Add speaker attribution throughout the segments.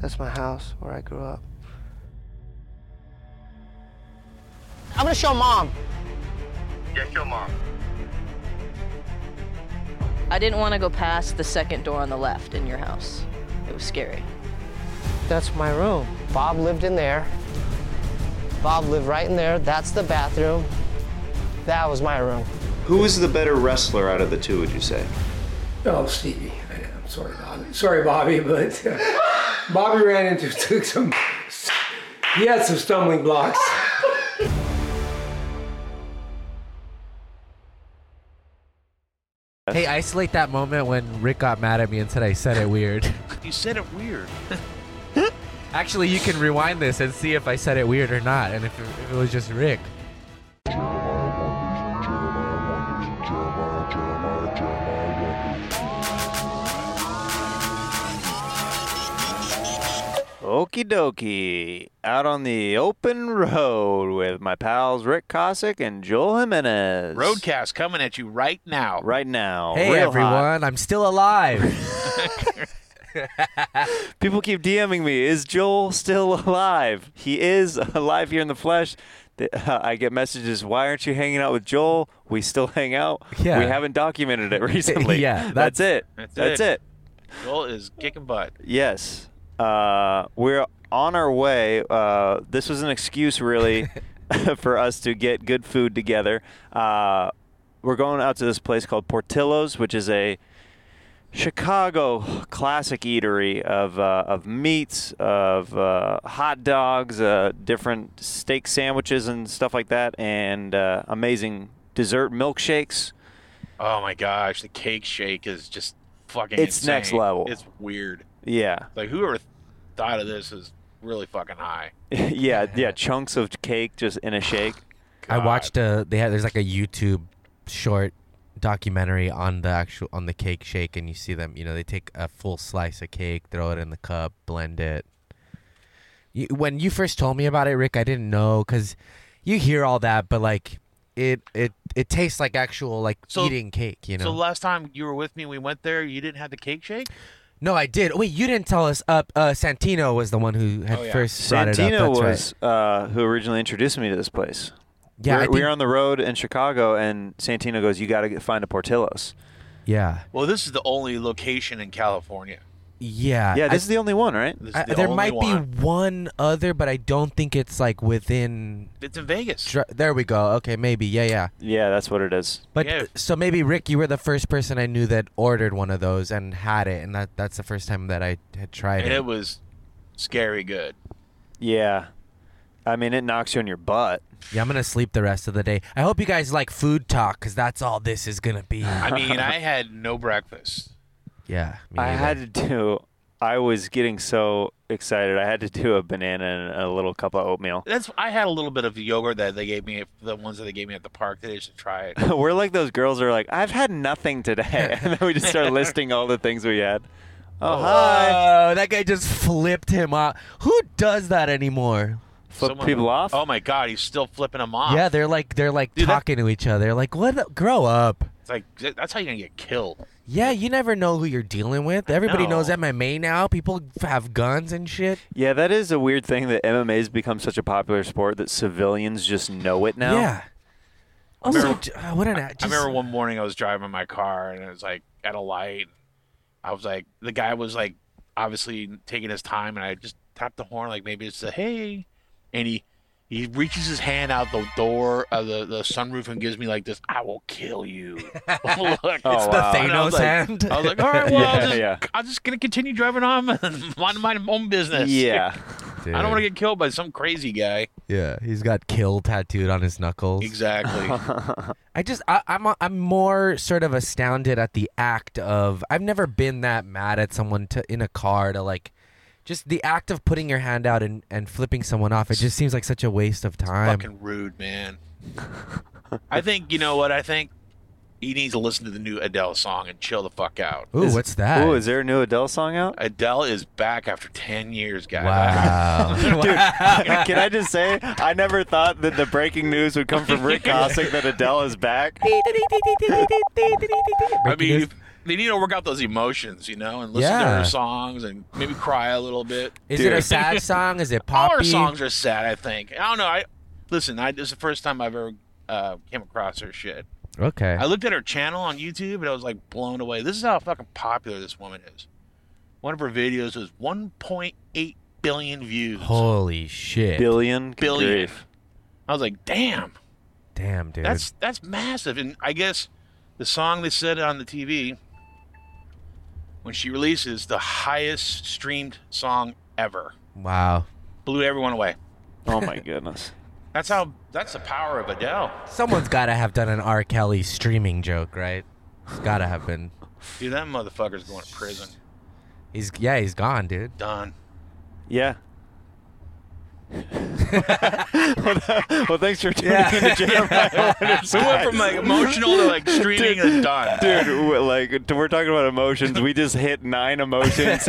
Speaker 1: That's my house where I grew up.
Speaker 2: I'm gonna show mom.
Speaker 3: Yeah, show mom.
Speaker 4: I didn't want to go past the second door on the left in your house. It was scary.
Speaker 2: That's my room. Bob lived in there. Bob lived right in there. That's the bathroom. That was my room.
Speaker 5: Who is the better wrestler out of the two, would you say?
Speaker 6: Oh, Stevie. I'm sorry, Bobby. Sorry, Bobby, but uh, Bobby ran into took some. He had some stumbling blocks.
Speaker 7: Hey, isolate that moment when Rick got mad at me and said I said it weird.
Speaker 8: You said it weird.
Speaker 7: Actually, you can rewind this and see if I said it weird or not, and if it, if it was just Rick.
Speaker 5: Okie dokie. Out on the open road with my pals Rick Cossack and Joel Jimenez.
Speaker 8: Roadcast coming at you right now.
Speaker 5: Right now.
Speaker 7: Hey,
Speaker 5: Real
Speaker 7: everyone,
Speaker 5: hot.
Speaker 7: I'm still alive.
Speaker 5: People keep DMing me. Is Joel still alive? He is alive here in the flesh. The- I get messages. Why aren't you hanging out with Joel? We still hang out.
Speaker 7: Yeah.
Speaker 5: We haven't documented it recently.
Speaker 7: Yeah,
Speaker 5: That's,
Speaker 7: that's-
Speaker 5: it.
Speaker 8: That's
Speaker 5: That's
Speaker 8: it.
Speaker 5: it.
Speaker 8: Joel is kicking butt.
Speaker 5: Yes. Uh, we're on our way. Uh, this was an excuse, really, for us to get good food together. Uh, we're going out to this place called Portillo's, which is a Chicago classic eatery of, uh, of meats, of uh, hot dogs, uh, different steak sandwiches, and stuff like that, and uh, amazing dessert milkshakes.
Speaker 8: Oh my gosh, the cake shake is just fucking.
Speaker 5: It's
Speaker 8: insane.
Speaker 5: next level.
Speaker 8: It's weird.
Speaker 5: Yeah.
Speaker 8: Like whoever thought of this is really fucking high.
Speaker 5: yeah. Yeah. Chunks of cake just in a shake.
Speaker 7: I
Speaker 8: God.
Speaker 7: watched a they had there's like a YouTube short documentary on the actual on the cake shake, and you see them. You know, they take a full slice of cake, throw it in the cup, blend it. You, when you first told me about it, Rick, I didn't know because you hear all that, but like it it it tastes like actual like
Speaker 8: So-
Speaker 7: eating cake. You know,
Speaker 8: So last time you were with me, we went there. You didn't have the cake shake.
Speaker 7: no, I did. Wait, you didn't tell us. Up, uh, Santino was the one who had
Speaker 8: Oh, yeah.
Speaker 7: first brought it
Speaker 5: Santino
Speaker 7: up. That's right.
Speaker 5: was uh, who originally introduced me to this place.
Speaker 7: Yeah, I
Speaker 5: we were, we
Speaker 7: think-
Speaker 5: were on the road in Chicago, and Santino goes, "You got to find a Portillo's."
Speaker 7: yeah,
Speaker 8: Well, this is the only location in California.
Speaker 7: yeah,
Speaker 5: yeah,
Speaker 7: I-
Speaker 5: this is the only one, right?
Speaker 8: This is
Speaker 7: I,
Speaker 8: the
Speaker 7: there
Speaker 8: only
Speaker 7: might
Speaker 8: one.
Speaker 7: be one other, but I don't think it's like within.
Speaker 8: It's in Vegas.
Speaker 7: dr- There we go. Okay, maybe. Yeah, yeah.
Speaker 5: Yeah, that's what it is.
Speaker 7: But
Speaker 8: Yeah.
Speaker 7: so maybe Rick, you were the first person I knew that ordered one of those and had it, and that that's the first time that I had tried
Speaker 8: and
Speaker 7: it.
Speaker 8: it was scary good.
Speaker 5: Yeah, I mean, it knocks you on your butt.
Speaker 7: yeah, I'm gonna sleep the rest of the day. I hope you guys like food talk, cause that's all this is gonna be.
Speaker 8: I mean, I had no breakfast.
Speaker 7: yeah. me
Speaker 5: I
Speaker 7: neither.
Speaker 5: had to do. I was getting so excited. I had to do a banana and a little cup of oatmeal.
Speaker 8: That's I had a little bit of yogurt that they gave me, the ones that they gave me at the park. They should try it.
Speaker 5: we're like those girls who are like, "I've had nothing today," and then we just start listing all the things we had. Oh,
Speaker 8: uh,
Speaker 5: hi!
Speaker 7: Oh, that guy just flipped him off. Who does that anymore?
Speaker 5: Flip
Speaker 8: Someone-
Speaker 5: people off.
Speaker 8: Oh my god, he's still flipping them off.
Speaker 7: Yeah, they're like they're like
Speaker 8: Uh, Dude, that-
Speaker 7: talking to each other. Like, what? the- Grow up.
Speaker 8: it's like that's how you're gonna get killed.
Speaker 7: Yeah, you never know who you're dealing with. Everybody
Speaker 8: know.
Speaker 7: knows MMA now. People have guns and shit.
Speaker 5: Yeah, that is a weird thing that MMA's become such a popular sport that civilians just know it now.
Speaker 7: Yeah. Also,
Speaker 8: remember-
Speaker 7: j- uh, what an just,
Speaker 8: I remember one morning I was driving my car and it was like at a light. I was like, the guy was like, obviously taking his time, and I just tapped the horn like maybe it's a hey, and he he reaches his hand out the door of the, the sunroof and gives me like this, I will kill you. Look, it's
Speaker 5: Oh,
Speaker 7: the
Speaker 5: wow.
Speaker 7: Thanos
Speaker 8: And
Speaker 7: hand.
Speaker 8: uh, I was like- I was like, all right, well,
Speaker 5: Yeah,
Speaker 8: I'll just,
Speaker 5: yeah.
Speaker 8: I'm just gonna continue driving on, mind my own business.
Speaker 5: Yeah.
Speaker 8: I don't want to get killed by some crazy guy.
Speaker 7: Yeah, he's got kill tattooed on his knuckles.
Speaker 8: Exactly.
Speaker 7: I just, I, I'm, uh, I'm more sort of astounded at the act of. I've never been that mad at someone to in a car to like, just the act of putting your hand out and and flipping someone off. It just seems like such a waste of time.
Speaker 8: fucking rude, man. I think you know what I think. He needs to listen to the new Adele song and chill the fuck out.
Speaker 7: Ooh,
Speaker 5: Is-
Speaker 7: what's that?
Speaker 5: Ooh, is there a new Adele song out?
Speaker 8: Adele is back after ten years, guys.
Speaker 7: wow.
Speaker 5: Can I just say, I never thought that the breaking news would come from Rick Cossack that Adele is back.
Speaker 8: I mean, if, they need to work out those emotions, you know, and listen to
Speaker 7: Yeah.
Speaker 8: her songs and maybe cry a little bit.
Speaker 7: Is it
Speaker 5: Dude.
Speaker 7: a sad song? Is it
Speaker 8: All
Speaker 7: poppy?
Speaker 8: her songs are sad, I think. I don't know. I listen. I this is the first time I've ever uh, came across her shit.
Speaker 7: Okay.
Speaker 8: I looked at her channel on YouTube and I was like blown away. This is how fucking popular this woman is. One of her videos was 1.8 billion views.
Speaker 7: Holy shit.
Speaker 5: Billion. good
Speaker 8: Billion.
Speaker 5: grief.
Speaker 8: I was like, damn.
Speaker 7: Damn, dude.
Speaker 8: That's that's massive, and I guess the song they said on the TV when she releases the highest streamed song ever
Speaker 7: wow.
Speaker 8: blew everyone away.
Speaker 5: Oh my goodness.
Speaker 8: That's how. That's the power of Adele,
Speaker 7: Someone's got to have done an R. Kelly streaming joke, right? It's got to have been.
Speaker 8: dude. That motherfucker's going to prison.
Speaker 7: He's yeah, he's gone, dude.
Speaker 8: Done.
Speaker 5: Yeah. well, thanks for tuning in to Jeremiah. Wonder's
Speaker 8: So we went
Speaker 5: Eyes.
Speaker 8: from like emotional to like streaming and done.
Speaker 5: Dude, we're, like t- we're talking about emotions. We just hit nine emotions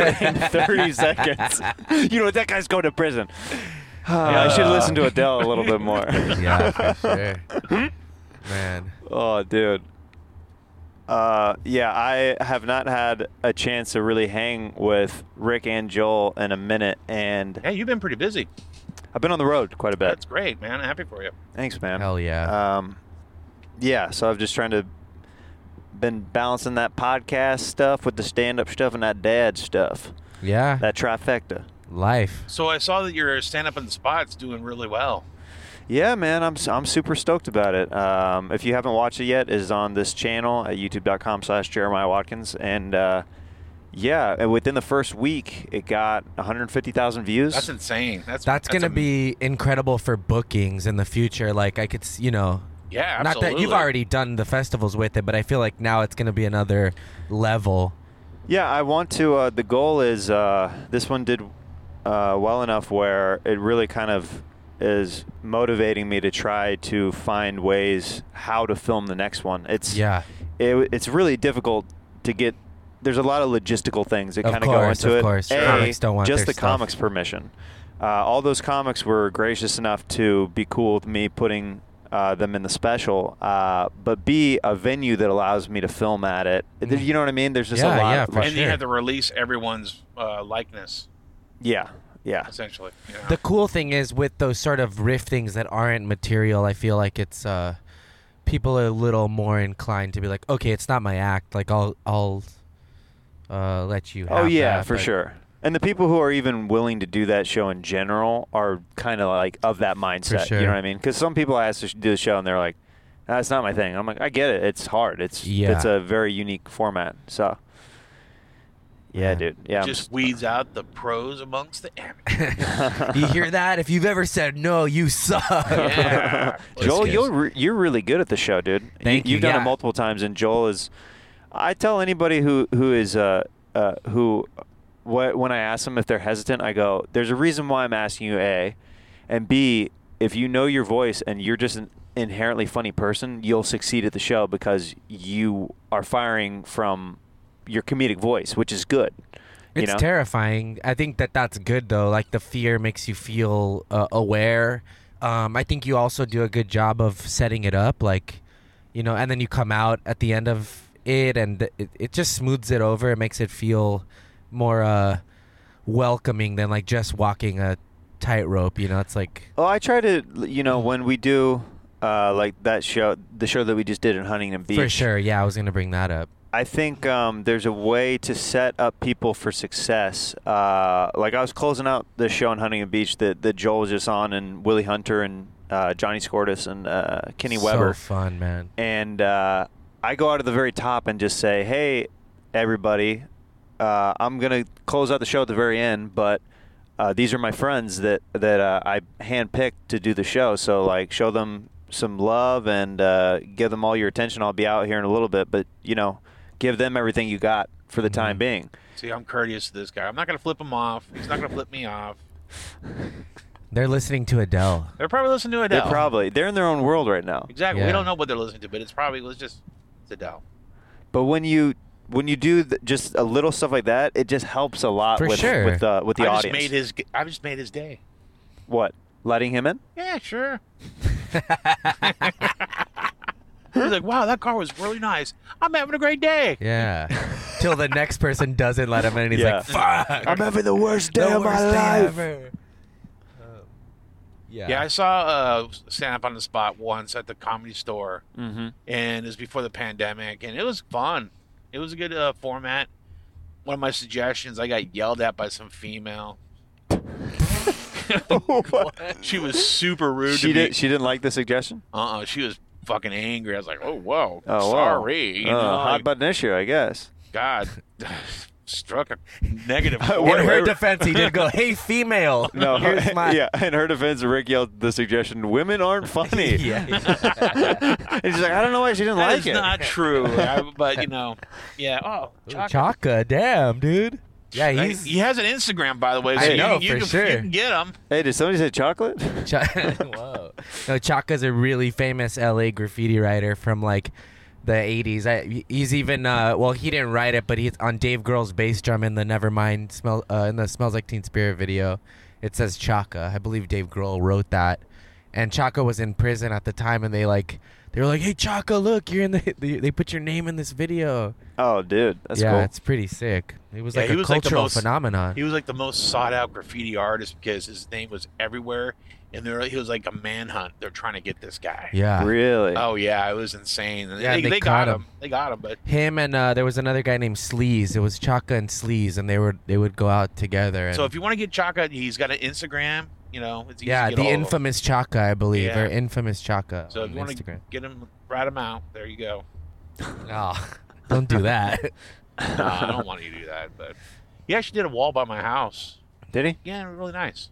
Speaker 5: in 30 seconds. You know what? That guy's going to prison. Yeah, I should listen to Adele a little bit more.
Speaker 7: Yeah, for sure. Man.
Speaker 5: Oh, dude. Uh, yeah, I have not had a chance to really hang with Rick and Joel in a minute, and
Speaker 8: Hey, you've been pretty busy.
Speaker 5: I've been on the road quite a bit.
Speaker 8: That's great, man. Happy for you.
Speaker 5: Thanks, man.
Speaker 7: Hell yeah.
Speaker 5: Um, yeah. So I've just trying to been balancing that podcast stuff with the stand up stuff and that dad stuff.
Speaker 7: yeah.
Speaker 5: That trifecta.
Speaker 7: life.
Speaker 8: So I saw that your stand up in the spot's doing really well.
Speaker 5: Yeah, man, I'm, s- I'm super stoked about it. Um, if you haven't watched it yet, it is on this channel at youtube.com slash Jeremiah Watkins. And uh, yeah, and within the first week, it got 150,000 views.
Speaker 8: That's insane. That's
Speaker 7: That's, gonna
Speaker 8: am-
Speaker 7: be incredible for bookings in the future. Like I could, s- you know,
Speaker 8: yeah.
Speaker 7: not that you've
Speaker 8: absolutely.
Speaker 7: already done the festivals with it, but I feel like now it's gonna be another level.
Speaker 5: Yeah, I want to. Uh, the goal is uh, this one did uh, well enough where it really kind of is motivating me to try to find ways how to film the next one. It's
Speaker 7: Yeah.
Speaker 5: it, it's really difficult to get. There's a lot of logistical things that
Speaker 7: Of
Speaker 5: kind of go
Speaker 7: course,
Speaker 5: into
Speaker 7: of
Speaker 5: it.
Speaker 7: course.
Speaker 5: A,
Speaker 7: Comics don't want
Speaker 5: just
Speaker 7: their
Speaker 5: the
Speaker 7: stuff.
Speaker 5: comics permission. Uh, all those comics were gracious enough to be cool with me putting uh, them in the special. Uh, but B, a venue that allows me to film at it. You know what I mean? There's just
Speaker 7: Mm. Yeah,
Speaker 5: a lot.
Speaker 7: yeah,
Speaker 5: of-
Speaker 7: for
Speaker 8: and you
Speaker 7: sure.
Speaker 8: have to release everyone's uh, likeness
Speaker 5: yeah, yeah.
Speaker 8: essentially. you know?
Speaker 7: The cool thing is with those sort of riftings that aren't material, I feel like it's uh people are a little more inclined to be like, okay, it's not my act. Like I'll I'll uh let you.
Speaker 5: Oh
Speaker 7: have
Speaker 5: yeah,
Speaker 7: that,
Speaker 5: for
Speaker 7: but-
Speaker 5: sure. And the people who are even willing to do that show in general are kind of like of that mindset. You
Speaker 7: sure.
Speaker 5: know what I mean? Because some people I asked to sh- do the show and they're like, "That's not my thing." I'm like, "I get it. It's hard. It's
Speaker 7: Yeah.
Speaker 5: it's a very unique format." So, yeah,
Speaker 7: Yeah.
Speaker 5: dude. Yeah, I'm
Speaker 8: just weeds out the pros amongst the amateurs.
Speaker 7: you hear that? If you've ever said no, you suck.
Speaker 8: Yeah.
Speaker 5: Joel,
Speaker 7: Excuse-
Speaker 5: you're re- you're really good at the show, dude.
Speaker 7: Thank
Speaker 5: you.
Speaker 7: you,
Speaker 5: You've done
Speaker 7: yeah.
Speaker 5: it multiple times, and Joel is. I tell anybody who who is uh, uh who, wh- when I ask them if they're hesitant, I go, "There's a reason why I'm asking you A, and B, if you know your voice and you're just an inherently funny person, you'll succeed at the show because you are firing from your comedic voice, which is good. you
Speaker 7: It's
Speaker 5: know?
Speaker 7: terrifying. I think that that's good though. Like the fear makes you feel uh, aware. Um, I think you also do a good job of setting it up, like you know, and then you come out at the end of it, and it, it just smooths it over. It makes it feel more uh, welcoming than like just walking a tightrope. You know, it's like
Speaker 5: Oh, I try to, you
Speaker 7: Mm-hmm.
Speaker 5: know, when we do uh, like that show, the show that we just did in Huntington Beach.
Speaker 7: for sure. Yeah, I was gonna bring that up.
Speaker 5: I think um, there's a way to set up people for success. Uh, like I was closing out the show in Huntington Beach that, that Joel was just on, and Willie Hunter and uh, Johnny Scortis and uh, Kenny
Speaker 7: so
Speaker 5: Weber
Speaker 7: fun, man.
Speaker 5: and uh, I go out to the very top and just say, "Hey, everybody, uh, I'm gonna close out the show at the very end, but uh, these are my friends that that uh, I handpicked to do the show. So like, show them some love and uh, give them all your attention. I'll be out here in a little bit, but you know, give them everything you got for the time
Speaker 8: Mm-hmm.
Speaker 5: being.
Speaker 8: See, I'm courteous to this guy. I'm not gonna flip him off. He's not gonna flip me off.
Speaker 7: They're listening to Adele.
Speaker 8: They're probably listening to Adele.
Speaker 5: They're probably they're in their own world right now.
Speaker 8: exactly. We
Speaker 7: Yeah.
Speaker 8: don't know what they're listening to, but it's probably it's just it's Adele.
Speaker 5: But when you when you do th- just a little stuff like that, it just helps a lot
Speaker 7: For
Speaker 5: with
Speaker 7: sure.
Speaker 5: with, uh, with the
Speaker 8: I
Speaker 5: audience.
Speaker 8: just made his. I just made his day.
Speaker 5: what letting him in?
Speaker 8: Yeah, sure. He's like, wow, that car was really nice. I'm having a great day.
Speaker 7: Yeah. Till the next person doesn't let him in, and he's
Speaker 5: Yeah.
Speaker 7: like, "Fuck,
Speaker 5: I'm having the worst day
Speaker 7: the
Speaker 5: of my
Speaker 7: worst day
Speaker 5: life.
Speaker 7: ever." Um, yeah.
Speaker 8: Yeah, I saw uh, stand up on the spot once at the comedy store,
Speaker 5: Mm-hmm.
Speaker 8: and it was before the pandemic, and it was fun. It was a good uh, format. One of my suggestions, I got yelled at by some female.
Speaker 5: Mm-hmm.
Speaker 8: She was super rude
Speaker 5: she
Speaker 8: to me.
Speaker 5: did. She didn't like the suggestion.
Speaker 8: uh-uh, she was fucking angry. I was like, oh, whoa,
Speaker 5: Oh, wow.
Speaker 8: sorry. You
Speaker 5: Uh,
Speaker 8: know,
Speaker 5: hot
Speaker 8: like,
Speaker 5: button issue, I guess.
Speaker 8: God, struck a negative.
Speaker 5: In
Speaker 7: In
Speaker 8: chord.
Speaker 7: her defense, he did go, "Hey, female,
Speaker 5: No,
Speaker 7: here's my."
Speaker 5: yeah. In her defense, Rick yelled the suggestion: "Women aren't funny."
Speaker 7: Yeah.
Speaker 5: and she's like, "I don't know why she didn't
Speaker 8: That
Speaker 5: like
Speaker 8: is
Speaker 5: it."
Speaker 8: not true. I- but you know, yeah. Oh, chocolate.
Speaker 7: Chaka, damn, dude. Yeah,
Speaker 8: Hey,
Speaker 7: he's.
Speaker 8: he has an Instagram, by the way. So
Speaker 7: I
Speaker 8: you,
Speaker 7: know,
Speaker 8: you
Speaker 7: for
Speaker 8: can,
Speaker 7: sure.
Speaker 8: You can get him.
Speaker 5: hey, did somebody say chocolate?
Speaker 7: Cha- Whoa. No, Chaka's a really famous LA graffiti writer from like the 80s. I, he's even uh, well, he didn't write it, but he's on Dave Grohl's bass drum in the Nevermind smell uh, in the Smells Like Teen Spirit video. It says Chaka. I believe Dave Grohl wrote that. And Chaka was in prison at the time, and they like they were like, "Hey, Chaka, look, you're in the." They, they put your name in this video.
Speaker 5: Oh, dude, that's
Speaker 7: yeah,
Speaker 5: cool.
Speaker 7: it's pretty sick. It was
Speaker 8: Yeah,
Speaker 7: like
Speaker 8: he
Speaker 7: a
Speaker 8: was, like, the
Speaker 7: cultural
Speaker 8: most-
Speaker 7: phenomenon.
Speaker 8: He was like the most sought out graffiti artist because his name was everywhere, and there he was like a manhunt. They're trying to get this guy.
Speaker 7: yeah,
Speaker 5: really.
Speaker 8: Oh yeah, it was insane. And
Speaker 7: Yeah,
Speaker 8: they,
Speaker 7: they
Speaker 8: they got
Speaker 7: caught
Speaker 8: him.
Speaker 7: him.
Speaker 8: They got him. But
Speaker 7: Him and uh, there was another guy named Sleaze. It was Chaka and Sleaze, and they were they would go out together. And
Speaker 8: so if you want to get Chaka, he's got an Instagram. You know, it's easy
Speaker 7: yeah,
Speaker 8: to get
Speaker 7: the
Speaker 8: all of 'em.
Speaker 7: infamous Chaka, I believe,
Speaker 8: Yeah.
Speaker 7: or infamous Chaka
Speaker 8: So
Speaker 7: on
Speaker 8: if you want
Speaker 7: Instagram.
Speaker 8: to get him, rat him out. There you go.
Speaker 7: Oh, don't do that.
Speaker 8: no, I don't want you to do that. But he actually did a wall by my house.
Speaker 5: Did he?
Speaker 8: Yeah, really nice.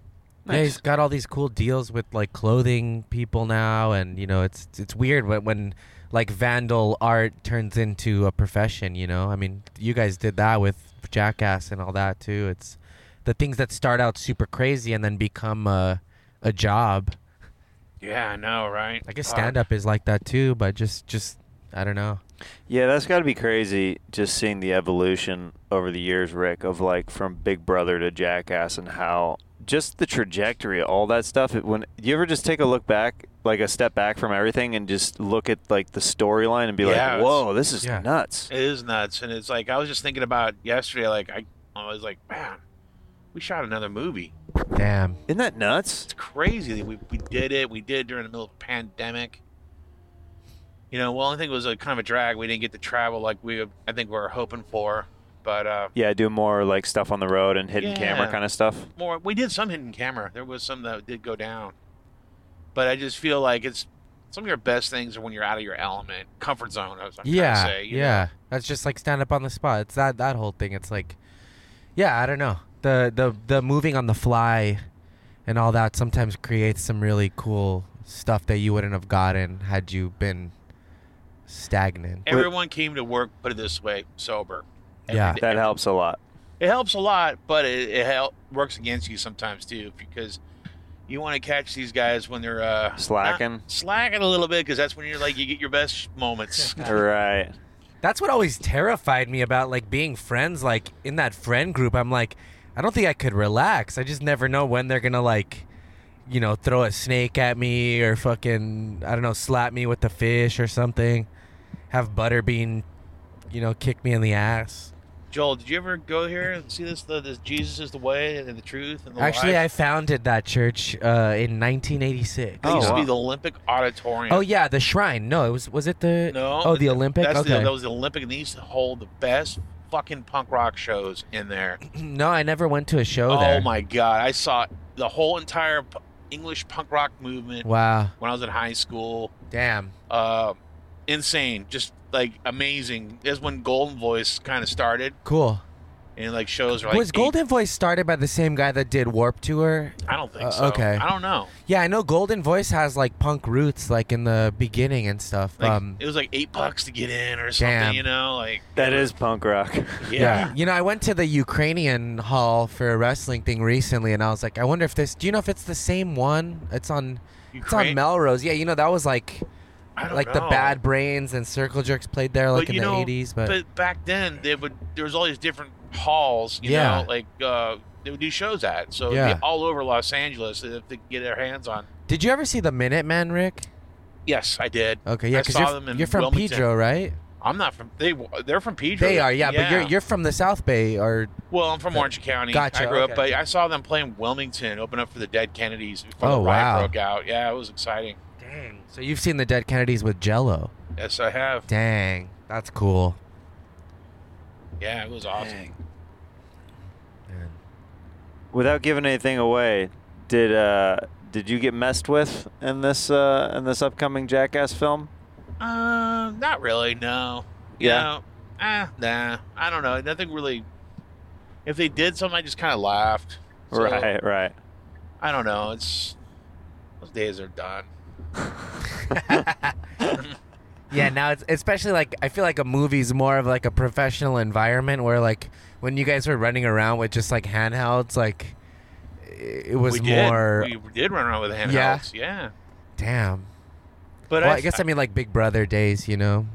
Speaker 7: Yeah, he's got all these cool deals with like clothing people now, and you know it's it's weird when when like vandal art turns into a profession. You know, I mean, you guys did that with Jackass and all that too. It's the things that start out super crazy and then become a a job.
Speaker 8: Yeah, I know, right?
Speaker 7: I guess
Speaker 8: Fuck.
Speaker 7: stand up is like that too, but just just I don't know.
Speaker 5: Yeah, that's got to be crazy. Just seeing the evolution over the years, Rick, of like from Big Brother to Jackass, and how just the trajectory, all that stuff. It, when you ever just take a look back, like a step back from everything, and just look at like the storyline and be
Speaker 8: Yeah,
Speaker 5: like,
Speaker 8: it's-
Speaker 5: "Whoa, this is
Speaker 7: yeah.
Speaker 5: nuts."
Speaker 8: It is nuts, and it's like I was just thinking about yesterday. Like I, I was like, man, we shot another movie.
Speaker 7: Damn.
Speaker 5: Isn't that nuts?
Speaker 8: It's crazy that we we did it. We did it during the middle of a pandemic. You know, well, only thing was a kind of a drag. We didn't get to travel like we I think we were hoping for, but uh,
Speaker 5: Yeah, do more like stuff on the road and hidden camera
Speaker 8: Yeah.
Speaker 5: kind of stuff.
Speaker 8: more we did some hidden camera. There was some that did go down, but I just feel like it's some of your best things are when you're out of your element, comfort zone. I was I'm trying to
Speaker 7: yeah,
Speaker 8: say, you know?
Speaker 7: yeah. That's just like stand up on the spot. It's that that whole thing. It's like, yeah, I don't know. The the the moving on the fly, and all that sometimes creates some really cool stuff that you wouldn't have gotten had you been stagnant.
Speaker 8: Everyone came to work. Put it this way, sober.
Speaker 7: Yeah.
Speaker 5: That helps a lot.
Speaker 8: it helps a lot, but it, it help, works against you sometimes too because you want to catch these guys when they're uh,
Speaker 5: Slacking.
Speaker 8: not- slacking a little bit because that's when you're like you get your best sh- moments.
Speaker 5: right.
Speaker 7: That's what always terrified me about like being friends. Like in that friend group, I'm like, I don't think I could relax. I just never know when they're gonna like, you know, throw a snake at me or fucking I don't know, slap me with the fish or something. Have Butterbean, you know, kick me in the ass.
Speaker 8: Joel, did you ever go here and see this? The, this Jesus is the way and the truth and the
Speaker 7: Actually, I
Speaker 8: life?
Speaker 7: founded that church uh, in 1986.
Speaker 8: That
Speaker 5: Oh,
Speaker 8: used to
Speaker 5: wow.
Speaker 8: be the Olympic Auditorium.
Speaker 7: Oh yeah, the shrine. No, it was was it the
Speaker 8: No,
Speaker 7: oh the Olympic.
Speaker 8: That's
Speaker 7: okay.
Speaker 8: the, that was the Olympic, and they used to hold the best fucking punk rock shows in there.
Speaker 7: no, I never went to a show
Speaker 8: oh
Speaker 7: there.
Speaker 8: my god, I saw the whole entire p- English punk rock movement
Speaker 7: Wow,
Speaker 8: when I was in high school.
Speaker 7: damn.
Speaker 8: uh, insane, just like amazing. That's when Golden Voice kind of started,
Speaker 7: Cool.
Speaker 8: and like shows were like
Speaker 7: was
Speaker 8: eight-
Speaker 7: Golden Voice started by the same guy that did Warp Tour?
Speaker 8: I don't think
Speaker 7: uh,
Speaker 8: so.
Speaker 7: okay.
Speaker 8: I don't know.
Speaker 7: Yeah, I know Golden Voice has like punk roots, like in the beginning and stuff.
Speaker 8: Like,
Speaker 7: um,
Speaker 8: it was like eight bucks to get in or something,
Speaker 7: Damn.
Speaker 8: you know? Like
Speaker 5: That is punk rock.
Speaker 8: yeah,
Speaker 7: you know, I went to the Ukrainian hall for a wrestling thing recently, and I was like, I wonder if this. Do you know if it's the same one? It's on. It's on
Speaker 8: Ukraine-
Speaker 7: Melrose. Yeah, you know that was like
Speaker 8: I don't
Speaker 7: like the
Speaker 8: know.
Speaker 7: Bad Brains and Circle Jerks played there, like
Speaker 8: but,
Speaker 7: in
Speaker 8: you
Speaker 7: the
Speaker 8: know,
Speaker 7: '80s. But,
Speaker 8: back then they would there was all these different halls, you
Speaker 7: Yeah.
Speaker 8: know, like uh, they would do shows at. So it'd
Speaker 7: Yeah.
Speaker 8: uh, be all over Los Angeles if they could get their hands on.
Speaker 7: did you ever see the Minutemen, Rick?
Speaker 8: Yes, I did.
Speaker 7: Okay, yeah,
Speaker 8: I
Speaker 7: because
Speaker 8: saw
Speaker 7: you're,
Speaker 8: them in
Speaker 7: you're from
Speaker 8: Wilmington.
Speaker 7: Pedro, right?
Speaker 8: I'm not from they. They're from Pedro.
Speaker 7: They are, yeah, but you're you're from the South Bay, or
Speaker 8: Well, I'm from Orange County.
Speaker 7: Gotcha,
Speaker 8: I grew up,
Speaker 7: okay.
Speaker 8: but I saw them playing Wilmington, open up for the Dead Kennedys before
Speaker 7: Oh,
Speaker 8: the riot
Speaker 7: wow.
Speaker 8: broke out. Yeah, it was exciting.
Speaker 7: dang. So you've seen the Dead Kennedys with Jello.
Speaker 8: Yes, I have.
Speaker 7: Dang, that's cool.
Speaker 8: Yeah, it was awesome.
Speaker 7: Man.
Speaker 5: Without giving anything away, did uh, did you get messed with in this uh, in this upcoming Jackass film?
Speaker 8: Um, not really. No.
Speaker 5: Yeah.
Speaker 8: No. Eh, nah. I don't know. Nothing really. If they did something, I just kind of laughed. So,
Speaker 5: right, right.
Speaker 8: I don't know. It's those days are done.
Speaker 7: Yeah, now it's especially like I feel like a movie's more of like a professional environment where like when you guys were running around with just like handhelds, like it it was
Speaker 8: we did.
Speaker 7: more
Speaker 8: We did run around with handhelds.
Speaker 7: Yeah.
Speaker 8: Yeah. yeah.
Speaker 7: damn.
Speaker 8: But
Speaker 7: well,
Speaker 8: I,
Speaker 7: I guess I mean like Big Brother days, you know.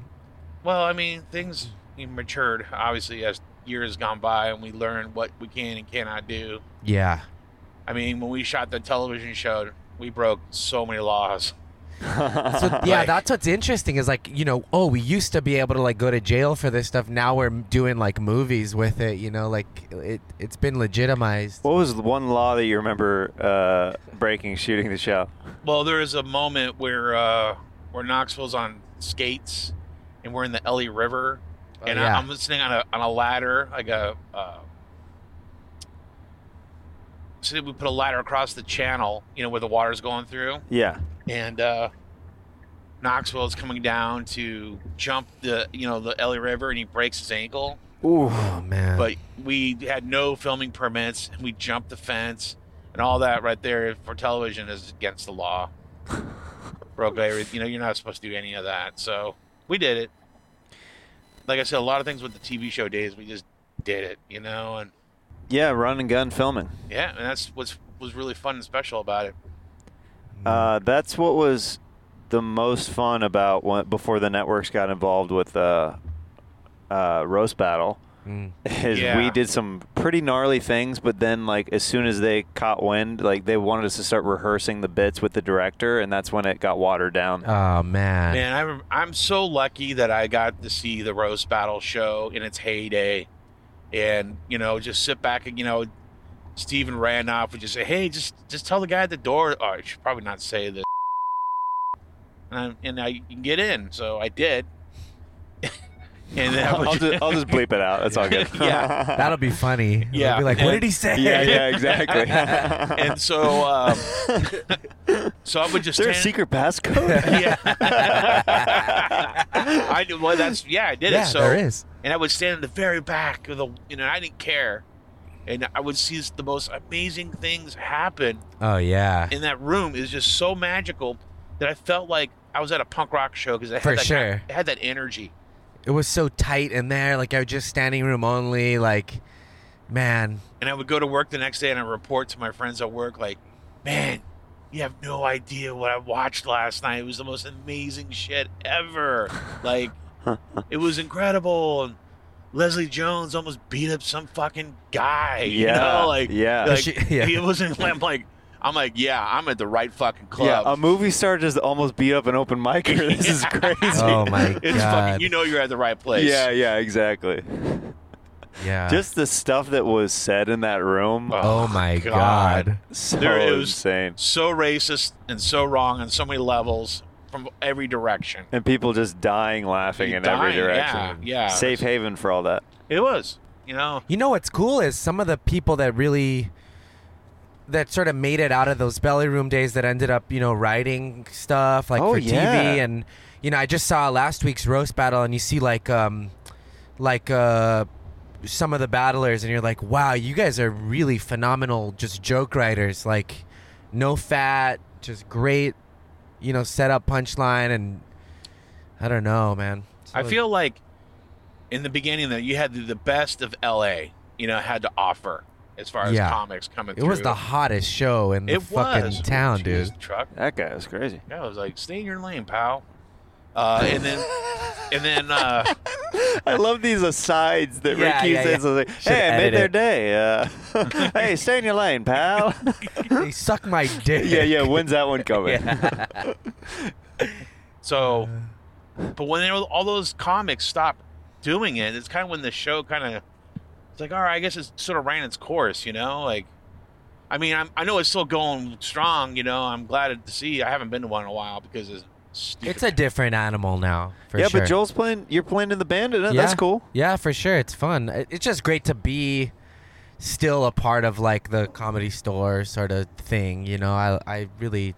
Speaker 8: Well, I mean, things matured obviously as years gone by, and we learned what we can and cannot do.
Speaker 7: Yeah.
Speaker 8: I mean, when we shot the television show, we broke so many laws.
Speaker 7: So yeah,
Speaker 8: Like-
Speaker 7: that's what's interesting is like, you know, oh, we used to be able to like go to jail for this stuff. Now we're doing like movies with it, you know, like it it's been legitimized.
Speaker 5: What was the one law that you remember uh, breaking shooting the show?
Speaker 8: Well, there is a moment where uh, where Knoxville's on skates, and we're in the Ellie River,
Speaker 7: Oh,
Speaker 8: and
Speaker 7: yeah.
Speaker 8: I, I'm sitting on a on a ladder, like a. Uh, so we put a ladder across the channel, you know, where the water's going through.
Speaker 5: Yeah.
Speaker 8: and uh, Knoxville is coming down to jump the you know the LA River, and he breaks his ankle.
Speaker 5: Ooh.
Speaker 7: oh man.
Speaker 8: But we had no filming permits, and we jumped the fence, and all that right there for television is against the law. Broke everything. You know, you're not supposed to do any of that. So we did it. Like I said, a lot of things with the TV show days, we just did it. You know, and
Speaker 5: Yeah, run and gun filming.
Speaker 8: yeah, and that's what's was really fun and special about it.
Speaker 5: Uh, that's what was the most fun about when, before the networks got involved with uh, uh, roast battle.
Speaker 7: Mm.
Speaker 5: Is we
Speaker 8: Yeah.
Speaker 5: did some pretty gnarly things, but then like as soon as they caught wind, like they wanted us to start rehearsing the bits with the director, and that's when it got watered down.
Speaker 7: Oh man.
Speaker 8: Man, I'm I'm so lucky that I got to see the roast battle show in its heyday, and you know just sit back and you know Steven Randolph would just say, hey, just just tell the guy at the door. Oh, I should probably not say this. And, I'm, and I you can get in, so I did. and then I
Speaker 5: I'll,
Speaker 8: was-
Speaker 5: just, I'll just bleep it out. That's all good.
Speaker 8: Yeah.
Speaker 7: That'll be funny. It'll
Speaker 8: Yeah.
Speaker 7: be like, what
Speaker 8: And-
Speaker 7: did he say?
Speaker 5: yeah, yeah, exactly.
Speaker 8: and so um, so I would
Speaker 5: Is
Speaker 8: just
Speaker 5: there a
Speaker 8: stand-
Speaker 5: secret passcode?
Speaker 8: Yeah. I did- well, that's yeah, I did
Speaker 7: Yeah,
Speaker 8: it. So
Speaker 7: there is.
Speaker 8: and I would stand in the very back of the, you know, I didn't care, and I would see the most amazing things happen
Speaker 7: Oh yeah.
Speaker 8: in that room. It was just so magical that I felt like I was at a punk rock show because it had
Speaker 7: For
Speaker 8: that kind-
Speaker 7: sure.
Speaker 8: it had that energy.
Speaker 7: It was so tight in there, like I was just standing room only, like man.
Speaker 8: And I would go to work the next day and I report to my friends at work like, man. You have no idea what I watched last night. It was the most amazing shit ever. Like, it was incredible. And Leslie Jones almost beat up some fucking guy. You
Speaker 5: Yeah,
Speaker 8: know? like,
Speaker 5: yeah.
Speaker 8: like
Speaker 7: She- yeah.
Speaker 8: it wasn't. I'm like, I'm like, yeah, I'm at the right fucking
Speaker 5: Yeah,
Speaker 8: club.
Speaker 5: a movie star just almost beat up an open micer. This is crazy.
Speaker 7: Oh my
Speaker 8: it's
Speaker 7: god.
Speaker 8: fucking. You know, you're at the right place.
Speaker 5: Yeah, yeah, exactly.
Speaker 7: yeah.
Speaker 5: Just the stuff that was said in that room.
Speaker 7: oh my god.
Speaker 5: so
Speaker 8: There it was.
Speaker 5: insane.
Speaker 8: So racist and so wrong on so many levels from every direction.
Speaker 5: And people just dying laughing in every
Speaker 8: Dying,
Speaker 5: direction.
Speaker 8: Yeah, yeah.
Speaker 5: Safe haven for all that.
Speaker 8: It was. You know.
Speaker 7: You know what's cool is some of the people that really that sort of made it out of those belly room days that ended up, you know, writing stuff like
Speaker 5: Oh,
Speaker 7: for TV
Speaker 5: yeah.
Speaker 7: and you know, I just saw last week's roast battle and you see like um like uh some of the battlers and you're like, "Wow, you guys are really phenomenal just joke writers." Like no fat, just great, you know, setup punchline and I don't know, man.
Speaker 8: I
Speaker 7: So-
Speaker 8: feel like in the beginning though, you had the, the best of L.A. You know, had to offer as far as
Speaker 7: Yeah.
Speaker 8: comics coming.
Speaker 7: it was the hottest show in the
Speaker 8: it
Speaker 7: fucking
Speaker 8: was
Speaker 7: town,
Speaker 8: Jeez,
Speaker 7: dude.
Speaker 8: Truck.
Speaker 5: That guy was crazy.
Speaker 8: Yeah, I was like, stay in your lane, pal. Uh, and then, and then, uh,
Speaker 5: I love these asides that
Speaker 7: Yeah,
Speaker 5: Ricky
Speaker 7: yeah,
Speaker 5: says.
Speaker 7: yeah.
Speaker 5: Like,
Speaker 7: Should
Speaker 5: hey, I
Speaker 7: edit
Speaker 5: made their
Speaker 7: it.
Speaker 5: day. Uh, hey, stay in your lane, pal.
Speaker 7: they suck my dick.
Speaker 5: yeah, yeah. When's that one coming?
Speaker 8: So, but when they were, all those comics stopped doing it, it's kind of when the show kind of it's like, all right, I guess it's sort of ran its course, you know? Like, I mean, I'm, I know it's still going strong, you know. I'm glad to see. I haven't been to one in a while because it's stupid.
Speaker 7: It's a different animal now. For
Speaker 5: yeah,
Speaker 7: sure.
Speaker 5: but Joel's playing. You're playing in the band, and that's
Speaker 7: Yeah.
Speaker 5: cool.
Speaker 7: Yeah, for sure. It's fun. I- It's just great to be still a part of like the comedy store sort of thing. You know, I I really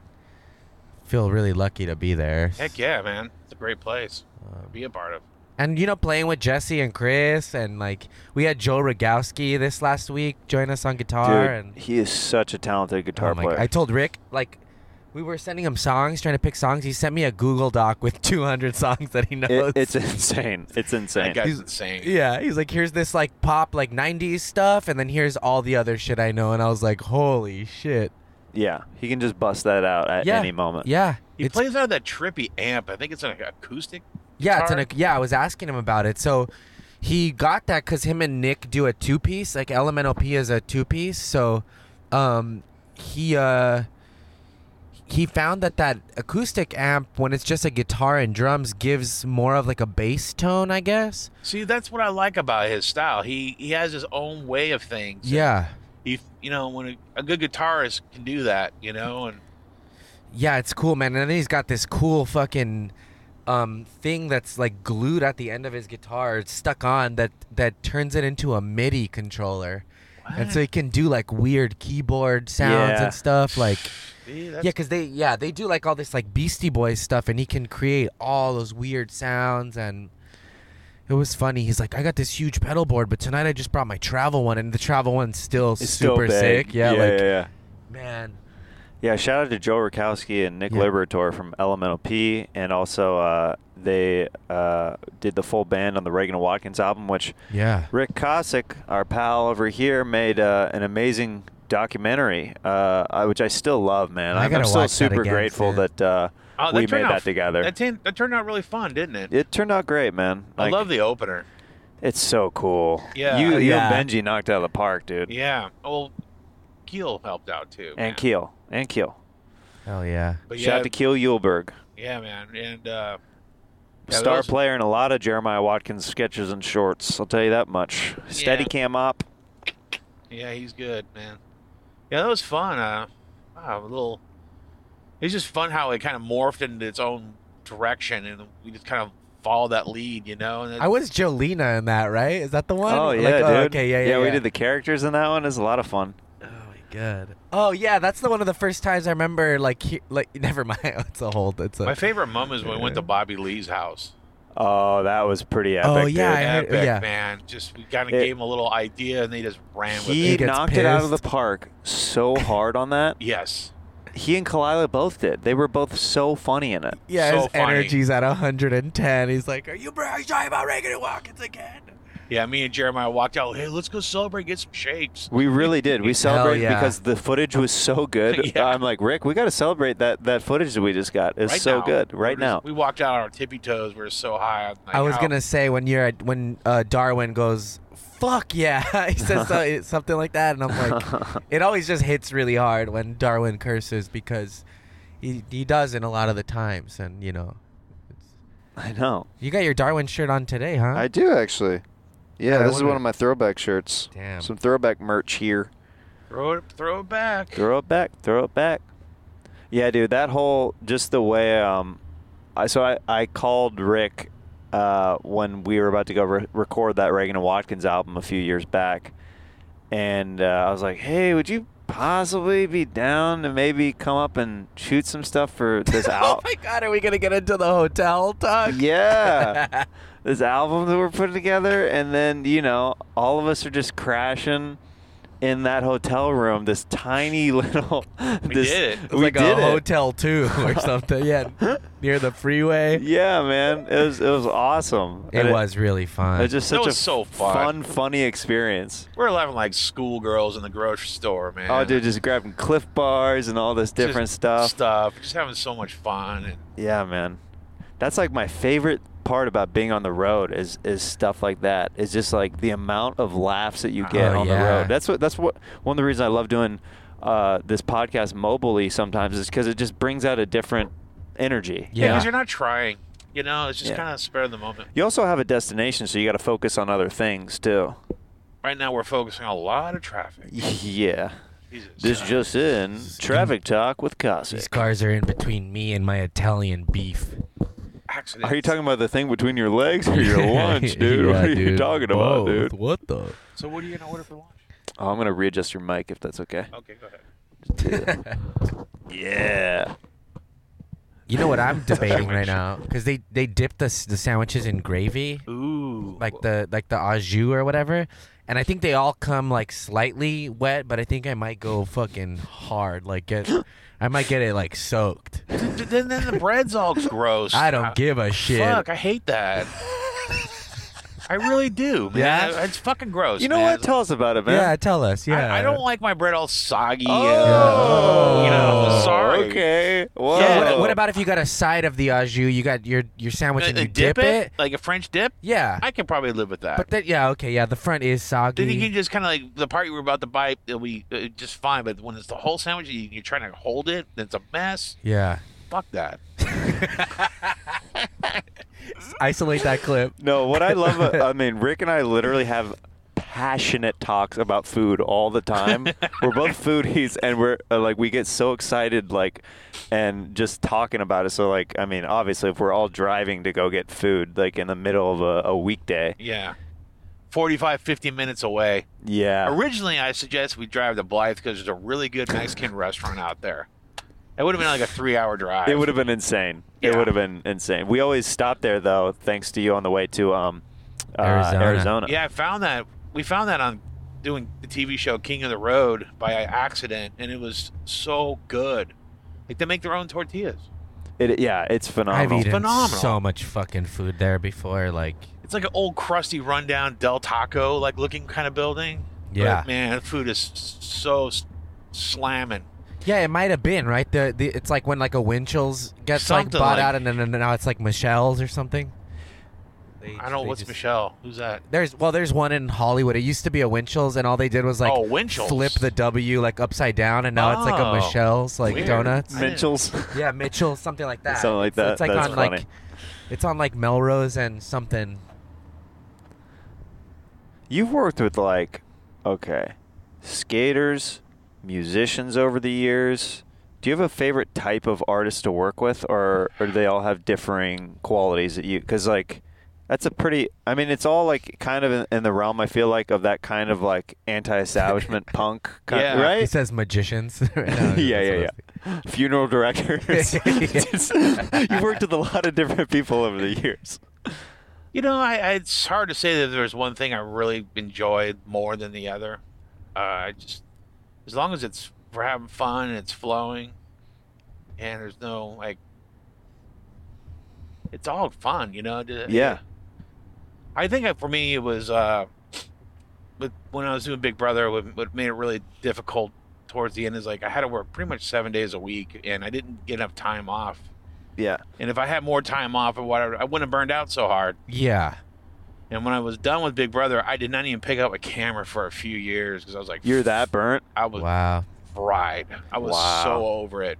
Speaker 7: feel really lucky to be there.
Speaker 8: heck yeah, man. It's a great place to
Speaker 7: Um,
Speaker 8: be a part of.
Speaker 7: and you know, playing with Jesse and Chris, and like we had Joe Rogowski this last week join us on guitar.
Speaker 5: Dude,
Speaker 7: and
Speaker 5: he is such a talented guitar
Speaker 7: Oh my-
Speaker 5: player.
Speaker 7: I told Rick like. We were sending him songs, trying to pick songs. He sent me a Google Doc with 200 songs that he knows.
Speaker 5: It- it's insane. It's
Speaker 8: That
Speaker 5: insane.
Speaker 8: guy's
Speaker 7: He's-
Speaker 8: insane.
Speaker 7: Yeah, he's like, here's this like pop like '90s stuff, and then here's all the other shit I know, and I was like, holy shit!
Speaker 5: yeah, he can just bust that out at
Speaker 7: Yeah.
Speaker 5: any moment.
Speaker 7: Yeah,
Speaker 8: He
Speaker 7: it's,
Speaker 8: plays out of that trippy amp. I think it's an acoustic.
Speaker 7: yeah, it's an,
Speaker 8: guitar?
Speaker 7: yeah. I was asking him about it, so he got that because him and Nick do a two piece. Like Elemental P is a two piece, so um, he uh, he found that that acoustic amp when it's just a guitar and drums gives more of like a bass tone, I guess.
Speaker 8: See, that's what I like about his style. He he has his own way of things.
Speaker 7: Yeah.
Speaker 8: He, you know, when a, a good guitarist can do that, you know, and
Speaker 7: Yeah, it's cool, man. And then he's got this cool fucking um, thing that's like glued at the end of his guitar, it's stuck on that that turns it into a MIDI controller, and so he can do like weird keyboard sounds
Speaker 5: Yeah.
Speaker 7: and stuff. Like,
Speaker 8: see,
Speaker 7: Yeah,
Speaker 8: that's,
Speaker 7: 'cause yeah, because they yeah they do like all this like Beastie Boys stuff, and he can create all those weird sounds and. It was funny. He's like, I got this huge pedal board, but tonight I just brought my travel one, and the travel one's still
Speaker 5: It's still
Speaker 7: super
Speaker 5: big.
Speaker 7: sick. Yeah,
Speaker 5: yeah,
Speaker 7: like
Speaker 5: yeah, yeah.
Speaker 7: man,
Speaker 5: Yeah, shout out to Joe Rakowski and Nick
Speaker 7: Yeah.
Speaker 5: Liberator from Elemental P, and also uh, they uh, did the full band on the Reagan and Watkins album, which
Speaker 7: yeah,
Speaker 5: Rick Cossack, our pal over here, made uh, an amazing documentary, uh, I- which I still love, man.
Speaker 7: I
Speaker 5: I'm,
Speaker 7: gotta
Speaker 5: I'm still
Speaker 7: watch that
Speaker 5: super
Speaker 7: again,
Speaker 5: grateful
Speaker 7: dude.
Speaker 5: that uh,
Speaker 8: Oh,
Speaker 5: we
Speaker 8: turned
Speaker 5: made
Speaker 8: out-
Speaker 5: that together.
Speaker 8: That, tin- that turned out really fun, didn't it?
Speaker 5: it turned out great, man.
Speaker 8: I
Speaker 5: Like,
Speaker 8: love the opener.
Speaker 5: It's so cool.
Speaker 8: Yeah.
Speaker 5: you,
Speaker 8: Oh,
Speaker 5: you
Speaker 7: yeah.
Speaker 5: and Benji knocked out of the park, dude.
Speaker 8: Yeah. Well, Keel helped out too. man.
Speaker 5: And Keel, and Keel.
Speaker 7: hell yeah.
Speaker 8: But
Speaker 5: Shout
Speaker 8: yeah,
Speaker 5: out to Keel Yulberg.
Speaker 8: yeah, man, and uh, Yeah,
Speaker 5: Star
Speaker 8: those-
Speaker 5: player in a lot of Jeremiah Watkins sketches and shorts. I'll tell you that much. Steady cam up.
Speaker 8: yeah, he's good, man. Yeah, that was fun. Uh, wow, a little. It's just fun how it kind of morphed into its own direction, and we just kind of followed that lead, you know. And it-
Speaker 7: I was Jolena in that, right? Is that the one?
Speaker 5: Oh
Speaker 7: Like,
Speaker 5: yeah, dude.
Speaker 7: okay, yeah, yeah.
Speaker 5: we did the characters in that one. It's a lot of fun.
Speaker 7: Oh my god. Oh yeah, that's the one of the first times I remember. Like, he, like never mind. It's a whole. It's a.
Speaker 8: my favorite moment is when we went to Bobby Lee's house.
Speaker 5: Oh, that was pretty epic.
Speaker 7: Oh, yeah,
Speaker 5: dude.
Speaker 7: I heard-
Speaker 8: Epic,
Speaker 7: yeah.
Speaker 8: man. Just we kind of
Speaker 5: It-
Speaker 8: gave him a little idea, and they just ran with
Speaker 5: he
Speaker 8: it.
Speaker 7: He gets
Speaker 5: knocked it out of the
Speaker 7: pissed.
Speaker 5: park so hard on that.
Speaker 8: Yes.
Speaker 5: He and Kalila both did. They were both so funny in it.
Speaker 7: yeah,
Speaker 8: so
Speaker 7: his
Speaker 8: funny.
Speaker 7: energy's at 110. He's like, "Are you bro- are you talking about Reagan and Watkins again?"
Speaker 8: Yeah, me and Jeremiah walked out. Hey, let's go celebrate, get some shakes.
Speaker 5: We really did. We celebrated
Speaker 7: yeah.
Speaker 5: because the footage was so good.
Speaker 8: Yeah.
Speaker 5: I'm like, Rick, we got to celebrate that, that footage that we just got. It's
Speaker 8: Right
Speaker 5: so
Speaker 8: now,
Speaker 5: good
Speaker 8: we're
Speaker 5: right
Speaker 8: just-
Speaker 5: now.
Speaker 8: We walked out on our tippy toes. We were so high. I'm like,
Speaker 7: I was
Speaker 8: "Oh,
Speaker 7: gonna say when you're at, when uh, Darwin goes, "Fuck yeah," he says so, something like that, and I'm like, it always just hits really hard when Darwin curses because he he does in a lot of the times, and you know.
Speaker 5: I know.
Speaker 7: You got your Darwin shirt on today, huh?
Speaker 9: I do actually. Yeah,
Speaker 7: I
Speaker 9: this is one
Speaker 7: wonder-
Speaker 9: of my throwback shirts.
Speaker 7: Damn.
Speaker 9: Some throwback merch here.
Speaker 8: throw it, throw it back.
Speaker 5: Throw it back. Throw it back. Yeah, dude, that whole just the way um I so I, I called Rick uh when we were about to go re- record that Reagan and Watkins album a few years back and uh, I was like, "Hey, would you possibly be down to maybe come up and shoot some stuff for this
Speaker 7: Oh
Speaker 5: album?"
Speaker 7: my god, are we gonna get into the hotel talk?
Speaker 5: yeah. This album that we're putting together and then, you know, all of us are just crashing in that hotel room, this tiny little We
Speaker 8: did it. It's
Speaker 5: We
Speaker 7: like
Speaker 5: did
Speaker 7: a
Speaker 5: it.
Speaker 7: hotel too or something. Yeah, near the freeway.
Speaker 5: Yeah, man. It was it was awesome. And
Speaker 7: It was really
Speaker 5: It,
Speaker 7: fun.
Speaker 5: was just
Speaker 8: That
Speaker 5: such
Speaker 8: was
Speaker 5: a
Speaker 8: so fun.
Speaker 5: funny experience.
Speaker 8: We're laughing like schoolgirls in the grocery store, man.
Speaker 5: Oh, dude, just grabbing Cliff bars and all this
Speaker 8: Just
Speaker 5: different stuff.
Speaker 8: Stuff. Just having so much fun. And
Speaker 5: Yeah, man. That's like my favorite part about being on the road is is stuff like that. It's just like the amount of laughs that you get
Speaker 7: Oh,
Speaker 5: on the
Speaker 7: yeah.
Speaker 5: road. That's what that's what one of the reasons I love doing uh, this podcast mobilely sometimes is because it just brings out a different energy.
Speaker 7: Yeah.
Speaker 8: Because you're not trying. You know, it's just
Speaker 5: Yeah.
Speaker 8: kind of spur of the moment.
Speaker 5: You also have a destination, so you got to focus on other things too.
Speaker 8: Right now, we're focusing on a lot of traffic.
Speaker 5: Yeah.
Speaker 8: Jesus.
Speaker 5: This just in: traffic talk with
Speaker 7: These
Speaker 5: Cossack.
Speaker 7: cars are in between me and my Italian beef.
Speaker 8: accident.
Speaker 5: Are you talking about the thing between your legs or your lunch, dude?
Speaker 7: Yeah,
Speaker 5: what are you
Speaker 7: dude.
Speaker 5: talking about,
Speaker 7: Both.
Speaker 5: dude?
Speaker 7: What the?
Speaker 8: So, what are you gonna order for lunch?
Speaker 5: Oh, I'm gonna readjust your mic if that's okay.
Speaker 8: Okay, go ahead.
Speaker 5: Yeah.
Speaker 7: You know what I'm debating right now? Because they they dip the s- the sandwiches in gravy,
Speaker 8: Ooh,
Speaker 7: like the like the au jus or whatever, and I think they all come like slightly wet, but I think I might go fucking hard, like get, I might get it like soaked.
Speaker 8: then then the bread's all gross.
Speaker 7: I don't give a shit.
Speaker 8: Fuck, I hate that. I really do, man.
Speaker 7: Yeah?
Speaker 8: It's fucking gross.
Speaker 5: You know
Speaker 8: man.
Speaker 5: what? Tell us about it, man.
Speaker 7: yeah, tell us. Yeah,
Speaker 8: I, I don't like my bread all soggy. and-
Speaker 5: Oh.
Speaker 8: you know,
Speaker 5: Oh,
Speaker 8: I'm sorry.
Speaker 5: Okay. Whoa.
Speaker 7: Yeah, what, what about if you got a side of the au jus? You got your your sandwich
Speaker 8: Uh,
Speaker 7: and
Speaker 8: uh,
Speaker 7: you dip, it.
Speaker 8: like a French dip.
Speaker 7: Yeah,
Speaker 8: I could probably live with that.
Speaker 7: but that yeah okay yeah the front is soggy.
Speaker 8: then you can just kind of like the part you were about to bite, it'll be uh, just fine. But when it's the whole sandwich, you, you're trying to hold it, then it's a mess.
Speaker 7: yeah,
Speaker 8: Fuck that.
Speaker 7: isolate that clip.
Speaker 5: No, what I love, I mean, Rick and I literally have passionate talks about food all the time. we're both foodies, and we're uh, like, we get so excited, like, and just talking about it. So, like, I mean, obviously, if we're all driving to go get food, like in the middle of a, a weekday,
Speaker 8: Yeah. 45, 50 minutes away.
Speaker 5: yeah,
Speaker 8: Originally, I suggest we drive to Blythe because there's a really good Mexican restaurant out there. It would have been like a three hour drive.
Speaker 5: it would have been insane. It
Speaker 8: Yeah.
Speaker 5: would have been insane. We always stop there though, thanks to you on the way to um, uh,
Speaker 7: Arizona.
Speaker 5: Arizona.
Speaker 8: Yeah, I found that. We found that on doing the TV show King of the Road by accident, and it was so good. Like they make their own tortillas.
Speaker 5: It, yeah, it's
Speaker 7: I've
Speaker 5: phenomenal.
Speaker 7: eaten
Speaker 8: Phenomenal.
Speaker 7: so much fucking food there before. Like
Speaker 8: It's like an old crusty, rundown Del Taco like looking kind of building.
Speaker 7: Yeah.
Speaker 8: but, man, the food is s- so s- slamming.
Speaker 7: Yeah, it might have been right. The, the it's like when like a Winchell's gets like
Speaker 8: Something
Speaker 7: bought
Speaker 8: like-
Speaker 7: out, and then and now it's like Michelle's or something. They-
Speaker 8: I don't know
Speaker 7: they
Speaker 8: what's
Speaker 7: just-
Speaker 8: Michelle. Who's that?
Speaker 7: There's well, there's one in Hollywood. It used to be a Winchell's, and all they did was like
Speaker 8: Oh, Winchell's.
Speaker 7: flip the W like upside down, and now it's like a
Speaker 8: Oh,
Speaker 7: Michelle's like
Speaker 8: weird.
Speaker 7: donuts.
Speaker 8: I didn't-
Speaker 5: Mitchell's.
Speaker 7: Yeah, Mitchell, something like that.
Speaker 5: Something like
Speaker 7: It's- It's
Speaker 5: that.
Speaker 7: like
Speaker 5: That's
Speaker 7: on like
Speaker 5: funny.
Speaker 7: it's on like Melrose and something.
Speaker 5: You've worked with like, okay, skaters, musicians over the years. Do you have a favorite type of artist to work with, or, or do they all have differing qualities that you? Because like, that's a pretty. I mean, it's all like kind of in, in the realm. I feel like of that kind of like anti-establishment punk, kind,
Speaker 8: Yeah.
Speaker 7: He
Speaker 5: right?
Speaker 7: says magicians. No, that's
Speaker 5: yeah,
Speaker 7: what I
Speaker 5: yeah,
Speaker 7: was-
Speaker 5: yeah. Funeral directors. Just- you've worked with a lot of different people over the years.
Speaker 8: You know, I, I, it's hard to say that there's one thing I really enjoyed more than the other. Uh, I just, as long as it's we're having fun and it's flowing, and there's no like, it's all fun. You know. to-
Speaker 5: Yeah.
Speaker 8: I think that for me it was uh, with when I was doing Big Brother, what, what made it really difficult towards the end is like I had to work pretty much seven days a week, and I didn't get enough time off.
Speaker 5: Yeah.
Speaker 8: And if I had more time off or whatever, I wouldn't have burned out so hard.
Speaker 7: Yeah.
Speaker 8: And when I was done with Big Brother, I did not even pick up a camera for a few years because I was like,
Speaker 5: You're that burnt.
Speaker 8: I was
Speaker 7: Wow.
Speaker 8: fried. I was
Speaker 5: Wow.
Speaker 8: so over it.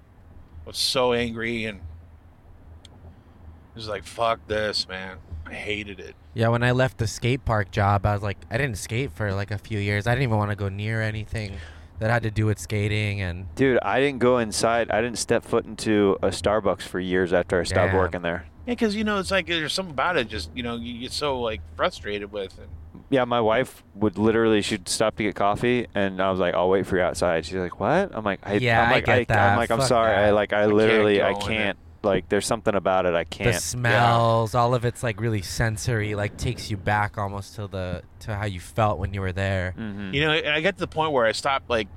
Speaker 8: I was so angry and it was like, fuck this, man. I hated it.
Speaker 7: Yeah, when I left the skate park job, I was like, I didn't skate for like a few years. I didn't even want to go near anything that had to do with skating. And
Speaker 5: Dude, I didn't go inside. I didn't step foot into a Starbucks for years after I stopped
Speaker 7: Damn.
Speaker 5: working there.
Speaker 8: Yeah, because you know, it's like there's something about it. Just you know, you get so like frustrated with. And
Speaker 5: Yeah, my wife would literally she'd stop to get coffee, and I was like, "I'll wait for you outside." She's like, "What?" I'm like, I,
Speaker 7: Yeah,
Speaker 5: I'm
Speaker 7: I
Speaker 5: like,
Speaker 7: get that.
Speaker 5: am like, I'm
Speaker 7: Fuck
Speaker 5: sorry. I
Speaker 7: that.
Speaker 5: like, I
Speaker 8: can't
Speaker 5: literally,
Speaker 8: go
Speaker 5: I
Speaker 8: in there.
Speaker 5: can't. Like, there's something about it I
Speaker 7: the
Speaker 5: can't.
Speaker 7: smells, all of it's like really sensory, like takes you back almost to the to how you felt when you were there.
Speaker 8: Mm.
Speaker 5: Mhm.
Speaker 8: you know, and I got to the point where I stopped like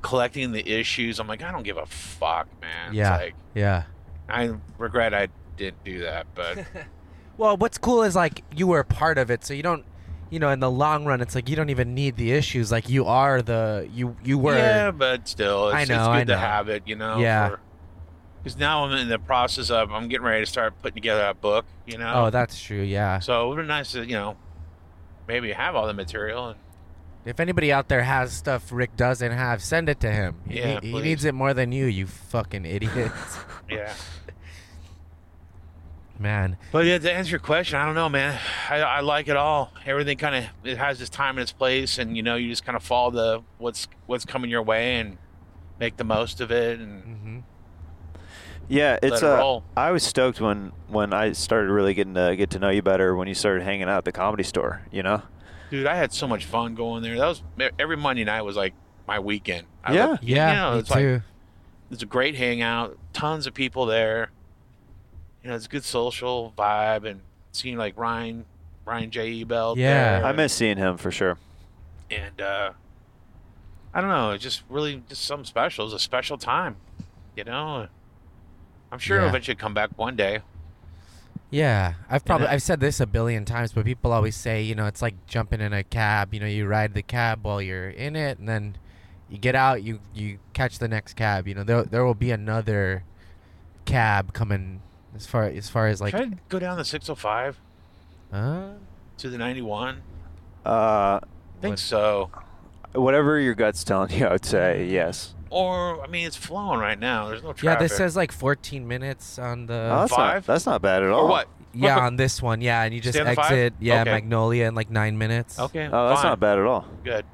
Speaker 8: collecting the issues. I'm like, I don't give a fuck, man.
Speaker 7: Yeah.
Speaker 8: It's like
Speaker 7: Yeah.
Speaker 8: I regret I didn't do that, but
Speaker 7: Well, what's cool is like you were a part of it, so you don't, you know, in the long run, it's like you don't even need the issues. Like you are the you you were.
Speaker 8: yeah, but still, it's,
Speaker 7: I
Speaker 8: it's
Speaker 7: know,
Speaker 8: good
Speaker 7: I
Speaker 8: to
Speaker 7: know.
Speaker 8: have it, you know.
Speaker 7: Yeah.
Speaker 8: Because now I'm in the process of I'm getting ready to start putting together a book, you know.
Speaker 7: Oh, that's true. Yeah.
Speaker 8: so it would be nice to you know maybe have all the material and
Speaker 7: If anybody out there has stuff Rick doesn't have, send it to him. He,
Speaker 8: Yeah,
Speaker 7: he
Speaker 8: please.
Speaker 7: needs it more than you, you fucking idiots.
Speaker 8: yeah.
Speaker 7: man.
Speaker 8: But yeah, to answer your question, I don't know, man. I, I like it all. Everything kind of it has its time and its place, and you know, you just kind of follow the what's what's coming your way and make the most of it. And
Speaker 7: Mm-hmm.
Speaker 5: Yeah, it's
Speaker 8: it
Speaker 5: uh,
Speaker 8: roll.
Speaker 5: I was stoked when when I started really getting to get to know you better when you started hanging out at the comedy store. You know,
Speaker 8: dude, I had so much fun going there. That was e, every Monday night was like my weekend. I
Speaker 5: Yeah.
Speaker 8: looked-
Speaker 7: Yeah,
Speaker 8: you know,
Speaker 7: me
Speaker 8: it's like
Speaker 7: too.
Speaker 8: it's a great hangout. Tons of people there. You know, it's a good social vibe, and seeing like Ryan, Ryan J. E. Bell.
Speaker 7: Yeah.
Speaker 8: there,
Speaker 5: I miss seeing him for sure.
Speaker 8: and uh, I don't know, it's just really just something special. It's a special time, you know. I'm sure
Speaker 7: Yeah.
Speaker 8: it'll eventually come back one day.
Speaker 7: Yeah, I've probably
Speaker 8: I-
Speaker 7: I've said this a billion times, but people always say, you know, it's like jumping in a cab. You know, you ride the cab while you're in it, and then you get out, you you catch the next cab. You know, there there will be another cab coming as far as far as like.
Speaker 8: Can I go down the 605
Speaker 7: Uh,
Speaker 8: to the 91?
Speaker 5: Uh,
Speaker 8: I think
Speaker 7: What-
Speaker 8: so.
Speaker 5: whatever your gut's telling you, I would say yes.
Speaker 8: Or I mean, it's flowing right now. There's no traffic.
Speaker 7: yeah, this says like 14 minutes on the.
Speaker 5: Oh, that's not
Speaker 8: five?
Speaker 5: that's not bad at all.
Speaker 8: or what?
Speaker 7: yeah, on this one. Yeah, and you just
Speaker 8: Stay on the five?
Speaker 7: exit. Yeah,
Speaker 8: Okay.
Speaker 7: Magnolia in like nine minutes.
Speaker 8: Okay.
Speaker 5: Oh, that's
Speaker 8: fine.
Speaker 5: not bad at all.
Speaker 8: Good.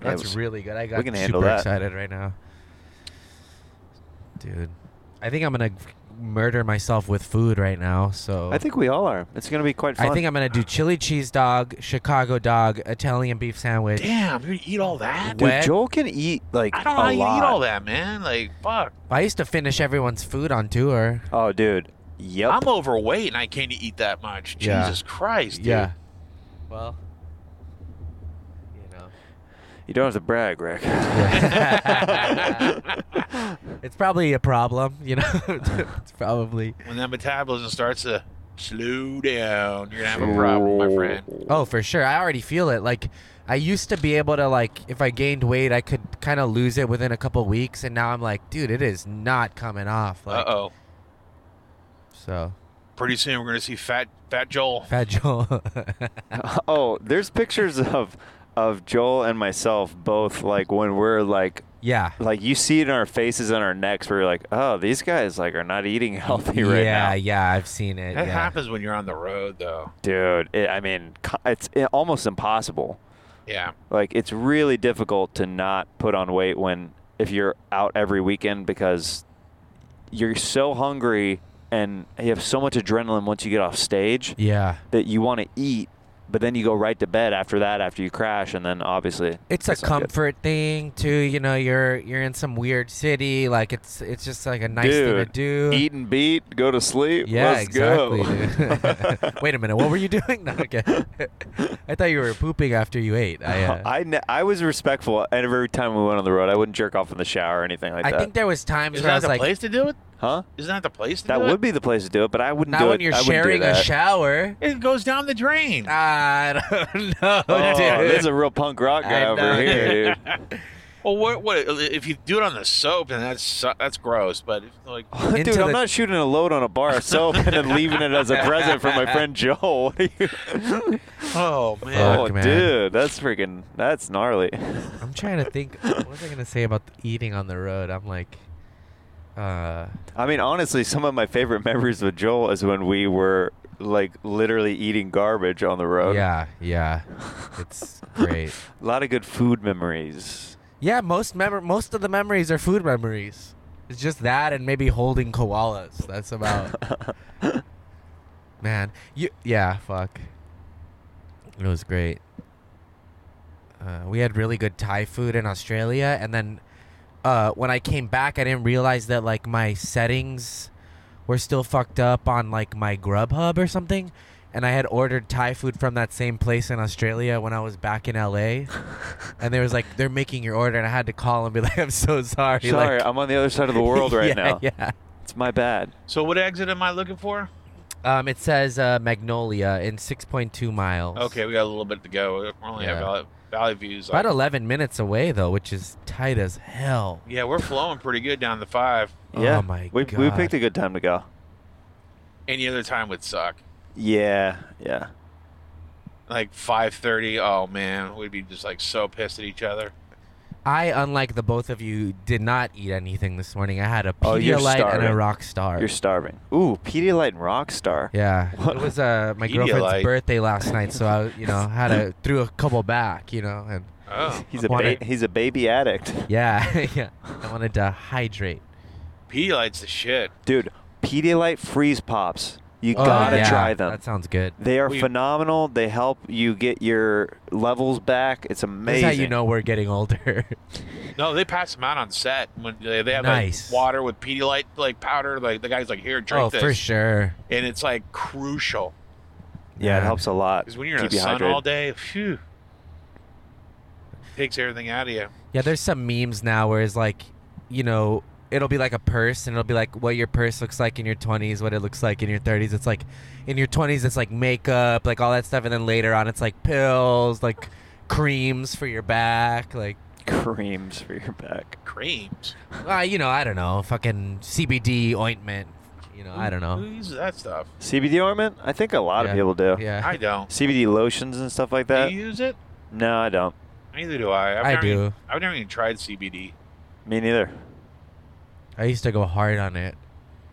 Speaker 5: Yeah,
Speaker 7: That's
Speaker 5: it was-
Speaker 7: really good. I got
Speaker 5: can handle
Speaker 7: super
Speaker 5: that.
Speaker 7: excited right now. Dude, I think I'm going to murder myself with food right now. So
Speaker 5: I think we all are. It's gonna be quite fun.
Speaker 7: I think I'm going to do chili cheese dog, Chicago dog, Italian beef sandwich.
Speaker 8: Damn, you eat all that?
Speaker 5: Dude,
Speaker 7: wet.
Speaker 5: Joel can eat like
Speaker 8: I don't
Speaker 5: a
Speaker 8: know how you
Speaker 5: lot.
Speaker 8: eat all that, man. Like, fuck.
Speaker 7: I used to finish everyone's food on tour.
Speaker 5: Oh, dude. Yep.
Speaker 8: I'm overweight and I can't eat that much.
Speaker 7: Yeah.
Speaker 8: Jesus Christ, dude.
Speaker 7: Yeah. Well, you know.
Speaker 5: you don't have to brag, Rick.
Speaker 7: It's probably a problem, you know. it's probably
Speaker 8: when that metabolism starts to slow down, you're gonna have a problem, my friend.
Speaker 7: Oh, for sure. I already feel it. Like I used to be able to like if I gained weight, I could kind of lose it within a couple weeks and now I'm like, dude, it is not coming off.
Speaker 8: Uh
Speaker 7: Like
Speaker 8: oh.
Speaker 7: so
Speaker 8: Pretty soon we're gonna see fat fat Joel.
Speaker 7: Fat Joel.
Speaker 5: oh, there's pictures of of Joel and myself both like when we're like
Speaker 7: yeah.
Speaker 5: like you see it in our faces and our necks where you're like, oh, these guys like are not eating healthy right
Speaker 7: yeah,
Speaker 5: now,
Speaker 7: yeah, I've seen it.
Speaker 8: That
Speaker 7: yeah.
Speaker 8: happens when you're on the road, though.
Speaker 5: dude. It, I mean, co- it's i almost impossible.
Speaker 8: Yeah.
Speaker 5: Like it's really difficult to not put on weight when if you're out every weekend because you're so hungry and you have so much adrenaline once you get off stage
Speaker 7: Yeah.
Speaker 5: that you want to eat, but then you go right to bed after that after you crash, and then obviously
Speaker 7: It's a
Speaker 5: that's not good.
Speaker 7: comfort thing too, you know, you're you're in some weird city, like it's it's just like a nice thing to
Speaker 5: Dude,
Speaker 7: do.
Speaker 5: Eat and beat, go to sleep.
Speaker 7: yeah,
Speaker 5: Let's
Speaker 7: exactly.
Speaker 5: go.
Speaker 7: dude. Wait a minute, what were you doing? No, okay. I thought you were pooping after you ate. I, uh,
Speaker 5: I, ne- I was respectful every time we went on the road. I wouldn't jerk off in the shower or anything like
Speaker 7: I
Speaker 5: that.
Speaker 7: think there was times
Speaker 8: Isn't
Speaker 7: where I
Speaker 8: that
Speaker 7: was
Speaker 8: the
Speaker 7: like,
Speaker 8: place to do it?
Speaker 5: huh?
Speaker 8: Isn't that the place to
Speaker 5: That
Speaker 8: do
Speaker 5: would
Speaker 8: it?
Speaker 5: be the place to do it, but I wouldn't
Speaker 7: not
Speaker 5: do
Speaker 7: when
Speaker 5: it.
Speaker 7: you're
Speaker 5: I wouldn't do
Speaker 7: sharing a
Speaker 5: that.
Speaker 7: shower.
Speaker 8: It goes down the drain.
Speaker 7: Ah. I don't know,
Speaker 5: Oh,
Speaker 7: dude.
Speaker 5: this is a real punk rock guy
Speaker 7: I
Speaker 5: over
Speaker 7: know,
Speaker 5: here,
Speaker 8: well, what, what if you do it on the soap? Then that's su- that's gross. But if, like,
Speaker 5: dude. dude,
Speaker 7: Into
Speaker 5: I'm
Speaker 7: the-
Speaker 5: not shooting a load on a bar of soap and then leaving it as a present for my friend Joel. What are you-
Speaker 8: oh man,
Speaker 5: oh,
Speaker 7: man.
Speaker 5: dude, that's freaking, that's gnarly.
Speaker 7: I'm trying to think. What was I gonna say about the eating on the road? I'm like, uh,
Speaker 5: I mean, honestly, some of my favorite memories with Joel is when we were like literally eating garbage on the road.
Speaker 7: yeah, yeah, it's great.
Speaker 5: A lot of good food memories.
Speaker 7: Yeah, most memor- most of the memories are food memories. It's just that and maybe holding koalas. That's about. Man, you yeah, fuck. It was great. Uh, we had really good Thai food in Australia, and then uh, when I came back, I didn't realize that like my settings were still fucked up on like my Grubhub or something, and I had ordered Thai food from that same place in Australia when I was back in LA, and they was like they're making your order, and I had to call and be like I'm so sorry.
Speaker 5: Sorry,
Speaker 7: like,
Speaker 5: I'm on the other side of the world right
Speaker 7: yeah,
Speaker 5: now.
Speaker 7: Yeah.
Speaker 5: It's my bad.
Speaker 8: so what exit am I looking for?
Speaker 7: Um, it says uh, Magnolia in 6.2 miles.
Speaker 8: Okay, we got a little bit to go. We're only
Speaker 7: Yeah.
Speaker 8: have Valley, Valley Views.
Speaker 7: About
Speaker 8: Like,
Speaker 7: 11 minutes away though, which is tight as hell.
Speaker 8: yeah, we're flowing pretty good down the five.
Speaker 5: yeah.
Speaker 7: Oh my
Speaker 5: we,
Speaker 7: god.
Speaker 5: We picked a good time to go.
Speaker 8: Any other time would suck.
Speaker 5: Yeah, yeah.
Speaker 8: Like five thirty. Oh man, we'd be just like so pissed at each other.
Speaker 7: I, unlike the both of you, did not eat anything this morning. I had a
Speaker 5: Oh, you're
Speaker 7: Pedialyte and a
Speaker 5: starving.
Speaker 7: rock star.
Speaker 5: You're starving. Ooh, Pedialyte and Rockstar.
Speaker 7: Yeah,
Speaker 5: What?
Speaker 7: it was uh, my girlfriend's
Speaker 8: Pedialyte.
Speaker 7: birthday last night, so I, you know, had a threw a couple back, you know, and
Speaker 8: Oh,
Speaker 5: He's a
Speaker 7: Wanna-
Speaker 5: ba- he's a baby addict,
Speaker 7: yeah, yeah, I wanted to hydrate.
Speaker 8: Pedialyte's the shit.
Speaker 5: dude. Pedialyte freeze pops. You
Speaker 7: Oh,
Speaker 5: gotta
Speaker 7: yeah,
Speaker 5: try them.
Speaker 7: That sounds good.
Speaker 5: They are
Speaker 8: We-
Speaker 5: phenomenal. They help you get your levels back. It's amazing.
Speaker 7: That's how you know we're getting older.
Speaker 8: No, they pass them out on set when they, they have
Speaker 7: Nice.
Speaker 8: like water with Pedialyte like powder. Like the guy's like, here, drink
Speaker 7: oh,
Speaker 8: this,
Speaker 7: for sure.
Speaker 8: and it's like crucial
Speaker 5: Yeah, it
Speaker 7: Yeah.
Speaker 5: helps a lot.
Speaker 8: because when you're in
Speaker 5: Keep
Speaker 8: the
Speaker 5: you
Speaker 8: sun
Speaker 5: hydrated.
Speaker 8: all day, phew, takes everything out of you.
Speaker 7: Yeah, there's some memes now where it's like, you know, it'll be like a purse, and it'll be like what your purse looks like in your 20s, what it looks like in your 30s. It's like, in your 20s, it's like makeup, like all that stuff, and then later on, it's like pills, like creams for your back, like.
Speaker 5: Creams for your back.
Speaker 8: Creams.
Speaker 7: Well, uh, you know, I don't know, fucking CBD ointment. You know, I don't
Speaker 8: Who
Speaker 7: know.
Speaker 8: uses that stuff?
Speaker 5: CBD ointment? I think a lot
Speaker 7: Yeah.
Speaker 5: of people do.
Speaker 7: Yeah,
Speaker 8: I don't.
Speaker 5: CBD lotions and stuff like that.
Speaker 8: do you use it?
Speaker 5: No, I don't.
Speaker 8: Neither do I. I've
Speaker 7: I
Speaker 8: never
Speaker 7: do.
Speaker 8: Even, I've never even tried CBD.
Speaker 5: Me neither.
Speaker 7: I used to go hard on it.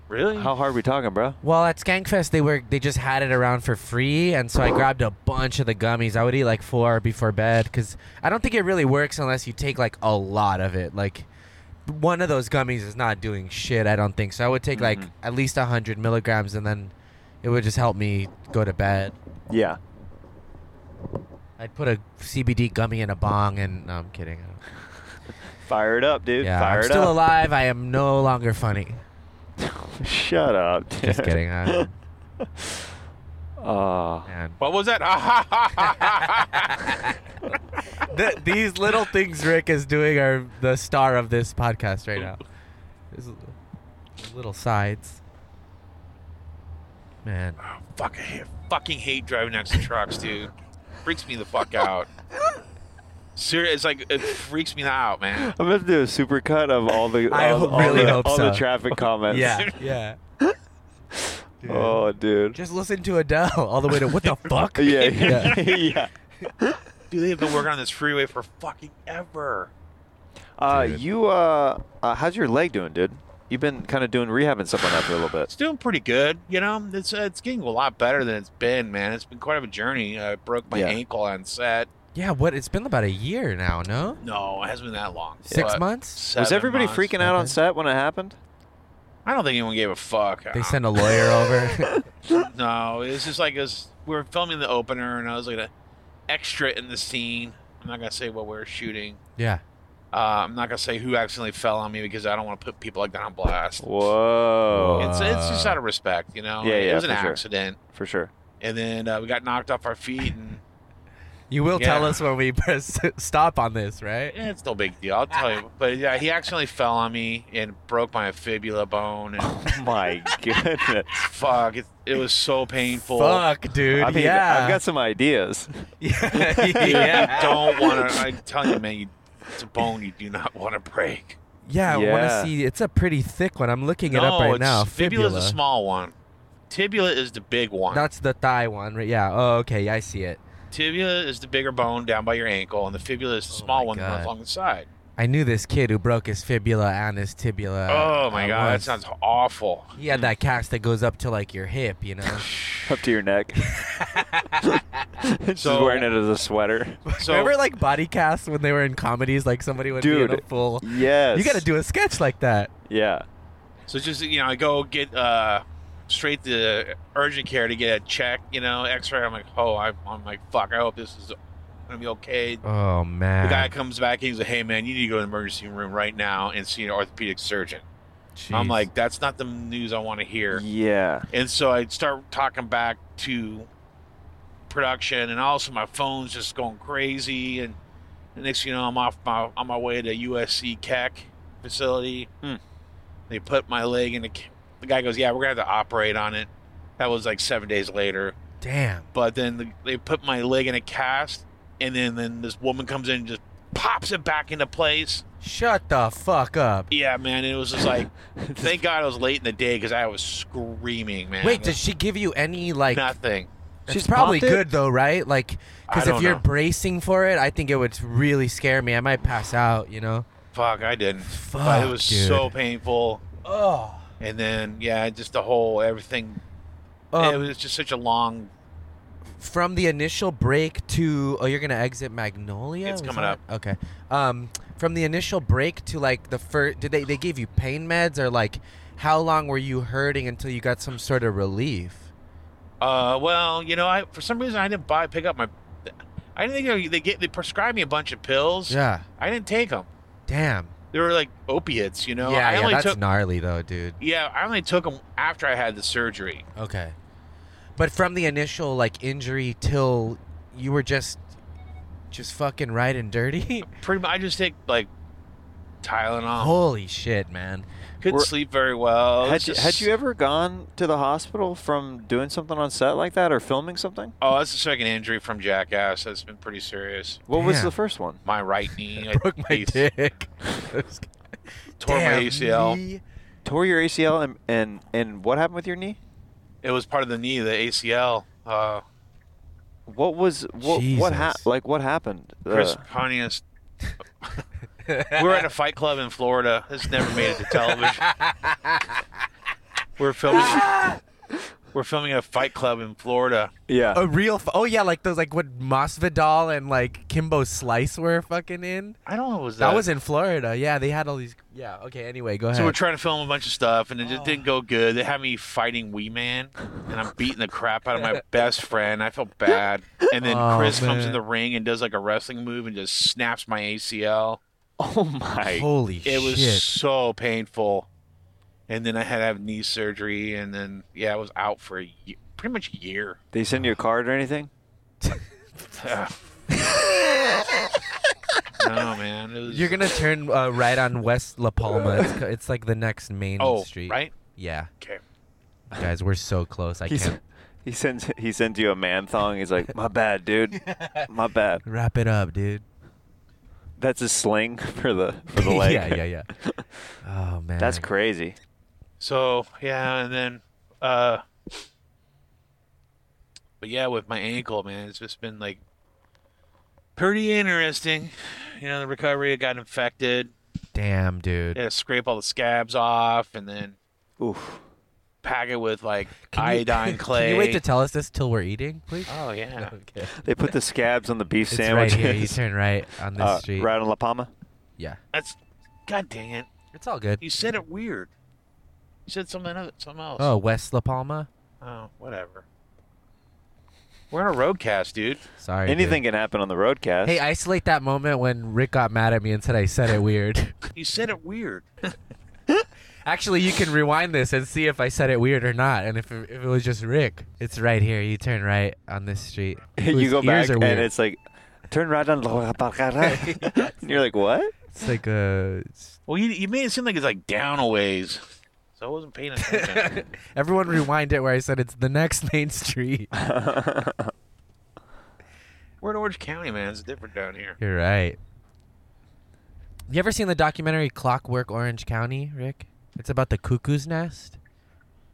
Speaker 8: Really?
Speaker 5: How hard are we talking, bro?
Speaker 7: Well, at Skankfest, they were they just had it around for free, and so I grabbed a bunch of the gummies. I would eat like four before bed because I don't think it really works unless you take like a lot of it. Like one of those gummies is not doing shit. I don't think so. I would take like
Speaker 5: Mhm.
Speaker 7: at least hundred milligrams, and then it would just help me go to bed.
Speaker 5: Yeah.
Speaker 7: I'd put a CBD gummy in a bong, and no, I'm kidding. I don't-
Speaker 5: Fire it up, dude.
Speaker 7: Yeah,
Speaker 5: Fire
Speaker 7: I'm
Speaker 5: it
Speaker 7: still
Speaker 5: up.
Speaker 7: alive. I am no longer funny.
Speaker 5: Shut up. Dude.
Speaker 7: Just kidding. I,
Speaker 5: Oh.
Speaker 7: man.
Speaker 8: What was that? Ah, ha, ha, ha, ha, ha.
Speaker 7: Th- these little things Rick is doing are the star of this podcast right now. These l- little sides. Man.
Speaker 8: Fuck, I hate, fucking hate driving next to trucks, dude. Freaks me the fuck out. Serious, it's like it freaks me out, man.
Speaker 5: I'm going to do a supercut of all the all,
Speaker 7: I ho-
Speaker 5: all
Speaker 7: really
Speaker 5: the,
Speaker 7: hope
Speaker 5: all the
Speaker 7: so.
Speaker 5: traffic comments.
Speaker 7: yeah. Dude.
Speaker 5: Oh, dude.
Speaker 7: Just listen to Adele all the way to what the fuck?
Speaker 5: Yeah.
Speaker 7: Yeah.
Speaker 5: Yeah. yeah.
Speaker 8: Dude, they've been working on this freeway for fucking ever.
Speaker 5: Uh,
Speaker 7: Dude.
Speaker 5: you uh, uh, how's your leg doing, dude? You've been kind of doing rehab and stuff on that for a little bit.
Speaker 8: It's doing pretty good, you know. It's uh, it's getting a lot better than it's been, man. It's been quite of a journey. I broke my
Speaker 5: Yeah.
Speaker 8: ankle on set.
Speaker 7: Yeah, what? It's been about a year now, no?
Speaker 8: No, it hasn't been that long.
Speaker 7: Six
Speaker 8: But
Speaker 7: months?
Speaker 5: Was
Speaker 8: seven
Speaker 5: everybody
Speaker 8: months.
Speaker 5: freaking out on
Speaker 7: Okay.
Speaker 5: set when it happened?
Speaker 8: I don't think anyone gave a fuck.
Speaker 7: They
Speaker 8: Uh,
Speaker 7: sent a lawyer over.
Speaker 8: No, it's just like it was, we were filming the opener, and I was like an extra in the scene. I'm not gonna say what we were shooting.
Speaker 7: yeah.
Speaker 8: Uh, I'm not gonna say who accidentally fell on me because I don't want to put people like that on blast.
Speaker 5: Whoa,
Speaker 8: It's, it's just out of respect, you know.
Speaker 5: Yeah,
Speaker 8: it
Speaker 5: yeah,
Speaker 8: was an
Speaker 5: for sure.
Speaker 8: accident,
Speaker 5: for sure.
Speaker 8: and then uh, we got knocked off our feet, and
Speaker 7: You will tell
Speaker 8: Yeah.
Speaker 7: us when we press stop on this, right?
Speaker 8: eh, it's no big deal. I'll tell you. But yeah, he accidentally fell on me and broke my fibula bone, and
Speaker 5: My goodness.
Speaker 8: fuck, it, it was so painful.
Speaker 7: Fuck, dude.
Speaker 5: I mean,
Speaker 7: yeah.
Speaker 5: I've got some ideas.
Speaker 7: yeah.
Speaker 8: Dude,
Speaker 7: yeah.
Speaker 8: You don't want to. I tell you, man, you, it's a bone you do not want to break.
Speaker 7: Yeah, I want to
Speaker 5: Yeah.
Speaker 7: see. It's a pretty thick one. I'm looking it up right
Speaker 8: it's-
Speaker 7: now.
Speaker 8: Fibula's
Speaker 7: Fibula.
Speaker 8: a small one. Tibula is the big one.
Speaker 7: That's the thigh one, right? Yeah. Oh, okay. I see it.
Speaker 8: tibia is the bigger bone down by your ankle, and the fibula is the
Speaker 7: Oh
Speaker 8: small
Speaker 7: my
Speaker 8: one that
Speaker 7: God.
Speaker 8: runs along the side.
Speaker 7: I knew this kid who broke his fibula and his tibula.
Speaker 8: oh my
Speaker 7: at
Speaker 8: god,
Speaker 7: Uh, once.
Speaker 8: that sounds awful.
Speaker 7: He had that cast that goes up to like your hip, you know.
Speaker 5: Up to your neck. She's
Speaker 8: So-
Speaker 5: wearing it as a sweater.
Speaker 8: So
Speaker 7: Remember like body casts when they were in comedies, like somebody would be in a
Speaker 5: Dude,
Speaker 7: full.
Speaker 5: Yes.
Speaker 7: You got to do a sketch like that.
Speaker 5: Yeah.
Speaker 8: so just you know, I go get uh straight to urgent care to get a check, you know, X-ray. I'm like, oh, I, I'm like, fuck. I hope this is gonna be okay.
Speaker 7: Oh man.
Speaker 8: The guy comes back and he's like, hey man, you need to go to the emergency room right now and see an orthopedic surgeon. I'm
Speaker 7: Jeez.
Speaker 8: like, that's not the news I want to hear.
Speaker 5: Yeah.
Speaker 8: And so I start talking back to production, and also my phone's just going crazy. And the next thing you know, I'm off my on my way to USC Keck facility.
Speaker 5: Hmm.
Speaker 8: They put my leg in the. ca- The guy goes, "Yeah, we're gonna have to operate on it." That was like seven days later.
Speaker 7: damn.
Speaker 8: But then the, they put my leg in a cast, and then then this woman comes in and just pops it back into place.
Speaker 7: Shut the fuck up.
Speaker 8: Yeah, man, it was just like, thank God it was late in the day because I was screaming, man.
Speaker 7: Wait, does she give you any like
Speaker 8: nothing.
Speaker 7: She's probably
Speaker 5: pumped it?
Speaker 7: good though, right? Like, because
Speaker 8: I
Speaker 7: if
Speaker 8: don't
Speaker 7: you're
Speaker 8: know.
Speaker 7: bracing for it, I think it would really scare me. I might pass out. You know.
Speaker 8: Fuck, I didn't. but it
Speaker 7: Fuck,
Speaker 8: was
Speaker 7: dude.
Speaker 8: so painful.
Speaker 7: Oh.
Speaker 8: And then yeah, just the whole everything. it
Speaker 7: Um,
Speaker 8: was just such a long.
Speaker 7: from the initial break to oh you're gonna exit magnolia
Speaker 8: It's
Speaker 7: Was
Speaker 8: coming
Speaker 7: that- okay um from the initial break to like the first did they they gave you pain meds or like how long were you hurting until you got some sort of relief
Speaker 8: Uh, well, you know, I for some reason I didn't buy pick up my. I didn't think they get they prescribed me a bunch of pills.
Speaker 7: yeah
Speaker 8: I didn't take them.
Speaker 7: damn
Speaker 8: They were like opiates, you know.
Speaker 7: yeah,
Speaker 8: I
Speaker 7: yeah
Speaker 8: only
Speaker 7: that's
Speaker 8: took
Speaker 7: gnarly though dude
Speaker 8: yeah, I only took them after I had the surgery.
Speaker 7: okay but from the initial like injury till you were just just fucking right and dirty
Speaker 8: Pretty much, I just take like Tylenol.
Speaker 7: holy shit man
Speaker 8: Couldn't
Speaker 5: Were-
Speaker 8: sleep very well.
Speaker 5: Had
Speaker 8: It's
Speaker 5: you,
Speaker 8: just-
Speaker 5: had you ever gone to the hospital from doing something on set like that or filming something?
Speaker 8: Oh, that's the second injury from Jackass. That's been pretty serious.
Speaker 5: What was
Speaker 7: Damn.
Speaker 5: the first one?
Speaker 8: My right knee. I
Speaker 7: broke my
Speaker 8: ace-
Speaker 7: dick
Speaker 8: Tore
Speaker 7: Damn,
Speaker 8: my ACL.
Speaker 7: knee.
Speaker 5: Tore your ACL and, and and what happened with your knee?
Speaker 8: It was part of the knee, the ACL. Uh,
Speaker 5: What was what what ha-
Speaker 7: Jesus.
Speaker 5: like what happened?
Speaker 8: Chris
Speaker 5: Uh,
Speaker 8: Pontius. we were at a fight club in Florida. This never made it to television. we're filming.
Speaker 7: Ah!
Speaker 8: we're filming a fight club in Florida.
Speaker 5: yeah.
Speaker 7: a real f- oh yeah like those like what Masvidal and like Kimbo Slice were fucking in
Speaker 8: I don't know what was that.
Speaker 7: that was in Florida yeah they had all these yeah okay anyway go ahead
Speaker 8: So we're trying to film a bunch of stuff, and it just didn't go good. They had me fighting Wee Man, and I'm beating the crap out of my best friend. I felt bad. And then
Speaker 7: Oh,
Speaker 8: Chris comes
Speaker 7: man.
Speaker 8: in the ring and does like a wrestling move and just snaps my ACL.
Speaker 5: oh my.
Speaker 7: holy
Speaker 8: It was
Speaker 7: shit
Speaker 8: so painful. And then I had to have knee surgery, and then yeah, I was out for a ye pretty much a year.
Speaker 5: They send you a card or anything?
Speaker 8: no man, it was,
Speaker 7: you're gonna turn uh, right on West La Palma it's, co- it's like the next main
Speaker 8: oh
Speaker 7: street
Speaker 8: right
Speaker 7: yeah
Speaker 8: okay.
Speaker 7: guys we're so close I
Speaker 5: He's-
Speaker 7: can't
Speaker 5: He sends he sends you a man thong. He's like, my bad, dude. My bad.
Speaker 7: wrap it up dude
Speaker 5: That's a sling for the for the leg.
Speaker 7: yeah yeah yeah oh man
Speaker 5: That's crazy.
Speaker 8: So yeah, and then uh but yeah, with my ankle, man, it's just been like pretty interesting. You know, the recovery I got infected,
Speaker 7: damn dude
Speaker 8: had to scrape all the scabs off and then
Speaker 5: Oof.
Speaker 8: pack it with like
Speaker 7: Can you-
Speaker 8: iodine clay.
Speaker 7: can you wait to tell us this till we're eating please
Speaker 8: Oh yeah.
Speaker 7: okay
Speaker 5: They put the scabs on the beef
Speaker 7: it's right
Speaker 5: sandwiches.
Speaker 7: here you turn right on this
Speaker 5: Uh,
Speaker 7: street
Speaker 5: right on La Palma.
Speaker 7: yeah
Speaker 8: That's god dang it.
Speaker 7: it's all good
Speaker 8: You said it weird. You said something other something else.
Speaker 7: oh West La Palma
Speaker 8: Oh, whatever. We're on a roadcast, dude.
Speaker 7: Sorry. dude.
Speaker 5: Anything can happen on the roadcast.
Speaker 7: Hey, isolate that moment when Rick got mad at me and said I said it weird.
Speaker 8: You said it weird.
Speaker 7: Actually, you can rewind this and see if I said it weird or not, and if it, if it was just Rick. It's right here. You turn right on this street.
Speaker 5: you
Speaker 7: Whose
Speaker 5: go
Speaker 7: ears
Speaker 5: back
Speaker 7: are
Speaker 5: and
Speaker 7: weird.
Speaker 5: it's like turn right on La Palma. and you're like, what?
Speaker 7: It's like uh, a.
Speaker 8: Well, you, you made it seem like it's like down a ways. So I wasn't paying attention.
Speaker 7: Everyone rewind it where I said it's the next main street.
Speaker 8: We're in Orange County, man. It's different down here.
Speaker 7: You're right. You ever seen the documentary Clockwork Orange County, Rick? It's about the cuckoo's nest.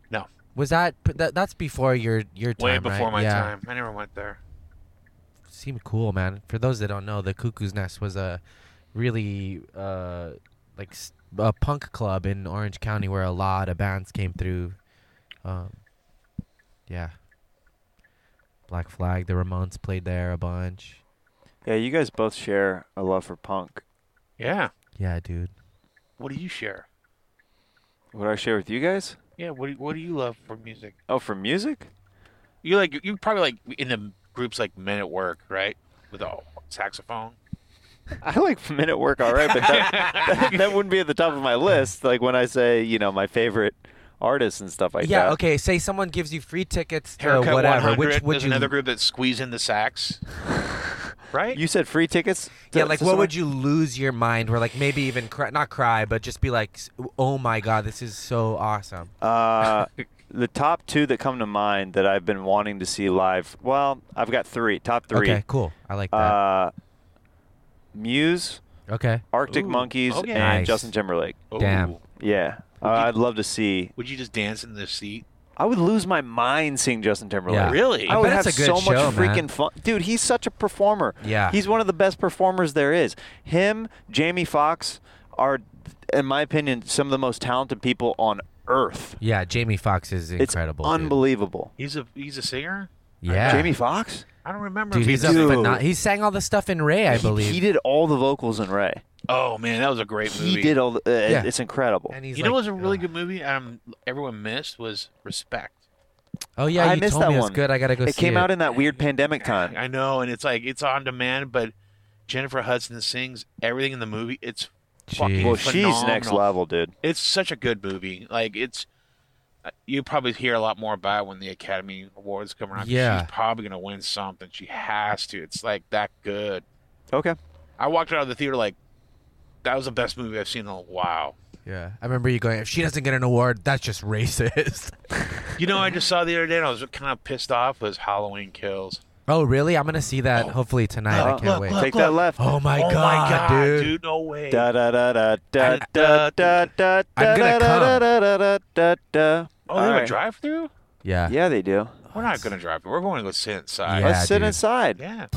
Speaker 8: No.
Speaker 7: Was that, that that's before your your time?
Speaker 8: Way before
Speaker 7: right?
Speaker 8: my
Speaker 7: Yeah.
Speaker 8: time. I never went there.
Speaker 7: seemed cool, man. For those that don't know, the Cuckoo's Nest was a really uh, like s- a punk club in Orange County where a lot of bands came through. Um, yeah, Black Flag, the Ramones played there a bunch.
Speaker 5: Yeah, you guys both share a love for punk.
Speaker 8: Yeah.
Speaker 7: Yeah, dude.
Speaker 8: What do you share?
Speaker 5: What do I share with you guys?
Speaker 8: Yeah. What do, What do you love for music?
Speaker 5: Oh, for music?
Speaker 8: You like you probably like in the groups like Men at Work, right? With a saxophone.
Speaker 7: Uh,
Speaker 5: I like men at work all right, but that, that, that wouldn't be at the top of my list. Like when I say, you know, my favorite artists and stuff like
Speaker 7: yeah.
Speaker 5: that.
Speaker 7: Okay. Say someone gives you free tickets to
Speaker 8: Haircut
Speaker 7: whatever.
Speaker 8: 100.
Speaker 7: Which would
Speaker 8: There's
Speaker 7: you?
Speaker 8: another group that squeeze in the sax. right.
Speaker 5: You said free tickets? to-
Speaker 7: yeah, like
Speaker 5: to
Speaker 7: what
Speaker 5: someone?
Speaker 7: would you lose your mind? Or like maybe even cry, not cry, but just be like, s- "Oh my god, this is so awesome."
Speaker 5: Uh, the top two that come to mind that I've been wanting to see live. Well, I've got three. Top three.
Speaker 7: Okay, cool. I like that.
Speaker 5: Uh, Muse,
Speaker 7: okay.
Speaker 5: Arctic
Speaker 8: Ooh,
Speaker 5: Monkeys,
Speaker 8: okay.
Speaker 5: and
Speaker 7: Nice.
Speaker 8: oh.
Speaker 5: Justin Timberlake.
Speaker 8: Ooh.
Speaker 7: Damn.
Speaker 5: Yeah, uh, I'd love to see.
Speaker 8: Would you just dance in the seat?
Speaker 5: I would lose my mind seeing Justin Timberlake.
Speaker 7: Yeah.
Speaker 8: Really?
Speaker 5: I,
Speaker 7: I
Speaker 5: would
Speaker 7: bet
Speaker 5: have
Speaker 7: it's a
Speaker 5: so
Speaker 7: good show,
Speaker 5: much freaking
Speaker 7: man.
Speaker 5: fun, dude. He's such a performer.
Speaker 7: Yeah.
Speaker 5: he's one of the best performers there is. Him, Jamie Foxx are, in my opinion, some of the most talented people on earth.
Speaker 7: Yeah, Jamie Foxx is incredible.
Speaker 5: it's
Speaker 7: dude.
Speaker 5: unbelievable.
Speaker 8: He's a he's a singer.
Speaker 7: Yeah,
Speaker 5: Jamie Foxx,
Speaker 8: I don't remember.
Speaker 7: Dude,
Speaker 8: if he
Speaker 7: he's
Speaker 8: did-
Speaker 7: a
Speaker 5: Dude.
Speaker 7: phenom- He sang all the stuff in Ray, I
Speaker 5: He-
Speaker 7: believe.
Speaker 5: He, did all the vocals in Ray.
Speaker 8: oh man, that was a great movie.
Speaker 5: He did all. The, uh,
Speaker 7: Yeah.
Speaker 5: It's incredible.
Speaker 7: And he's
Speaker 8: you know, what
Speaker 7: like,
Speaker 8: was a really
Speaker 7: uh,
Speaker 8: good movie. Um, everyone missed was Respect.
Speaker 7: Oh yeah,
Speaker 5: I
Speaker 7: you
Speaker 5: missed
Speaker 7: told
Speaker 5: that
Speaker 7: me it was
Speaker 5: one.
Speaker 7: good. I gotta go.
Speaker 5: It
Speaker 7: see
Speaker 5: came
Speaker 7: it.
Speaker 5: out in that weird pandemic time.
Speaker 8: I know, and it's like it's on demand, but Jennifer Hudson sings everything in the movie. It's fucking
Speaker 7: Jeez.
Speaker 5: Well, she's
Speaker 8: phenomenal.
Speaker 5: next level, dude.
Speaker 8: It's such a good movie. Like it's, uh, you probably hear a lot more about it when the Academy Awards come around. 'cause
Speaker 7: Yeah.
Speaker 8: she's probably gonna win something. She has to. It's like that good.
Speaker 5: Okay.
Speaker 8: I walked out of the theater like, that was the best movie I've seen in a while.
Speaker 7: Yeah, I remember you going. If she doesn't get an award, that's just racist.
Speaker 8: You know, I just saw the other day and I was kind of pissed off was Halloween Kills.
Speaker 7: oh really? I'm gonna see that hopefully tonight. I
Speaker 5: Uh,
Speaker 7: can't wait.
Speaker 8: Oh, look,
Speaker 5: Take that
Speaker 8: look.
Speaker 5: left.
Speaker 7: Oh my
Speaker 8: oh
Speaker 7: god,
Speaker 8: my god,
Speaker 7: dude.
Speaker 8: No way.
Speaker 5: Da da da da da da
Speaker 8: Da-
Speaker 5: da da
Speaker 7: I'm
Speaker 5: da
Speaker 7: gonna
Speaker 5: da
Speaker 7: come.
Speaker 5: da da da da da.
Speaker 8: oh, they have a
Speaker 5: Alright.
Speaker 8: drive-through.
Speaker 7: Yeah.
Speaker 5: Yeah, they do.
Speaker 8: We're not gonna drive through. We're going to go sit inside.
Speaker 7: Yeah,
Speaker 5: Let's sit
Speaker 7: dude.
Speaker 5: inside.
Speaker 8: Yeah.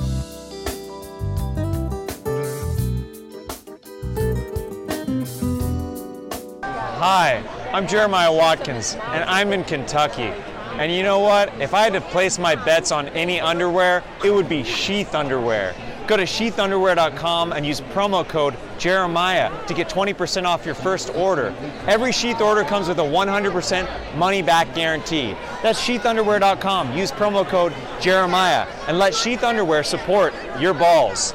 Speaker 10: Hi, I'm Jeremiah Watkins, and I'm in Kentucky. And you know what? If I had to place my bets on any underwear, it would be sheath underwear. Go to sheathunderwear.com and use promo code Jeremiah to get 20% off your first order. Every sheath order comes with a 100% money back guarantee. That's sheathunderwear.com. Use promo code Jeremiah and let sheath underwear support your balls.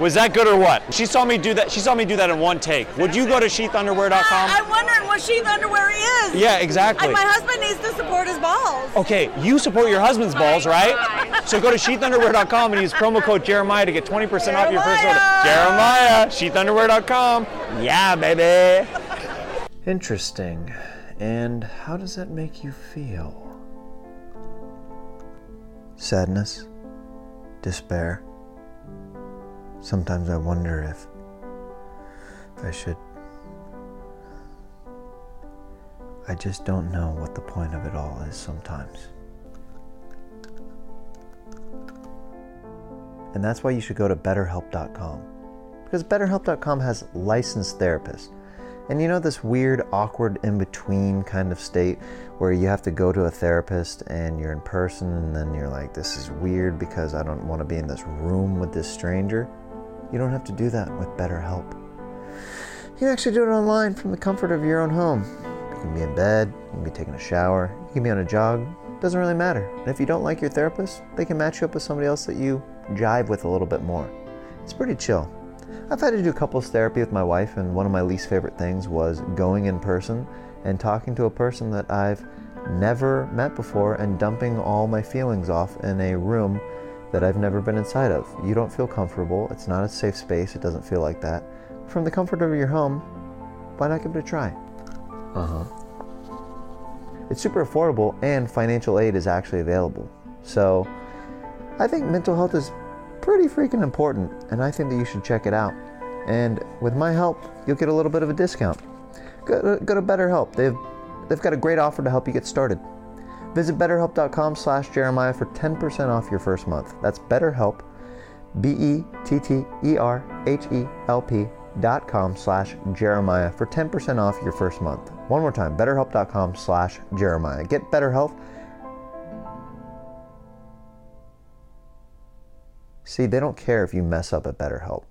Speaker 10: Was that good or what? She saw me do that. She saw me do that in one take. Would you go to sheathunderwear.com?
Speaker 11: I'm wondering what sheath underwear is.
Speaker 10: Yeah, exactly.
Speaker 11: And my husband needs to support his balls.
Speaker 10: Okay, you support your husband's balls, right? So go to sheathunderwear.com and use promo code Jeremiah to get 20% off your first order. Jeremiah, sheathunderwear.com. Yeah, baby.
Speaker 12: Interesting. And how does that make you feel? Sadness? Despair? Sometimes I wonder if I should. I just don't know what the point of it all is sometimes. And that's why you should go to betterhelp.com. Because betterhelp.com has licensed therapists. And you know this weird, awkward in between kind of state where you have to go to a therapist and you're in person and then you're like, this is weird because I don't want to be in this room with this stranger? You don't have to do that with BetterHelp. You can actually do it online from the comfort of your own home. You can be in bed, you can be taking a shower, you can be on a jog. Doesn't really matter. And if you don't like your therapist, they can match you up with somebody else that you jive with a little bit more. It's pretty chill. I've had to do couples therapy with my wife, and one of my least favorite things was going in person and talking to a person that I've never met before and dumping all my feelings off in a room that I've never been inside of. You don't feel comfortable, it's not a safe space, it doesn't feel like that. From the comfort of your home, why not give it a try? Uh huh. It's super affordable, and financial aid is actually available. So, I think mental health is pretty freaking important, and I think that you should check it out. And with my help, you'll get a little bit of a discount. Go to, go to BetterHelp. They've they've got a great offer to help you get started. Visit BetterHelp.com/jeremiah for 10% off your first month. That's BetterHelp, E B-E-T-T-E-R-H-E-L-P E dot com slash Jeremiah for 10% off your first month. One more time, BetterHelp.com slash Jeremiah. Get better health. See, they don't care if you mess up at BetterHelp.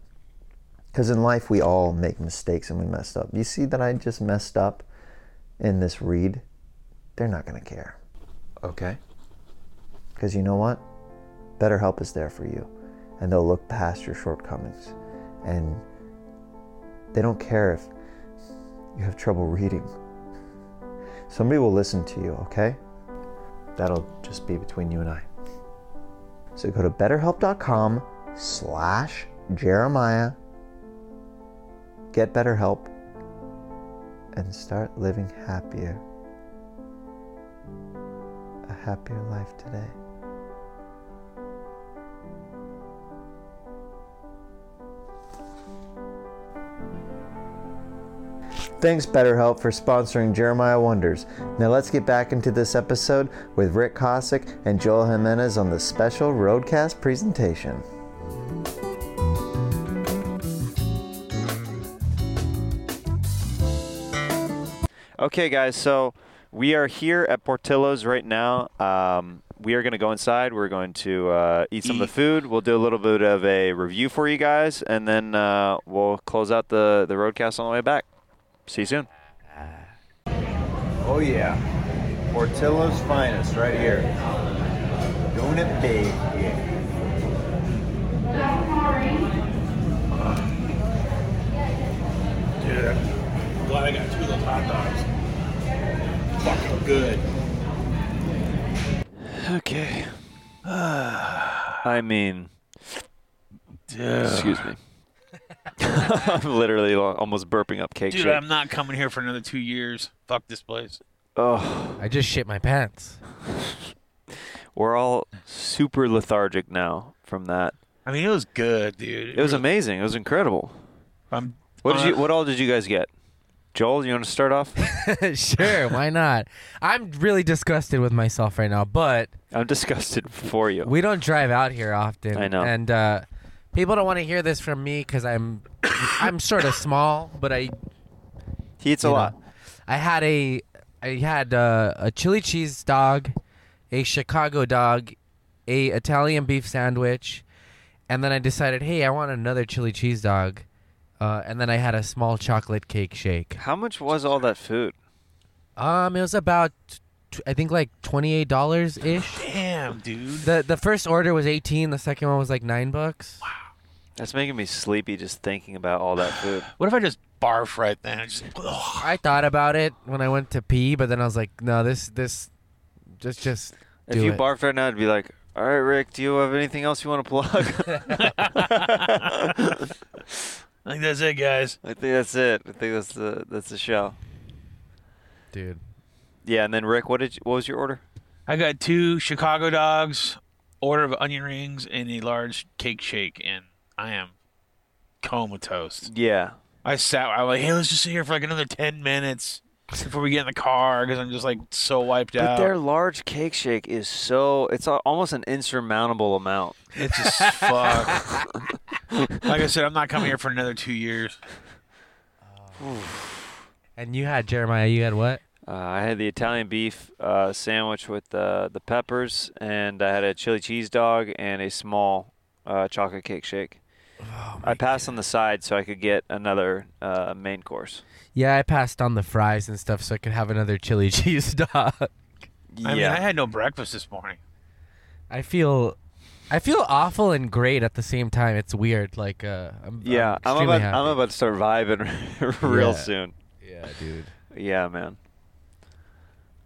Speaker 12: Because in life, we all make mistakes and we messed up. You see that I just messed up in this read? They're not going to care. Okay? Because you know what? BetterHelp is there for you, and they'll look past your shortcomings. And they don't care if you have trouble reading. Somebody will listen to you, okay? That'll just be between you and I. So go to betterhelp.com slash Jeremiah, get better help, and start living happier. A happier life today. Thanks, BetterHelp, for sponsoring Jeremiah Wonders. Now let's get back into this episode with Rick Cossack and Joel Jimenez on the special Roadcast presentation.
Speaker 5: Okay, guys. So we are here at Portillo's right now. Um, we are going to go inside. We're going to uh, eat some of the food. We'll do a little bit of a review for you guys, and then uh, we'll close out the the roadcast on the way back. See you soon.
Speaker 9: Oh yeah, Portillo's finest right here. Doing it big.
Speaker 8: Dude, I'm glad I got two of those hot dogs. Fucking good.
Speaker 5: Okay. I mean, excuse me. I'm literally lo- almost burping up cake
Speaker 8: Dude,
Speaker 5: shake.
Speaker 8: I'm not coming here for another two years. Fuck this place.
Speaker 5: Oh,
Speaker 7: I just shit my pants.
Speaker 5: We're all super lethargic now from that.
Speaker 8: I mean, it was good, dude.
Speaker 5: It was amazing. It was incredible.
Speaker 8: I'm,
Speaker 5: what did you?
Speaker 8: uh,
Speaker 5: What all did you guys get? Joel, you want to start off?
Speaker 7: sure, why not? I'm really disgusted with myself right now, but
Speaker 5: I'm disgusted for you.
Speaker 7: we don't drive out here often.
Speaker 5: I know.
Speaker 7: and uh, people don't want to hear this from me because I'm I'm sort of small, but I
Speaker 5: he eats a lot.
Speaker 7: I had a I had uh, a chili cheese dog, a Chicago dog, a Italian beef sandwich, and then I decided, hey, I want another chili cheese dog, uh, and then I had a small chocolate cake shake.
Speaker 5: How much was all that food?
Speaker 7: Um, it was about t- I think like twenty eight dollars ish.
Speaker 8: Damn, dude.
Speaker 7: The the first order was eighteen. The second one was like nine bucks.
Speaker 5: That's making me sleepy just thinking about all that food.
Speaker 8: What if I just barf right then? I Just, ugh.
Speaker 7: I thought about it when I went to pee, but then I was like, no, this this just just
Speaker 5: if
Speaker 7: do
Speaker 5: you
Speaker 7: it.
Speaker 5: barfed right now, I'd be like, "All right, Rick, do you have anything else you want to plug?"
Speaker 8: I think that's it, guys.
Speaker 5: I think that's it. I think that's the that's the show.
Speaker 7: Dude.
Speaker 5: Yeah, and then Rick, what did you, what was your order?
Speaker 8: I got two Chicago dogs, order of onion rings, and a large cake shake, and I am comatose.
Speaker 5: Yeah.
Speaker 8: I sat. I was like, hey, let's just sit here for like another ten minutes before we get in the car because I'm just like so wiped
Speaker 5: But
Speaker 8: out.
Speaker 5: their large cake shake is so it's a- almost an insurmountable amount.
Speaker 8: It's just fuck. like I said, I'm not coming here for another two years.
Speaker 7: And you had Jeremiah. You had what?
Speaker 5: Uh, I had the Italian beef uh, sandwich with uh, the peppers, and I had a chili cheese dog and a small uh, chocolate cake shake. I passed on the side so I could get another uh, main course.
Speaker 7: Yeah, I passed on the fries and stuff so I could have another chili cheese dog.
Speaker 8: I mean, I had no breakfast this morning.
Speaker 7: I feel I feel awful and great at the same time. It's weird. Like uh I'm
Speaker 5: yeah,
Speaker 7: I'm extremely
Speaker 5: I'm, about
Speaker 7: happy.
Speaker 5: I'm about to start vibing real
Speaker 7: Yeah.
Speaker 5: soon.
Speaker 7: Yeah, dude.
Speaker 5: Yeah, man.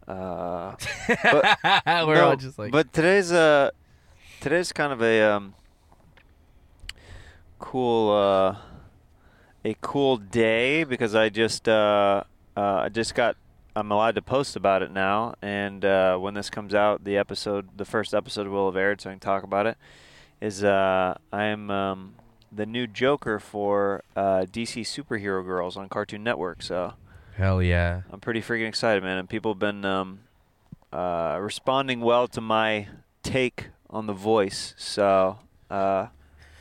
Speaker 5: Uh, but,
Speaker 7: We're all just like-
Speaker 5: But today's uh, today's kind of a um, cool uh, a cool day because I just uh, uh, I just got I'm allowed to post about it now, and uh, when this comes out, the episode, the first episode will have aired, so I can talk about it. Is uh, I am um, the new Joker for uh, DC superhero girls on Cartoon Network, so.
Speaker 7: Hell yeah.
Speaker 5: I'm pretty freaking excited, man. And people have been um, uh, responding well to my take on the voice, so uh,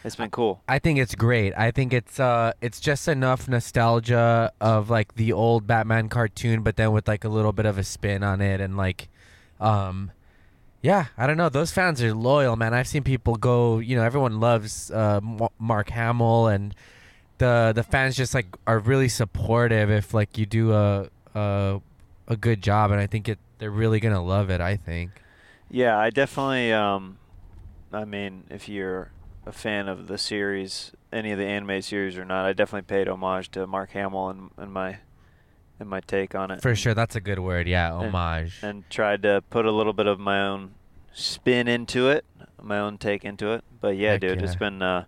Speaker 5: it's been cool.
Speaker 7: I think it's great. I think it's uh it's just enough nostalgia of like the old Batman cartoon but then with like a little bit of a spin on it and like um yeah, I don't know. Those fans are loyal, man. I've seen people go, you know, everyone loves uh, M- Mark Hamill and the the fans just like are really supportive if like you do a a, a good job and I think it they're really going to love it, I think.
Speaker 5: Yeah, I definitely. Um, I mean, if you're a fan of the series, any of the anime series or not, I definitely paid homage to Mark Hamill and, and my and my take on it.
Speaker 7: For sure, that's a good word. Yeah,
Speaker 5: and-
Speaker 7: homage.
Speaker 5: and tried to put a little bit of my own spin into it, my own take into it. But yeah,
Speaker 7: Heck
Speaker 5: dude, it's
Speaker 7: yeah.
Speaker 5: been. Uh,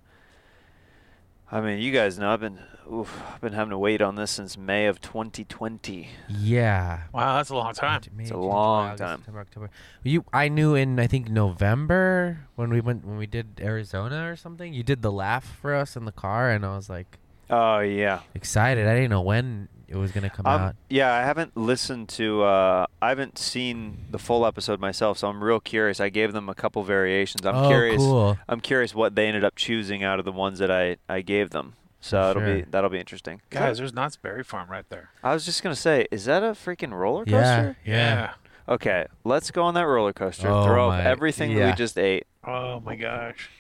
Speaker 5: I mean, you guys know I've been, oof, I've been having to wait on this since May of 2020.
Speaker 7: Yeah.
Speaker 8: Wow, that's a long time.
Speaker 5: It's a long time.
Speaker 7: September, October. You, I knew in I think November when we went when we did Arizona or something. You did the laugh for us in the car, and I was like
Speaker 5: Oh yeah,
Speaker 7: excited. I didn't know when it was gonna come
Speaker 5: Um,
Speaker 7: out.
Speaker 5: Yeah, I haven't listened to. Uh, I haven't seen the full episode myself, so I'm real curious. I gave them a couple variations. I'm
Speaker 7: Oh,
Speaker 5: curious.
Speaker 7: cool.
Speaker 5: I'm curious what they ended up choosing out of the ones that I, I gave them. So
Speaker 7: For
Speaker 5: it'll be
Speaker 7: sure.
Speaker 5: that'll be interesting.
Speaker 8: Guys, there's Knott's Berry Farm right there.
Speaker 5: I was just gonna say, is that a freaking roller
Speaker 7: Yeah,
Speaker 5: coaster?
Speaker 7: yeah.
Speaker 5: Okay, let's go on that roller coaster.
Speaker 7: Oh
Speaker 5: throw up
Speaker 7: my-
Speaker 5: everything that
Speaker 7: yeah.
Speaker 5: we just ate.
Speaker 8: Oh my gosh.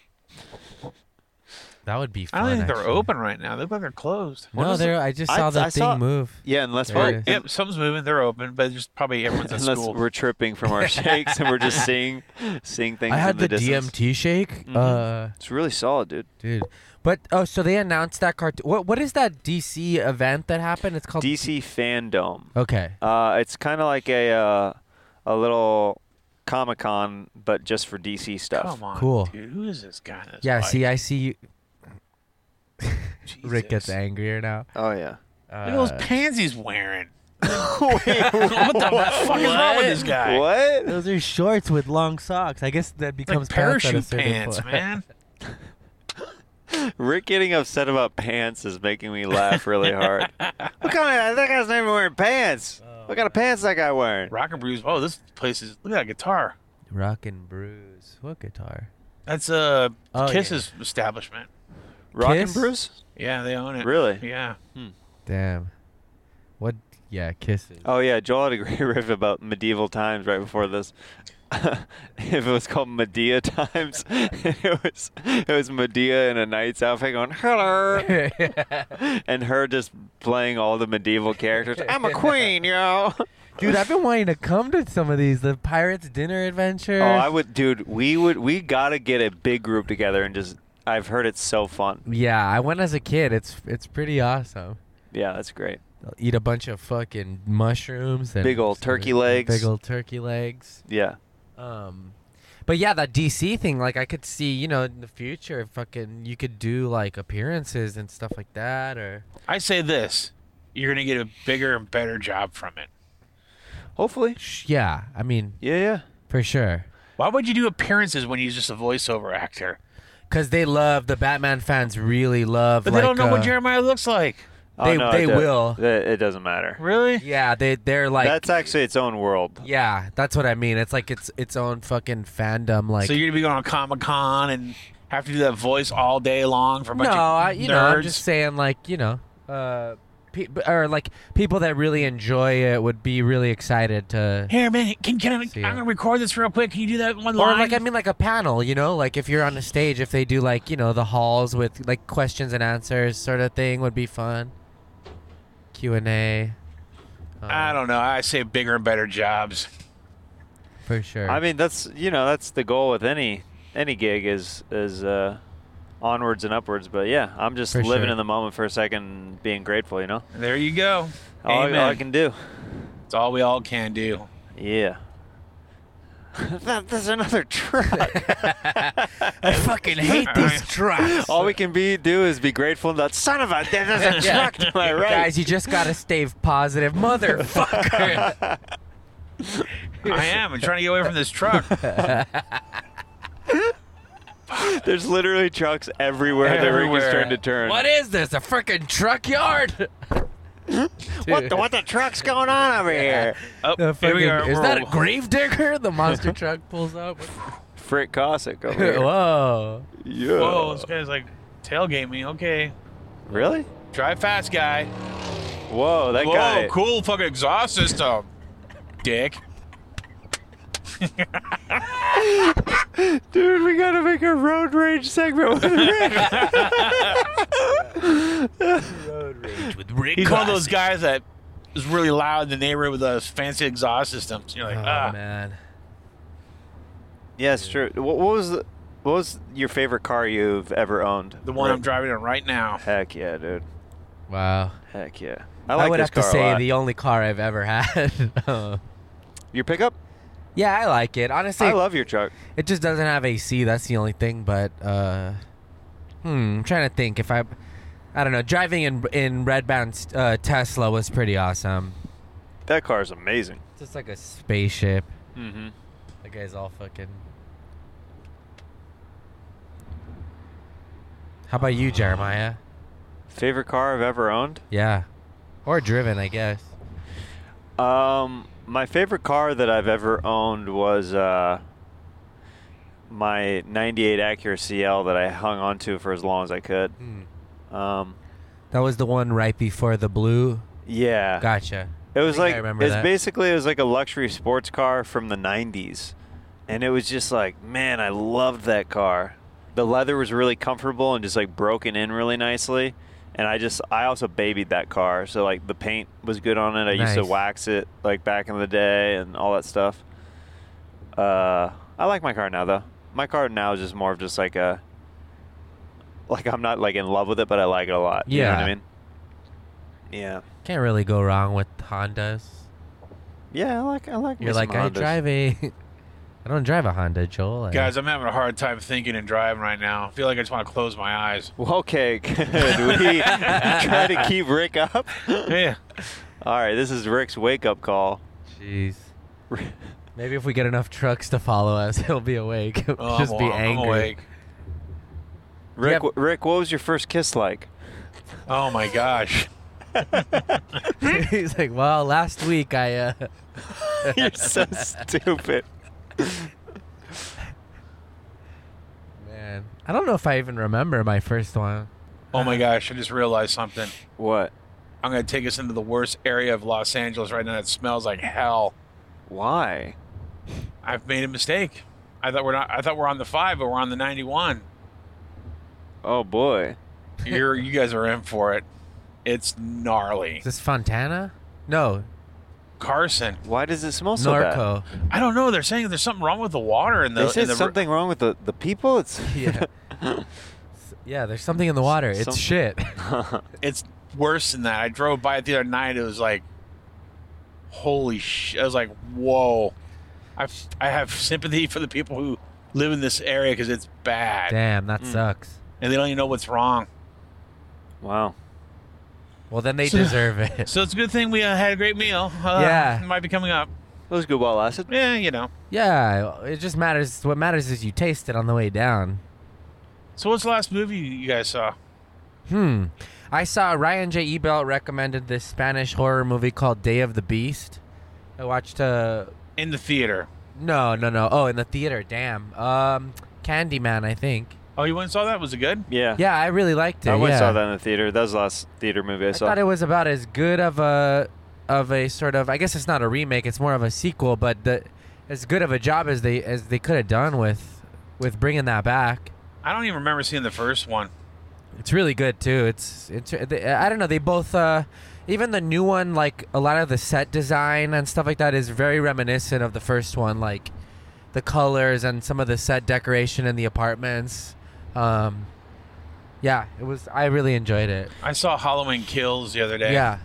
Speaker 7: That would be.
Speaker 8: I
Speaker 7: Fun,
Speaker 8: don't think they're
Speaker 7: actually.
Speaker 8: open right now. They look like they're closed.
Speaker 7: No, they're- I just saw that thing move.
Speaker 5: Yeah, unless
Speaker 7: There
Speaker 5: we're
Speaker 7: it is.
Speaker 8: Yep, something's moving. They're open, but just probably everyone's at
Speaker 5: unless
Speaker 8: school.
Speaker 5: we're tripping from our shakes and we're just seeing seeing things.
Speaker 7: I had
Speaker 5: in the,
Speaker 7: the,
Speaker 5: distance.
Speaker 7: DMT shake.
Speaker 8: Mm-hmm.
Speaker 5: Mhm.
Speaker 7: Uh,
Speaker 5: it's really solid, dude.
Speaker 7: dude. But oh, so they announced that cartoon. What what is that DC event that happened? It's called
Speaker 5: DC Fandom.
Speaker 7: Okay.
Speaker 5: Uh, it's kind of like a uh, a little Comic Con, but just for DC stuff.
Speaker 8: Come on,
Speaker 7: Cool.
Speaker 8: dude. Who is this guy? in this
Speaker 7: Yeah.
Speaker 8: bike?
Speaker 7: See, I see you. Rick gets angrier now.
Speaker 5: Oh yeah.
Speaker 8: Look at those
Speaker 7: Uh,
Speaker 8: pants he's wearing.
Speaker 5: what
Speaker 8: the fuck is wrong with this guy?
Speaker 5: What?
Speaker 7: Those are shorts with long socks. I guess that becomes pants at a
Speaker 8: Parachute
Speaker 7: certain
Speaker 8: pants,
Speaker 7: point.
Speaker 8: man.
Speaker 5: Rick getting upset about pants is making me laugh really hard. what kind of that guy's not even wearing pants? what kind of pants that guy wearing?
Speaker 8: Rock and Brews. Oh, this place is. Look at that guitar.
Speaker 7: Rock and Bruise. What guitar?
Speaker 8: That's uh,
Speaker 7: Oh, yeah.
Speaker 8: Kiss's establishment.
Speaker 5: Rock
Speaker 7: Kiss?
Speaker 5: and Bruce?
Speaker 8: Yeah, they own it.
Speaker 5: Really?
Speaker 8: Yeah.
Speaker 7: Damn. What? Yeah, kisses.
Speaker 5: Oh yeah, Joel had a great riff about medieval times right before this. if it was called Medea times, it was it was Medea in a knight's outfit going hello, and her just playing all the medieval characters. I'm a queen, yo.
Speaker 7: Dude, I've been wanting to come to some of these. The Pirates Dinner Adventure.
Speaker 5: Oh, I would, dude. We would. We gotta get a big group together and just. I've heard it's so fun.
Speaker 7: yeah, I went as a kid. It's it's pretty awesome.
Speaker 5: Yeah, that's great.
Speaker 7: I'll eat a bunch of fucking mushrooms and
Speaker 5: Big old turkey legs.
Speaker 7: Big old turkey legs.
Speaker 5: Yeah.
Speaker 7: Um, but yeah, that DC thing, like I could see, you know, in the future, fucking, you could do like appearances and stuff like that, or
Speaker 8: I say this: you're gonna get a bigger and better job from it.
Speaker 5: Hopefully.
Speaker 7: yeah, I mean,
Speaker 5: Yeah, yeah.
Speaker 7: for sure,
Speaker 8: Why would you do appearances when you're just a voiceover actor?
Speaker 7: because they love the Batman fans really love.
Speaker 8: But
Speaker 7: like,
Speaker 8: they don't know
Speaker 7: uh,
Speaker 8: what Jeremiah looks like.
Speaker 7: They- they
Speaker 5: Oh, it do- uh,
Speaker 7: will.
Speaker 5: It, it doesn't matter.
Speaker 8: Really?
Speaker 7: Yeah, they they're like.
Speaker 5: that's actually its own world.
Speaker 7: yeah, that's what I mean. It's like its its own fucking fandom. Like,
Speaker 8: so you're gonna be going on Comic Con and have to do that voice all day long for a
Speaker 7: no,
Speaker 8: bunch of
Speaker 7: I, you
Speaker 8: nerds.
Speaker 7: know, I'm just saying, like, you know, uh, pe- or like people that really enjoy it would be really excited to
Speaker 8: Here, man, can, can I,
Speaker 7: See ya.
Speaker 8: I'm gonna record this real quick. Can you do that one
Speaker 7: Or
Speaker 8: line?
Speaker 7: like I mean, like a panel, you know, like if you're on a stage, if they do like you know the halls with like questions and answers sort of thing would be fun. Q and A,
Speaker 8: I don't know. I say bigger and better jobs.
Speaker 7: for sure.
Speaker 5: I mean, that's you know, that's the goal with any any gig is is uh, onwards and upwards. But yeah, I'm just
Speaker 7: For
Speaker 5: living
Speaker 7: sure.
Speaker 5: in the moment for a second, being grateful. You know,
Speaker 8: There you go.
Speaker 5: all, I,
Speaker 8: Amen.
Speaker 5: all I can do.
Speaker 8: It's all we all can do.
Speaker 5: Yeah. that, there's another truck.
Speaker 7: I fucking hate
Speaker 8: these
Speaker 7: trucks,
Speaker 5: all we can be do is be grateful that son of a there's a truck to my right.
Speaker 7: guys. You just gotta stay positive, motherfucker.
Speaker 8: I am. I'm trying to get away from this truck.
Speaker 5: There's literally trucks everywhere, that Rick is
Speaker 8: Everywhere.
Speaker 5: trying to turn.
Speaker 7: what is this? A freaking truck yard?
Speaker 5: What the, what the truck's going on over here?
Speaker 8: Oh,
Speaker 7: The
Speaker 8: here we
Speaker 7: fucking-
Speaker 8: are.
Speaker 7: is that a
Speaker 8: We're-
Speaker 7: grave digger? The monster truck pulls up.
Speaker 5: Frick Cossack over here.
Speaker 7: Whoa!
Speaker 5: Yeah.
Speaker 8: Whoa, this guy's like tailgate me. Okay.
Speaker 5: Really?
Speaker 8: Drive fast, guy.
Speaker 5: Whoa, that
Speaker 8: Whoa,
Speaker 5: guy.
Speaker 8: cool fucking exhaust system. Dick.
Speaker 5: Dude, we gotta make a road rage segment with Rick.
Speaker 8: He's one of those guys that is really loud in the neighborhood with those fancy exhaust systems. You're like,
Speaker 7: oh
Speaker 8: ah.
Speaker 7: man.
Speaker 5: yeah, it's true. What, what was the, what was your favorite car you've ever owned?
Speaker 8: The one
Speaker 5: Rick?
Speaker 8: I'm driving in right now.
Speaker 5: Heck yeah, dude.
Speaker 7: Wow.
Speaker 5: Heck yeah. I like
Speaker 7: would
Speaker 5: this
Speaker 7: have
Speaker 5: car
Speaker 7: to
Speaker 5: a
Speaker 7: say
Speaker 5: lot.
Speaker 7: the only car I've ever had. Uh,
Speaker 5: Your pickup?
Speaker 7: yeah, I like it. Honestly,
Speaker 5: I love your truck.
Speaker 7: it just doesn't have AC. That's the only thing. But uh, hmm, I'm trying to think if I, I don't know. Driving in in Redbound uh, Tesla was pretty awesome.
Speaker 5: That car is amazing.
Speaker 7: Just like a spaceship.
Speaker 5: Mm-hmm.
Speaker 7: That guy's all fucking. How about you, Jeremiah?
Speaker 5: Favorite car I've ever owned?
Speaker 7: Yeah. Or driven, I guess.
Speaker 5: Um, my favorite car that I've ever owned was uh, my '98 Acura CL that I hung on to for as long as I could. Um,
Speaker 7: Hmm. That was the one right before the blue.
Speaker 5: yeah,
Speaker 7: Gotcha.
Speaker 5: It
Speaker 7: I
Speaker 5: was
Speaker 7: think I
Speaker 5: like
Speaker 7: remember
Speaker 5: it's
Speaker 7: that.
Speaker 5: basically it was like a luxury sports car from the '90s, and it was just like, man, I loved that car. The leather was really comfortable and just like broken in really nicely, and I just I also babied that car, so like the paint was good on it. I used to
Speaker 13: Nice.
Speaker 5: wax it like back in the day and all that stuff. Uh, I like my car now though. My car now is just more of just like a like I'm not like in love with it, but I like it a lot. You know what I
Speaker 7: Yeah.
Speaker 5: mean? Yeah.
Speaker 7: Can't really go wrong with Hondas.
Speaker 5: Yeah, I like I like.
Speaker 7: You're like, I drive a. I don't drive a Honda, Joel. I-
Speaker 8: Guys, I'm having a hard time thinking and driving right now. I feel like I just want to close my eyes.
Speaker 5: Well, okay, good. We try to keep Rick up.
Speaker 8: Yeah.
Speaker 5: All right, this is Rick's wake up call.
Speaker 7: Jeez. Maybe if we get enough trucks to follow us, he'll be awake.
Speaker 5: Oh,
Speaker 7: Just be
Speaker 5: I'm- I'm
Speaker 7: angry.
Speaker 5: awake. Rick, wh- Rick, what was your first kiss like?
Speaker 8: Oh my gosh.
Speaker 7: He's like, well, last week I. Uh...
Speaker 5: You're so stupid.
Speaker 7: Man, I don't know if I even remember my first one.
Speaker 8: Oh
Speaker 5: Uh.
Speaker 8: my gosh, I just realized something.
Speaker 5: What?
Speaker 8: I'm going to take us into the worst area of Los Angeles right now that smells like hell.
Speaker 5: Why?
Speaker 8: I've made a mistake. I thought we're not I thought we're on the 5, but we're on the 91.
Speaker 5: Oh boy.
Speaker 8: You're you guys are in for it. It's gnarly.
Speaker 7: Is this Fontana? No,
Speaker 8: Carson.
Speaker 5: Why does it smell so bad?
Speaker 7: Norco.
Speaker 8: I don't know. They're saying there's something wrong with the water and the
Speaker 5: they said
Speaker 8: in the-
Speaker 5: something wrong with the, the people. It's
Speaker 7: yeah. Yeah, there's something in the water. It's
Speaker 8: Some-
Speaker 7: shit.
Speaker 8: it's worse than that. I drove by it the other night. It was like, holy shit! I was like, whoa. I I have sympathy for the people who live in this area because it's bad.
Speaker 7: Damn, that sucks.
Speaker 8: And they don't even know what's wrong.
Speaker 5: Wow.
Speaker 7: Well, then they
Speaker 8: So-
Speaker 7: deserve it.
Speaker 8: So it's a good thing we uh, had a great meal. Uh,
Speaker 7: Yeah.
Speaker 8: it might be coming up.
Speaker 5: It was good while it lasted.
Speaker 8: Yeah, you know.
Speaker 7: Yeah, it just matters. What matters is you taste it on the way down.
Speaker 8: So what's the last movie you guys saw?
Speaker 7: Hmm. I saw Ryan J. Ebel recommended this Spanish horror movie called Day of the Beast. I watched uh
Speaker 8: in the theater.
Speaker 7: No, no, no. Oh, in the theater. Damn. Um, Candyman, I think.
Speaker 8: Oh, you went and saw that? Was it good?
Speaker 5: Yeah.
Speaker 7: Yeah, I really liked it.
Speaker 5: Oh, I went and saw
Speaker 7: yeah.
Speaker 5: that in the theater. That was the last theater movie I,
Speaker 7: I
Speaker 5: saw.
Speaker 7: thought it was about as good of a of a sort of I guess it's not a remake, it's more of a sequel, but the as good of a job as they as they could have done with with bringing that back.
Speaker 8: I don't even remember seeing the first one.
Speaker 7: It's really good too. It's it's uh, they, I don't know, they both uh even the new one like a lot of the set design and stuff like that is very reminiscent of the first one like the colors and some of the set decoration in the apartments. Um yeah, it was I really enjoyed it.
Speaker 8: I saw Halloween Kills the other day.
Speaker 7: Yeah.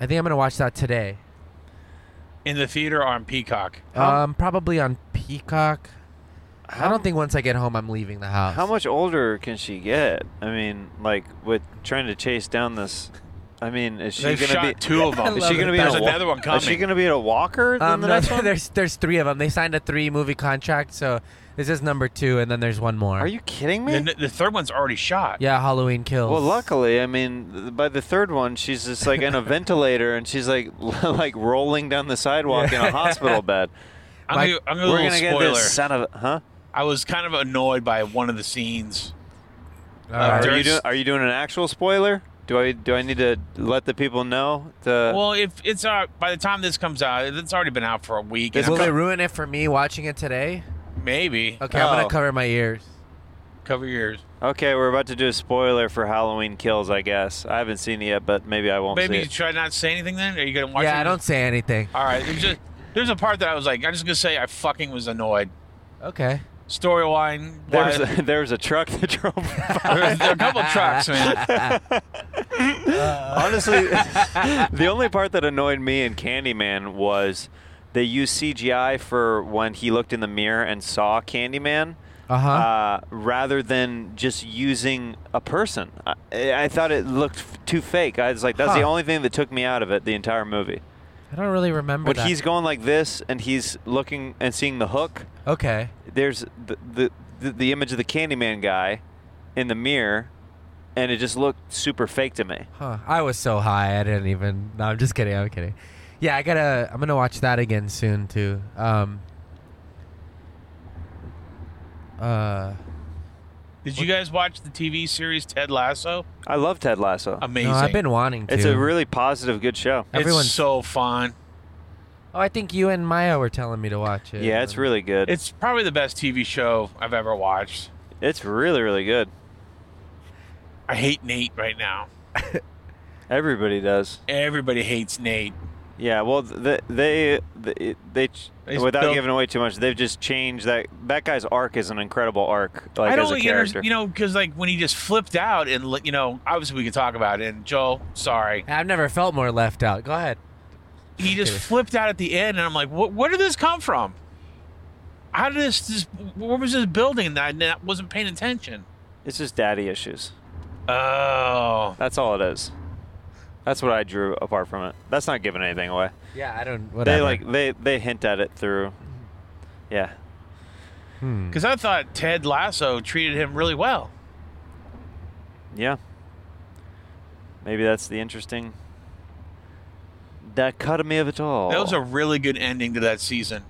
Speaker 7: I think I'm going to watch that today.
Speaker 8: In the theater or on Peacock.
Speaker 7: Um, probably on Peacock. I don't think once I get home, I'm leaving the house.
Speaker 5: How much older can she get? I mean, like with trying to chase down this. I mean, is she
Speaker 8: They've
Speaker 5: gonna
Speaker 8: shot
Speaker 5: be
Speaker 8: two of 'em.
Speaker 5: Is
Speaker 8: I
Speaker 5: she
Speaker 8: love
Speaker 5: gonna
Speaker 8: it.
Speaker 5: be in
Speaker 8: There's
Speaker 5: a wa-
Speaker 8: another one
Speaker 5: Is she
Speaker 8: coming.
Speaker 5: gonna be in a walker? than
Speaker 7: Um,
Speaker 5: the
Speaker 7: no,
Speaker 5: next one?
Speaker 7: there's there's three of them. They signed a three movie contract, so this is number two, and then there's one more.
Speaker 5: Are you kidding me?
Speaker 8: The, the third one's already shot.
Speaker 7: Yeah, Halloween kills.
Speaker 5: Well, luckily, I mean, th- by the third one, she's just like in a ventilator, and she's like like rolling down the sidewalk in a hospital bed.
Speaker 8: I'm
Speaker 5: Like,
Speaker 8: gonna- I'm gonna do a
Speaker 5: we're
Speaker 8: little
Speaker 5: gonna get this son of a- huh?
Speaker 8: I was kind of annoyed by one of the scenes.
Speaker 5: are
Speaker 8: during-
Speaker 5: you doing Are you doing an actual spoiler? Do I do I need to let the people know? The
Speaker 8: well, if it's uh, by the time this comes out, it's already been out for a week. and
Speaker 7: Will
Speaker 8: I'm-
Speaker 7: they ruin it for me watching it today?
Speaker 8: Maybe.
Speaker 7: Okay, I'm
Speaker 5: Oh.
Speaker 7: gonna cover my ears.
Speaker 8: Cover yours.
Speaker 5: okay, we're about to do a spoiler for Halloween Kills, I guess. I haven't seen it yet, but maybe I won't
Speaker 8: Maybe you
Speaker 5: see it.
Speaker 8: try not to say anything then? Are you gonna watch
Speaker 7: yeah,
Speaker 8: it?
Speaker 7: I don't say anything.
Speaker 8: All right. There's, just, there's a part that I was like, I'm just gonna say I fucking was annoyed.
Speaker 7: Okay.
Speaker 8: Storyline. why-
Speaker 5: There's a, there's a truck that drove.
Speaker 8: There- there are a couple trucks, man.
Speaker 5: Honestly, the only part that annoyed me in Candyman was they used CGI for when he looked in the mirror and saw Candyman.
Speaker 7: Uh-huh.
Speaker 5: Uh, rather than just using a person, I, I thought it looked f- too fake. I was like, that's the
Speaker 7: Huh.
Speaker 5: only thing that took me out of it the entire movie.
Speaker 7: I don't really remember.
Speaker 5: When
Speaker 7: that.
Speaker 5: he's going like this and he's looking and seeing the hook,
Speaker 7: okay.
Speaker 5: there's the the, the, the image of the Candyman guy in the mirror, and it just looked super fake to me.
Speaker 7: Huh. I was so high I didn't even. No, I'm just kidding. I'm kidding. Yeah, I gotta. I'm gonna watch that again soon too. Um. Uh.
Speaker 8: Did you guys watch the TV series Ted Lasso?
Speaker 5: I love Ted Lasso.
Speaker 8: Amazing.
Speaker 5: It's a really positive, good show.
Speaker 8: it's so fun.
Speaker 7: Oh, I think you and Maya were telling me to watch it.
Speaker 5: Yeah, it's really good.
Speaker 8: It's probably the best TV show I've ever watched.
Speaker 5: It's really really good.
Speaker 8: I hate Nate right now.
Speaker 5: Everybody does.
Speaker 8: Everybody hates Nate.
Speaker 5: Yeah, well, th- they they they, ch
Speaker 8: They
Speaker 5: without
Speaker 8: built-
Speaker 5: giving away too much, they've just changed that that guy's arc is an incredible arc. Like
Speaker 8: I don't
Speaker 5: as a
Speaker 8: think inter-
Speaker 5: character,
Speaker 8: you know, because like when he just flipped out and li- you know, obviously we can talk about it. And Joel, sorry,
Speaker 7: I've never felt more left out. Go ahead.
Speaker 8: he just flipped out at the end, and I'm like, what? Where did this come from? How did this? this where was this building that I n- wasn't paying attention?
Speaker 5: it's just daddy issues.
Speaker 8: Oh,
Speaker 5: that's all it is. That's what I drew apart from it. That's not giving anything away.
Speaker 7: Yeah, I don't.
Speaker 5: They
Speaker 7: Whatever.
Speaker 5: like they they hint at it through. Yeah, Hmm.
Speaker 8: Because I thought Ted Lasso treated him really well.
Speaker 5: yeah. Maybe that's the interesting dichotomy of it all.
Speaker 8: That was a really good ending to that season.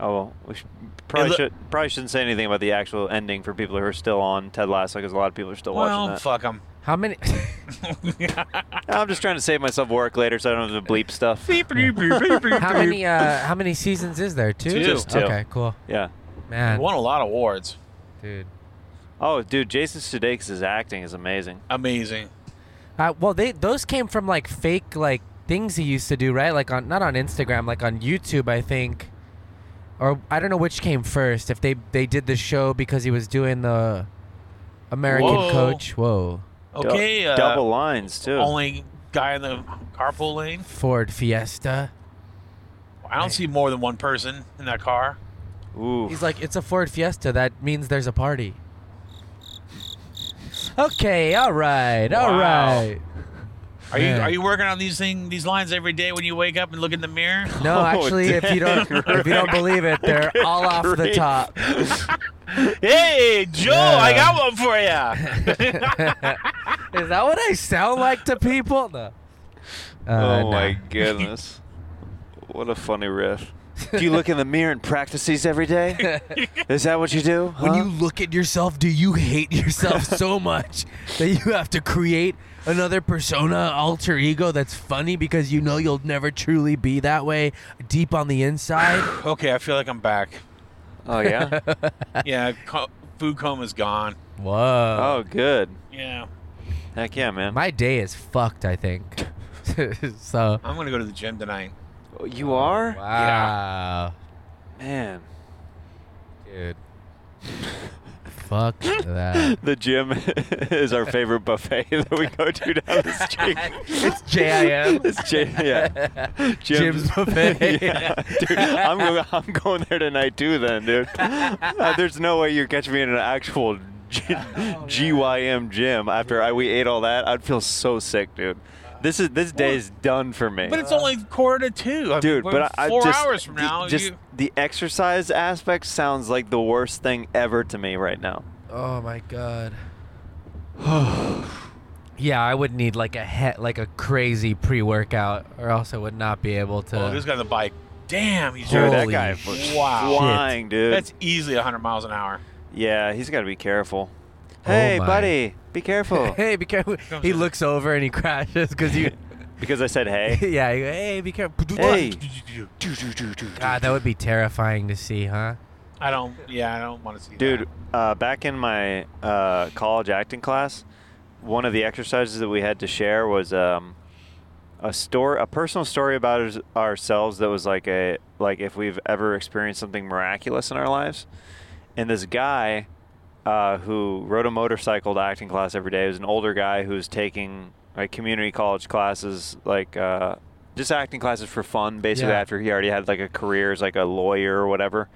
Speaker 5: Oh, well, we should, probably
Speaker 8: lo-
Speaker 5: should probably shouldn't say anything about the actual ending for people who are still on Ted Lasso because a lot of people are still
Speaker 8: well,
Speaker 5: watching that.
Speaker 8: fuck him.
Speaker 7: How many?
Speaker 5: I'm just trying to save myself work later, so I don't have to bleep stuff.
Speaker 7: how many? Uh, how many seasons is there? Two.
Speaker 5: Two. Just two.
Speaker 7: Okay, cool.
Speaker 5: Yeah.
Speaker 7: Man.
Speaker 8: Won a lot of awards.
Speaker 7: Dude.
Speaker 5: Oh, dude, Jason Sudeikis' acting is amazing.
Speaker 8: Amazing.
Speaker 7: Uh, well, they those came from like fake like things he used to do, right? Like on not on Instagram, like on YouTube, I think, or I don't know which came first. If they they did the show because he was doing the American
Speaker 8: Whoa.
Speaker 7: Coach. Whoa.
Speaker 8: Okay. uh,
Speaker 5: double lines too.
Speaker 8: Only guy in the carpool lane.
Speaker 7: Ford Fiesta.
Speaker 8: I don't see more than one person in that car.
Speaker 5: Ooh.
Speaker 7: He's like, it's a Ford Fiesta. That means there's a party. Okay. All right. All
Speaker 8: Wow.
Speaker 7: right.
Speaker 8: Are you
Speaker 7: Man.
Speaker 8: are you working on these thing these lines every day when you wake up and look in the mirror?
Speaker 7: No,
Speaker 5: Oh,
Speaker 7: actually, if you don't if you don't believe it, they're all off the
Speaker 8: Great.
Speaker 7: top.
Speaker 8: Hey, Joe,
Speaker 5: Oh,
Speaker 8: I got one for you.
Speaker 7: Is that what I sound like to people? No. Uh,
Speaker 5: oh my goodness, what a funny riff. Do you look in the mirror and practice these every day? Is that what you do?
Speaker 7: When
Speaker 5: huh?
Speaker 7: you look at yourself, do you hate yourself so much that you have to create another persona, alter ego that's funny because you know you'll never truly be that way deep on the inside?
Speaker 8: okay, I feel like I'm back.
Speaker 5: Oh yeah.
Speaker 8: Yeah, co- food coma's gone.
Speaker 7: Whoa.
Speaker 5: Oh good.
Speaker 8: Yeah,
Speaker 5: Heck yeah, man.
Speaker 7: My day is fucked, I think. so,
Speaker 8: I'm gonna go to the gym tonight.
Speaker 5: Oh, You are?
Speaker 7: wow.
Speaker 5: Man.
Speaker 7: Dude. Fuck that.
Speaker 5: The gym is our favorite buffet that we go to down the street.
Speaker 7: It's JIM.
Speaker 5: It's J. Yeah.
Speaker 7: Jim's buffet.
Speaker 5: yeah. Dude, I'm, go- I'm going there tonight too. Then, dude. Uh, there's no way you catch me in an actual G-
Speaker 8: Oh,
Speaker 5: GYM gym after I we ate all that. I'd feel so sick, dude. This is this day is done for me.
Speaker 8: But it's only quarter to two, I
Speaker 5: Dude,
Speaker 8: mean,
Speaker 5: but I, I
Speaker 8: four
Speaker 5: just,
Speaker 8: hours from
Speaker 5: d-
Speaker 8: now,
Speaker 5: just
Speaker 8: you,
Speaker 5: the exercise aspect sounds like the worst thing ever to me right now.
Speaker 7: Oh my god. yeah, I would need like a he- like a crazy pre-workout, or else I would not be able to.
Speaker 8: oh, this guy on the bike. Damn, he's
Speaker 7: Dude, that
Speaker 8: driving.
Speaker 7: guy was
Speaker 8: wow,
Speaker 5: flying, dude.
Speaker 8: That's easily 100 miles an hour.
Speaker 5: Yeah, he's got to be careful.
Speaker 7: Oh
Speaker 5: Hey,
Speaker 7: my.
Speaker 5: buddy, be careful.
Speaker 7: hey, be careful! He looks over and he crashes because you.
Speaker 5: because I said hey.
Speaker 7: yeah. He, go, hey, be careful!
Speaker 5: Hey.
Speaker 7: God, that would be terrifying to see, huh?
Speaker 8: I don't. Yeah, I don't want to see.
Speaker 5: Dude, uh, back in my uh, college acting class, one of the exercises that we had to share was um, a story, a personal story about ours- ourselves that was like a like if we've ever experienced something miraculous in our lives. And this guy uh, who rode a motorcycle to acting class every day was an older guy who was taking like community college classes, like uh, just acting classes for fun, basically.
Speaker 7: Yeah.
Speaker 5: After he already had like a career as like a lawyer or whatever.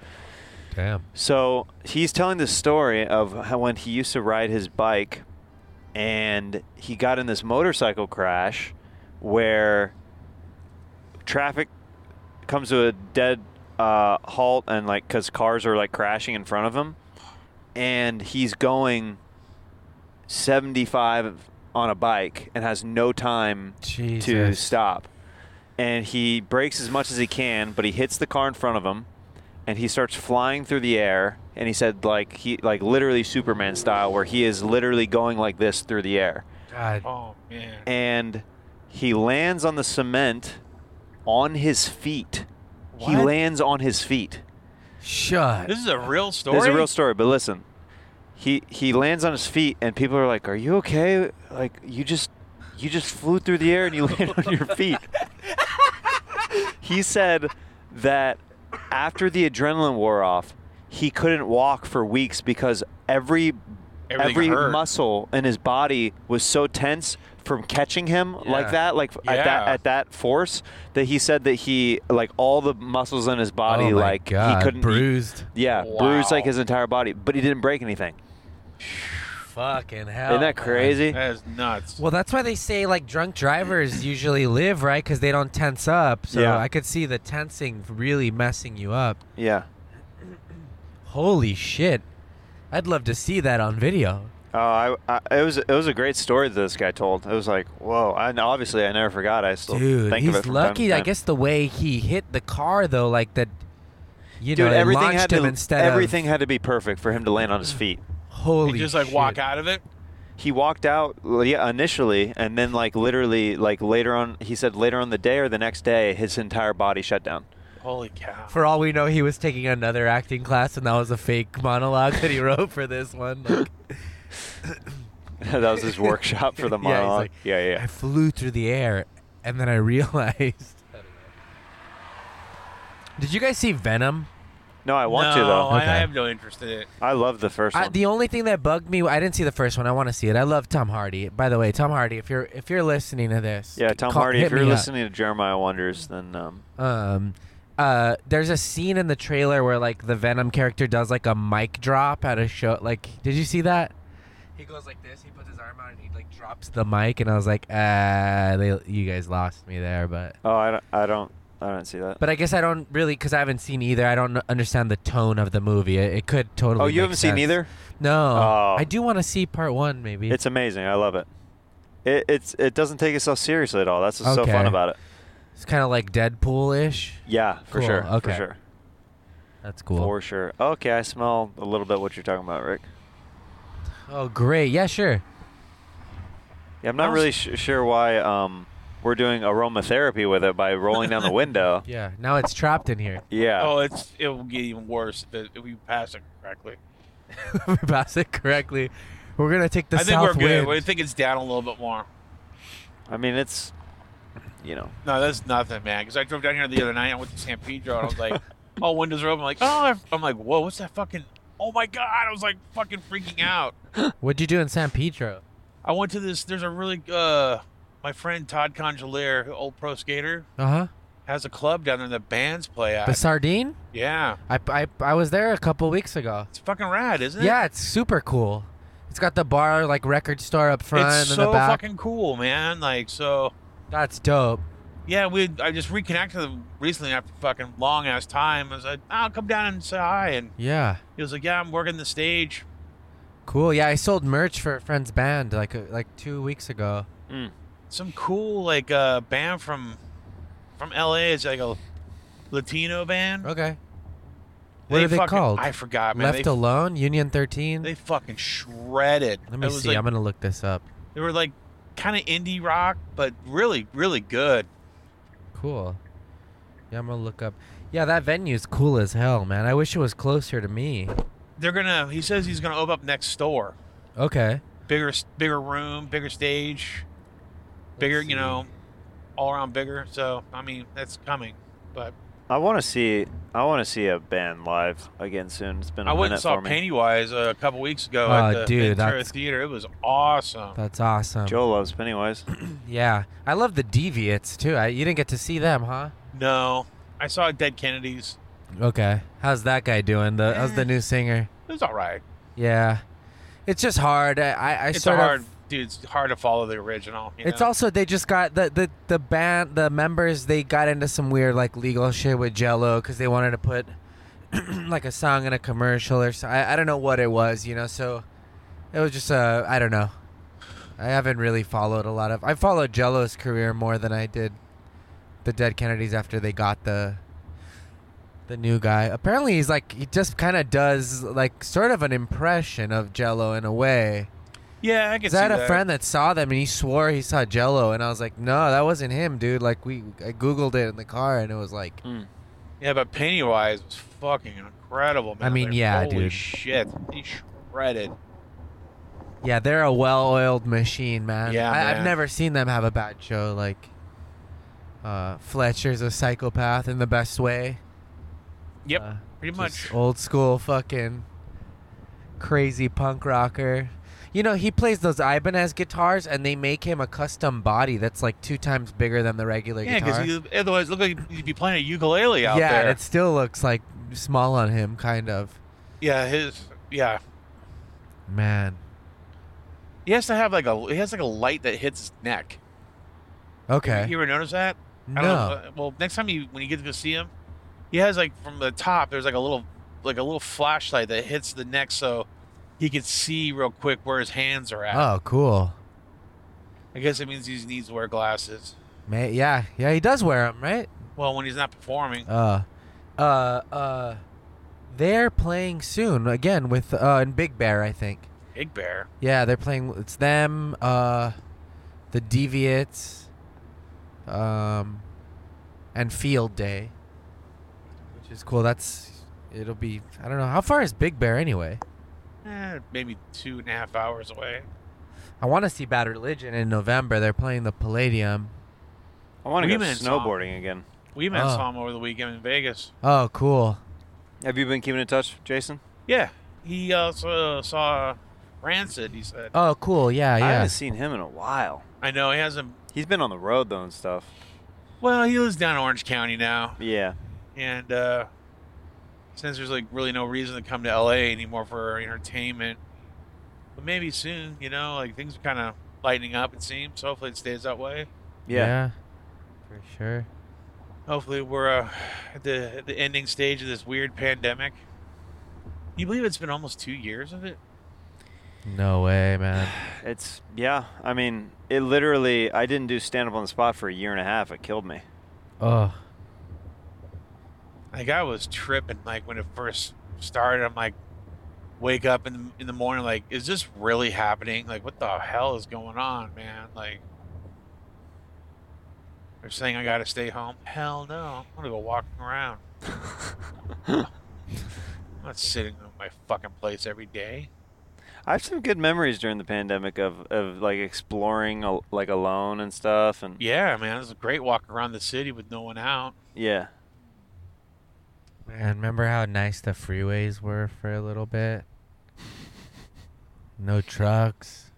Speaker 7: Damn.
Speaker 5: So he's telling the story of how when he used to ride his bike and he got in this motorcycle crash where traffic comes to a dead uh, halt and like because cars are like crashing in front of him and he's going 75 on a bike and has no time to
Speaker 7: Jesus.
Speaker 5: stop. And he brakes as much as he can, but he hits the car in front of him and he starts flying through the air and he said like he like literally Superman style where he is literally going like this through the air
Speaker 7: God.
Speaker 8: Oh man.
Speaker 5: and he lands on the cement on his feet. He
Speaker 8: What?
Speaker 5: lands on his feet.
Speaker 7: Shut.
Speaker 8: This is a real story.
Speaker 5: There's a real story, but listen. He he lands on his feet and people are like, "Are you okay? Like you just you just flew through the air and you landed on your feet." he said that after the adrenaline wore off, he couldn't walk for weeks because every
Speaker 8: Everything
Speaker 5: every
Speaker 8: hurt.
Speaker 5: muscle in his body was so tense from catching him like
Speaker 8: Yeah.
Speaker 5: that, like at that
Speaker 8: Yeah.
Speaker 5: at that force, that he said that he like all the muscles in his body
Speaker 7: Oh my
Speaker 5: like
Speaker 7: God,
Speaker 5: he couldn't
Speaker 7: bruised.
Speaker 5: yeah, bruised like
Speaker 8: Wow.
Speaker 5: his entire body, but he didn't break anything.
Speaker 7: Fucking hell.
Speaker 5: Isn't that crazy?
Speaker 8: That is nuts.
Speaker 7: Well, that's why they say like drunk drivers usually live right because they don't tense up. So
Speaker 5: Yeah.
Speaker 7: I could see the tensing really messing you up.
Speaker 5: Yeah.
Speaker 7: Holy shit! I'd love to see that on video.
Speaker 5: Oh, I, I it was it was a great story that this guy told. It was like, whoa! And obviously, I never forgot. I still
Speaker 7: Dude,
Speaker 5: think of it
Speaker 7: he's
Speaker 5: from time to
Speaker 7: lucky. I
Speaker 5: time.
Speaker 7: guess the way he hit the car though, like that. You
Speaker 5: Dude,
Speaker 7: know, it
Speaker 5: everything
Speaker 7: launched
Speaker 5: had to
Speaker 7: him instead
Speaker 5: everything had to be perfect for him to land on his feet.
Speaker 7: of holy.
Speaker 8: You just like walk out of it.
Speaker 5: He walked out, well, yeah, initially, and then like literally, like later on, he said later on the day or the next day, his entire body shut down.
Speaker 8: Holy cow.
Speaker 7: For all we know, he was taking another acting class, and that was a fake monologue that he wrote for this one. Like,
Speaker 5: that was his workshop for the
Speaker 7: Yeah, he's
Speaker 5: monologue.
Speaker 7: like,
Speaker 5: yeah, yeah.
Speaker 7: I flew through the air, and then I realized. Did you guys see Venom?
Speaker 5: No, I want
Speaker 8: no,
Speaker 5: to though.
Speaker 8: I,
Speaker 7: Okay.
Speaker 8: I have no interest in it.
Speaker 5: I love the first
Speaker 7: I,
Speaker 5: one.
Speaker 7: the only thing that bugged me, I didn't see the first one. I want to see it. I love Tom Hardy. By the way, Tom Hardy, if you're if you're listening to this,
Speaker 5: yeah, Tom
Speaker 7: call-
Speaker 5: Hardy.
Speaker 7: hit
Speaker 5: If you're
Speaker 7: me up.
Speaker 5: listening to Jeremiah Wonders, then um,
Speaker 7: um uh there's a scene in the trailer where like the venom character does like a mic drop at a show like did you see that he goes like this he puts his arm out and he like drops the mic and i was like ah they, you guys lost me there but
Speaker 5: oh, I don't, I don't, I don't see that.
Speaker 7: but i guess i don't really because i haven't seen either i don't understand the tone of the movie it, it could totally
Speaker 5: oh, you
Speaker 7: make
Speaker 5: haven't seen
Speaker 7: sense.
Speaker 5: either?
Speaker 7: no
Speaker 5: Oh.
Speaker 7: i do want to see part one maybe
Speaker 5: It's amazing. I love it. It it's it doesn't take itself seriously at all. That's what's so
Speaker 7: Okay.
Speaker 5: fun about it.
Speaker 7: it's kind of like deadpool-ish
Speaker 5: Yeah, for
Speaker 7: Cool,
Speaker 5: sure. For
Speaker 7: okay.
Speaker 5: sure.
Speaker 7: that's cool
Speaker 5: For sure. Okay, I smell a little bit what you're talking about, Rick.
Speaker 7: oh great yeah sure
Speaker 5: Yeah, I'm not really sh- sure why um we're doing aromatherapy with it by rolling down the window.
Speaker 7: yeah now it's trapped in here
Speaker 5: Yeah.
Speaker 8: Oh, it's it will get even worse if, it, if we pass it correctly.
Speaker 7: we pass it correctly. We're gonna take the
Speaker 8: I think
Speaker 7: south
Speaker 8: we're good.
Speaker 7: wind.
Speaker 8: I think it's down a little bit more.
Speaker 5: I mean, it's you know.
Speaker 8: No, that's nothing, man. Because I drove down here the other night. I went to San Pedro, and I was like, "Oh, windows are open." I'm like, "Oh," I- I'm like, "Whoa, what's that fucking?" Oh my god! I was like fucking freaking out.
Speaker 7: What'd you do in San Pedro?
Speaker 8: I went to this. There's a really uh, my friend Todd Congelier, old pro skater,
Speaker 7: Uh huh.
Speaker 8: has a club down there. The bands play at.
Speaker 7: The sardine.
Speaker 8: yeah,
Speaker 7: I, I I was there a couple weeks ago.
Speaker 8: it's fucking rad, isn't it?
Speaker 7: Yeah, it's super cool. It's got the bar like record store up front
Speaker 8: it's
Speaker 7: and
Speaker 8: so
Speaker 7: the back.
Speaker 8: fucking cool, man. Like so.
Speaker 7: That's dope.
Speaker 8: Yeah, we. I just reconnected with him recently after fucking long ass time. I was like, "I'll come down and say hi," and
Speaker 7: Yeah.
Speaker 8: he was like, "Yeah, I'm working the stage."
Speaker 7: Cool. Yeah, I sold merch for a friend's band like uh, like two weeks ago.
Speaker 5: Mm.
Speaker 8: Some cool like uh, band from from LA. It's like a Latino band.
Speaker 7: Okay. What are they
Speaker 8: fucking-
Speaker 7: called?
Speaker 8: I forgot, man.
Speaker 7: Left
Speaker 8: they,
Speaker 7: Alone, Union Thirteen.
Speaker 8: they fucking shredded.
Speaker 7: Let me
Speaker 8: It was
Speaker 7: see.
Speaker 8: like-
Speaker 7: I'm gonna look this up.
Speaker 8: They were like kind of indie rock, but really, really good.
Speaker 7: Cool. Yeah, I'm gonna look up. Yeah, that venue's cool as hell, man. I wish it was closer to me.
Speaker 8: They're gonna. He says he's gonna open up next door,
Speaker 7: Okay.
Speaker 8: bigger, bigger room, bigger stage, bigger. You know, all around bigger. So I mean, that's coming. But
Speaker 5: I want to see I want to see a band live again soon. It's been a
Speaker 8: I went
Speaker 5: minute
Speaker 8: and saw
Speaker 5: for me.
Speaker 8: Pennywise uh, a couple weeks ago
Speaker 7: Oh,
Speaker 8: at the
Speaker 7: dude,
Speaker 8: Ventura
Speaker 7: that's-
Speaker 8: Theater. It was awesome.
Speaker 7: That's awesome.
Speaker 5: Joel loves Pennywise.
Speaker 7: Yeah, I love the Deviates too. I, you didn't get to see them, huh?
Speaker 8: No, I saw Dead Kennedys.
Speaker 7: Okay. How's that guy doing? The how's
Speaker 8: Eh.
Speaker 7: the new singer?
Speaker 8: It was all right.
Speaker 7: Yeah, it's just hard. I I, I
Speaker 8: it's a
Speaker 7: sort
Speaker 8: hard,
Speaker 7: of.
Speaker 8: dude. It's hard to follow the original. you
Speaker 7: It's
Speaker 8: know?
Speaker 7: also they just got the, the the band the members they got into some weird like legal shit with Jello because they wanted to put like a song in a commercial or so. I, I don't know what it was, you know. So It was just uh, I don't know. I haven't really followed a lot of. I followed Jello's career more than I did the Dead Kennedys after they got the the new guy. Apparently, he's like he just kind of does like sort of an impression of Jello in a way.
Speaker 8: Yeah, I can
Speaker 7: 'Cause I had
Speaker 8: see
Speaker 7: a
Speaker 8: that.
Speaker 7: friend that saw them and he swore he saw Jello, and I was like, no, that wasn't him, dude. Like we, I googled it in the car, and it was like,
Speaker 8: Yeah, but Pennywise was fucking incredible,
Speaker 7: I
Speaker 8: man.
Speaker 7: mean,
Speaker 8: Like,
Speaker 7: yeah,
Speaker 8: holy
Speaker 7: dude.
Speaker 8: shit, he shredded.
Speaker 7: yeah, they're a well-oiled machine, man.
Speaker 8: Yeah,
Speaker 7: I, I've
Speaker 8: man.
Speaker 7: never seen them have a bad show. Like, uh, Fletcher's a psychopath in the best way.
Speaker 8: Yep, pretty much.
Speaker 7: Uh, Just old school fucking crazy punk rocker. You know, he plays those Ibanez guitars and they make him a custom body that's like two times bigger than the regular
Speaker 8: Yeah,
Speaker 7: guitar.
Speaker 8: because otherwise, look like he'd be playing a ukulele out
Speaker 7: yeah,
Speaker 8: there.
Speaker 7: and it still looks like small on him, kind of.
Speaker 8: yeah, his yeah.
Speaker 7: Man.
Speaker 8: He has to have like a he has like a light that hits his neck.
Speaker 7: Okay.
Speaker 8: You ever notice that?
Speaker 7: No.
Speaker 8: I don't know, if- uh, well, next time you when you get to go see him, he has like from the top. There's like a little like a little flashlight that hits the neck, so he can see real quick where his hands are at.
Speaker 7: Oh, cool.
Speaker 8: I guess it means he needs to wear glasses.
Speaker 7: May- yeah, yeah, he does wear them, right?
Speaker 8: Well, when he's not performing,
Speaker 7: Uh, uh, uh, they're playing soon again with uh in Big Bear, I think.
Speaker 8: Big Bear.
Speaker 7: Yeah, they're playing. It's them, uh, the Deviates, um, and Field Day, which is cool. That's it'll be. I don't know how far is Big Bear anyway.
Speaker 8: eh, maybe two and a half hours away.
Speaker 7: I want to see Bad Religion in November. They're playing the Palladium.
Speaker 5: I want to
Speaker 8: We
Speaker 5: go
Speaker 8: met Tom.
Speaker 5: snowboarding again.
Speaker 8: We met
Speaker 7: Oh.
Speaker 8: saw him over the weekend in Vegas.
Speaker 7: Oh, cool.
Speaker 5: Have you been keeping in touch, Jason?
Speaker 8: Yeah, he also saw Rancid. He said,
Speaker 7: Oh, cool. Yeah,
Speaker 5: I
Speaker 7: yeah.
Speaker 5: haven't seen him in a while.
Speaker 8: "I know he hasn't."
Speaker 5: He's been on the road though and stuff.
Speaker 8: Well, he lives down in Orange County now,
Speaker 5: Yeah.
Speaker 8: and uh, since there's like really no reason to come to L.A. anymore for entertainment, but maybe soon, you know, like things are kind of lightening up. It seems. So hopefully, it stays that way.
Speaker 5: Yeah.
Speaker 7: for sure.
Speaker 8: Hopefully, we're uh, at the at the ending stage of this weird pandemic. You believe it's been almost two years of it?
Speaker 7: No way, man.
Speaker 5: It's yeah. I mean, it literally. I didn't do stand up on the spot for a year and a half. It killed me.
Speaker 7: Oh,
Speaker 8: Like I was tripping, like when it first started. I'm like, wake up in the, in the morning, like, is this really happening? Like, what the hell is going on, man? Like, they're saying I got to stay home. Hell no, I'm gonna go walking around. I'm not sitting in my fucking place every day.
Speaker 5: I have some good memories during the pandemic of, of like exploring al- like alone and stuff and
Speaker 8: Yeah, man, it was a great walk around the city with no one out.
Speaker 5: yeah.
Speaker 7: man. Remember how nice the freeways were for a little bit? No trucks.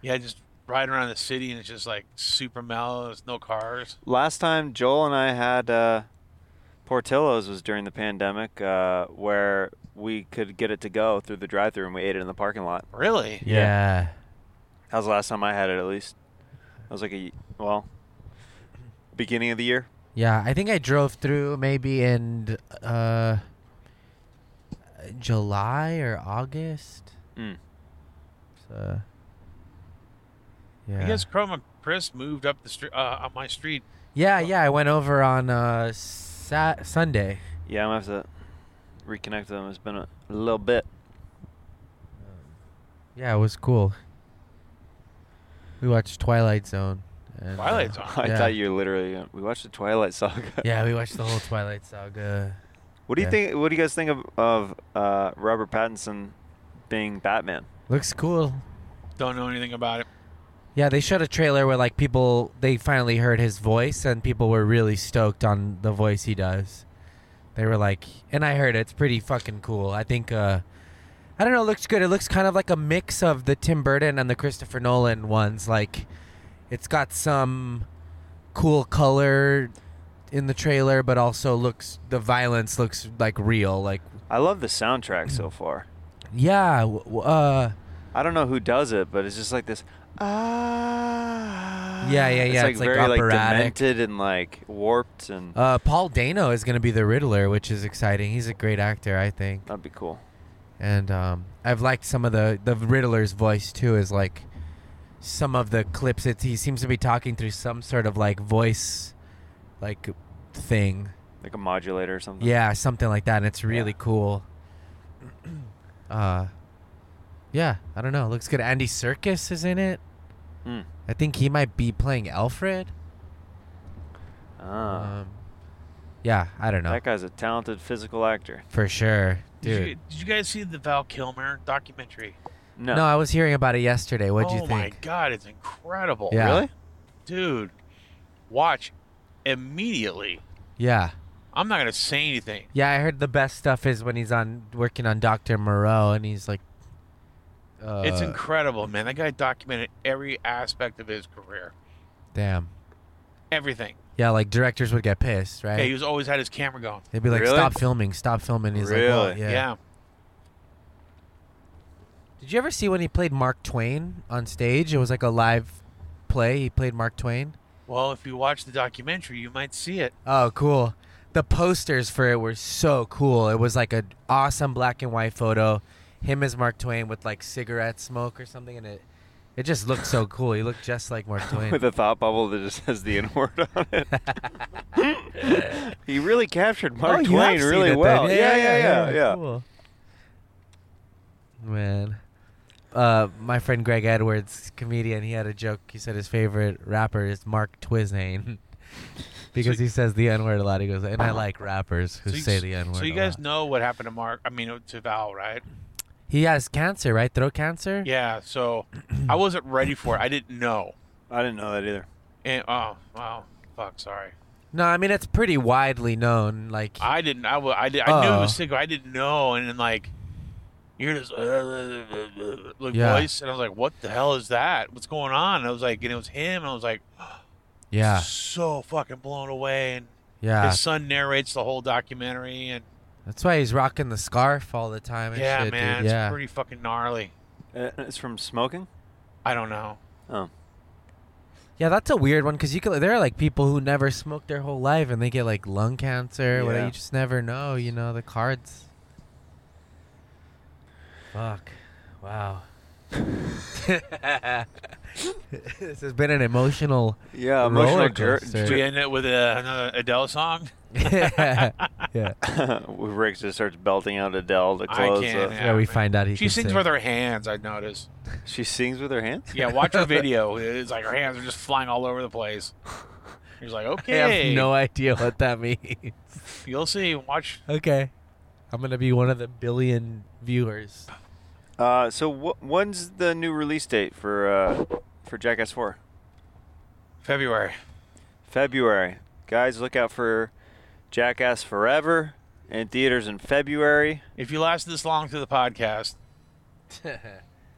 Speaker 8: Yeah, just riding around the city and it's just like super mellow. There's no cars.
Speaker 5: Last time Joel and I had uh, Portillo's was during the pandemic uh, where we could get it to go through the drive through and we ate it in the parking lot.
Speaker 8: Really?
Speaker 5: Yeah. That was the last time I had it at least. I was like a y- well, beginning of the year.
Speaker 7: Yeah, I think I drove through maybe in uh, July or August.
Speaker 5: Mm.
Speaker 7: So, yeah.
Speaker 8: I guess Chroma Chris moved up the street uh, on my street.
Speaker 7: yeah, yeah. I went over on uh, Sat- Sunday.
Speaker 5: Yeah, I'm gonna have to reconnect with them. It's been a little bit.
Speaker 7: Yeah, it was cool. We watched Twilight Zone. and, uh,
Speaker 8: Twilight Zone?
Speaker 5: I
Speaker 7: yeah.
Speaker 5: thought you were literally uh, we watched the Twilight Saga.
Speaker 7: Yeah, we watched the whole Twilight Saga.
Speaker 5: What do you
Speaker 7: Yeah.
Speaker 5: think? What do you guys think of of uh, Robert Pattinson being Batman?
Speaker 7: Looks cool.
Speaker 8: Don't know anything about it.
Speaker 7: Yeah, they showed a trailer where like people they finally heard his voice and people were really stoked on the voice he does. They were like, and I heard it, it's pretty fucking cool. I think uh I don't know, it looks good. It looks kind of like a mix of the Tim Burton and the Christopher Nolan ones. Like it's got some cool color in the trailer but also looks the violence looks like real like
Speaker 5: I love the soundtrack
Speaker 7: Hmm.
Speaker 5: so far.
Speaker 7: yeah w- w- uh
Speaker 5: I don't know who does it, but it's just like this. "Ah."
Speaker 7: yeah yeah yeah
Speaker 5: It's like very like
Speaker 7: operatic.
Speaker 5: demented and like warped, and
Speaker 7: Uh, Paul Dano is going to be the Riddler, which is exciting. He's a great actor, I think.
Speaker 5: that'd be cool.
Speaker 7: And um, I've liked some of the the Riddler's voice too. Is like some of the clips. It he seems to be talking through some sort of like voice, like thing.
Speaker 5: like a modulator or something.
Speaker 7: Yeah, something like that. And it's really cool. Uh, yeah, I don't know. Looks good. Andy Circus is in it.
Speaker 5: Mm.
Speaker 7: I think he might be playing Alfred.
Speaker 8: Uh.
Speaker 5: Ah.
Speaker 7: Um, yeah, I don't know.
Speaker 5: That guy's a talented physical actor.
Speaker 7: For sure,
Speaker 8: Did you-
Speaker 7: dude.
Speaker 8: Did you guys see the Val Kilmer documentary?
Speaker 7: No. I was hearing about it yesterday. What'd you
Speaker 8: oh my
Speaker 7: think?
Speaker 8: god, it's incredible.
Speaker 7: Yeah. Really?
Speaker 8: Dude, watch immediately.
Speaker 7: Yeah.
Speaker 8: I'm not gonna say anything.
Speaker 7: Yeah, I heard the best stuff is when he's on working on Doctor Moreau, and he's like, uh,
Speaker 8: it's incredible, man. That guy documented every aspect of his career.
Speaker 7: Damn.
Speaker 8: Everything.
Speaker 7: Yeah, like directors would get pissed, right?
Speaker 8: Yeah, he was always had his camera going.
Speaker 7: They'd be like,
Speaker 8: Really?
Speaker 7: "Stop filming! Stop filming!" He's like, well, yeah. Did you ever see when he played Mark Twain on stage? It was like a live play. He played Mark Twain.
Speaker 8: Well, if you watch the documentary, you might see it.
Speaker 7: Oh, cool. The posters for it were so cool. It was like an awesome black and white photo. Him as Mark Twain with like cigarette smoke or something, and it it just looked so cool. He looked just like Mark Twain.
Speaker 5: With a thought bubble that just has the N word on it. he really captured Mark
Speaker 7: Oh, you have
Speaker 5: Twain
Speaker 7: seen
Speaker 5: really
Speaker 7: it then.
Speaker 5: well.
Speaker 7: Yeah, yeah,
Speaker 5: Yeah, yeah, yeah,
Speaker 7: yeah,
Speaker 5: yeah.
Speaker 7: cool. Man. Uh, my friend Greg Edwards, comedian, he had a joke. He said his favorite rapper is Mark Twiznane because he says the N word a lot. He goes, and I like rappers who
Speaker 8: So you-
Speaker 7: say the N word.
Speaker 8: So you guys know what happened to Mark? I mean, to Val, right?
Speaker 7: He has cancer, right? Throat cancer?
Speaker 8: Yeah. So I wasn't ready for it. I didn't know.
Speaker 5: I didn't know that either.
Speaker 8: And oh wow, fuck, sorry.
Speaker 7: No, I mean, it's pretty widely known. Like,
Speaker 8: I didn't. I, wa- I, did, I knew it
Speaker 7: Oh.
Speaker 8: was sick. but I didn't know. And then like, you hear this uh, uh, uh, uh, like
Speaker 7: Yeah.
Speaker 8: voice, and I was like, "What the hell is that? What's going on?" And I was like, and it was him. And I was like,
Speaker 7: yeah.
Speaker 8: so fucking blown away. And
Speaker 7: Yeah.
Speaker 8: his son narrates the whole documentary, and
Speaker 7: That's why he's rocking the scarf all the time. And
Speaker 8: yeah,
Speaker 7: shit,
Speaker 8: man,
Speaker 7: Dude.
Speaker 8: it's
Speaker 7: Yeah.
Speaker 8: pretty fucking gnarly.
Speaker 5: Uh, it's from smoking.
Speaker 8: I don't know.
Speaker 5: Oh,
Speaker 7: Yeah, that's a weird one because you could. There are like people who never smoked their whole life and they get like lung cancer. Yeah.
Speaker 5: Yeah.
Speaker 7: you just never know. You know the cards. Fuck! Wow. this has been an emotional.
Speaker 5: yeah,
Speaker 7: roller
Speaker 5: emotional jer-
Speaker 7: coaster.
Speaker 8: we end it with a, another Adele song?
Speaker 7: yeah.
Speaker 5: Rick just starts belting out Adele to
Speaker 8: I
Speaker 5: close.
Speaker 8: can't,
Speaker 5: the-
Speaker 8: yeah, Yeah, we man.
Speaker 7: find out he
Speaker 8: she
Speaker 7: can
Speaker 8: sings
Speaker 7: sing.
Speaker 8: with her hands. I noticed.
Speaker 5: She sings with her hands.
Speaker 8: Yeah, watch her video. It's like her hands are just flying all over the place. He's like,
Speaker 7: I
Speaker 8: okay,
Speaker 7: have no idea what that means.
Speaker 8: You'll see. Watch.
Speaker 7: okay, I'm gonna be one of the billion viewers.
Speaker 5: Uh, so wh- when's the new release date for uh, for Jackass Four?
Speaker 8: February.
Speaker 5: February, guys, look out for Jackass Forever in theaters in February.
Speaker 8: If you lasted this long through the podcast,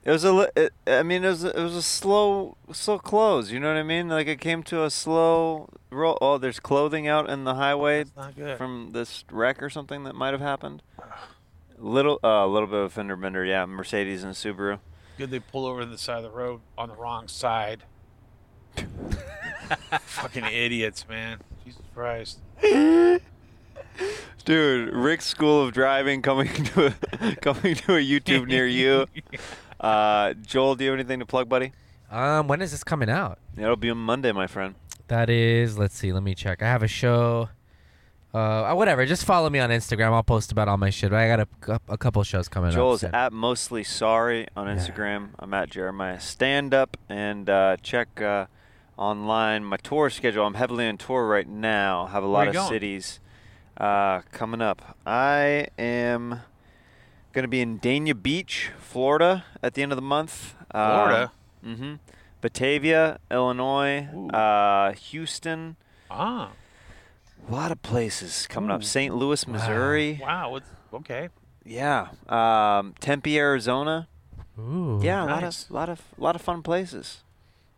Speaker 5: It was a, li- it, I mean, it was it was a slow slow close. You know what I mean? Like it came to a slow roll. Oh, there's clothing out in the highway
Speaker 8: not good.
Speaker 5: from this wreck or something that might have happened. Little uh, a little bit of fender bender, yeah. Mercedes and Subaru.
Speaker 8: good they pull over to the side of the road on the wrong side. Fucking idiots, man. Jesus Christ.
Speaker 5: Dude, Rick's School of Driving coming to a, coming to a YouTube near you. Uh, Joel, do you have anything to plug, buddy?
Speaker 7: Um, when is this coming out?
Speaker 5: It'll be on Monday, my friend.
Speaker 7: That is, let's see, let me check. I have a show. Uh, uh, whatever. Just follow me on Instagram. I'll post about all my shit. But I got a, cou- a couple shows coming
Speaker 5: Joel
Speaker 7: up.
Speaker 5: is
Speaker 7: soon.
Speaker 5: at mostly sorry on Instagram. I'm at Jeremiah Stand Up and uh, check uh, online my tour schedule. I'm heavily on tour right now. Have a lot
Speaker 8: you
Speaker 5: of
Speaker 8: going?
Speaker 5: cities uh, coming up. I am gonna be in Dania Beach, Florida, at the end of the month. Uh,
Speaker 8: Florida?
Speaker 5: mm-hmm. Batavia, Illinois, uh, Houston.
Speaker 8: Ah.
Speaker 5: A lot of places coming up. St. Louis, Missouri.
Speaker 8: Wow. What's, okay.
Speaker 5: Yeah. Um, Tempe, Arizona.
Speaker 7: Ooh.
Speaker 5: Yeah, a
Speaker 8: Nice.
Speaker 5: lot of lot of lot of fun places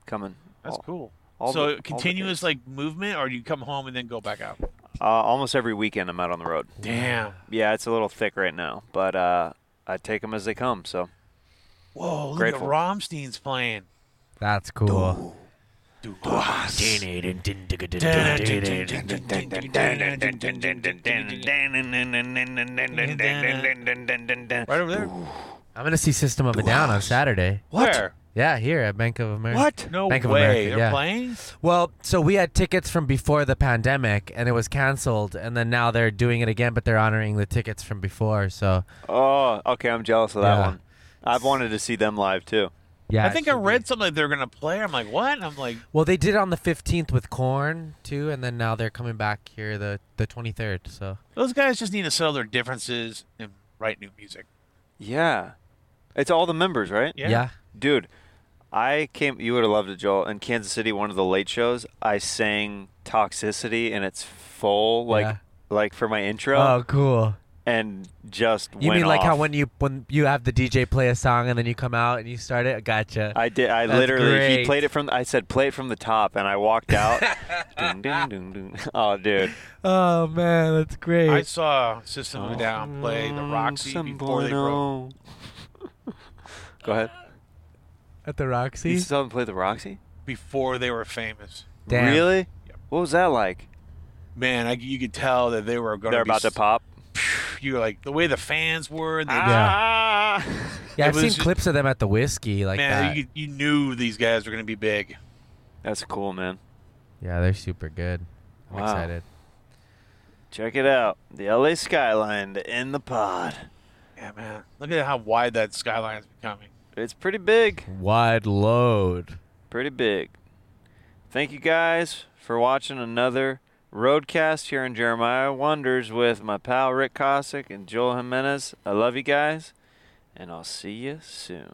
Speaker 5: coming.
Speaker 8: That's
Speaker 5: All-
Speaker 8: cool.
Speaker 5: all the-
Speaker 8: so
Speaker 5: all the
Speaker 8: continuous like movement, or do you come home and then go back out?
Speaker 5: Uh, almost every weekend I'm out on the road.
Speaker 8: Damn.
Speaker 5: Yeah, it's a little thick right now, but uh, I take them as they come. So
Speaker 8: Whoa, look
Speaker 5: Grateful.
Speaker 8: at Romstein's playing.
Speaker 7: That's cool.
Speaker 8: Right over there.
Speaker 7: I'm gonna see System of a Down on Saturday.
Speaker 8: What? Where?
Speaker 7: Yeah, here at Bank of America.
Speaker 8: What? No
Speaker 7: Bank of
Speaker 8: way.
Speaker 7: America,
Speaker 8: They're
Speaker 7: yeah.
Speaker 8: playing?
Speaker 7: Well, so we had tickets from before the pandemic, and it was canceled, and then now they're doing it again, but they're honoring the tickets from before. So
Speaker 5: Oh, okay. I'm jealous of that
Speaker 7: Yeah.
Speaker 5: one. I've wanted to see them live too.
Speaker 7: yeah,
Speaker 8: I think I read something they're gonna play. I'm like, what? I'm like,
Speaker 7: Well, they did it on the 15th with Corn too, and then now they're coming back here the the 23rd. So
Speaker 8: those guys just need to settle their differences and write new music.
Speaker 5: Yeah. It's all the members, right?
Speaker 8: Yeah. Yeah.
Speaker 5: Dude, I came you would have loved it, Joel. In Kansas City, one of the late shows, I sang Toxicity and it's full like
Speaker 7: Yeah.
Speaker 5: like for my intro.
Speaker 7: Oh, cool.
Speaker 5: And just
Speaker 7: you
Speaker 5: went
Speaker 7: mean like how
Speaker 5: off.
Speaker 7: when you when you have the DJ play a song and then you come out and you start it? Gotcha.
Speaker 5: I did. I
Speaker 7: That's
Speaker 5: literally he
Speaker 7: great.
Speaker 5: played it from. I said play it from the top, and I walked out. ding, ding, ding, ding. Oh, dude.
Speaker 7: Oh man, that's great.
Speaker 8: I saw System of a Down play the Roxy before they broke.
Speaker 5: Go ahead.
Speaker 7: At the Roxy.
Speaker 5: You saw them play the Roxy?
Speaker 8: Before they were famous.
Speaker 7: Damn.
Speaker 5: Really? What was that like?
Speaker 8: Man, I, you could tell that they were going.
Speaker 5: They're about to pop.
Speaker 8: You're like the way the fans were. They,
Speaker 7: Yeah. Yeah,
Speaker 8: It
Speaker 7: I've seen
Speaker 8: was just-
Speaker 7: clips of them at the whiskey like
Speaker 8: man,
Speaker 7: that.
Speaker 8: You, you knew these guys were going to be big.
Speaker 5: That's cool, man.
Speaker 7: Yeah, they're super good. I'm
Speaker 5: Wow.
Speaker 7: excited.
Speaker 5: Check it out. The LA skyline to end the pod.
Speaker 8: Yeah, man. Look at how wide that skyline is becoming.
Speaker 5: It's pretty big.
Speaker 7: Wide load.
Speaker 5: Pretty big. Thank you guys for watching another roadcast here in Jeremiah Wonders with my pal Rick Cossack and Joel Jimenez. I love you guys, and I'll see you soon.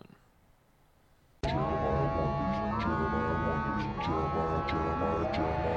Speaker 13: Jeremiah, Jeremiah, Jeremiah, Jeremiah.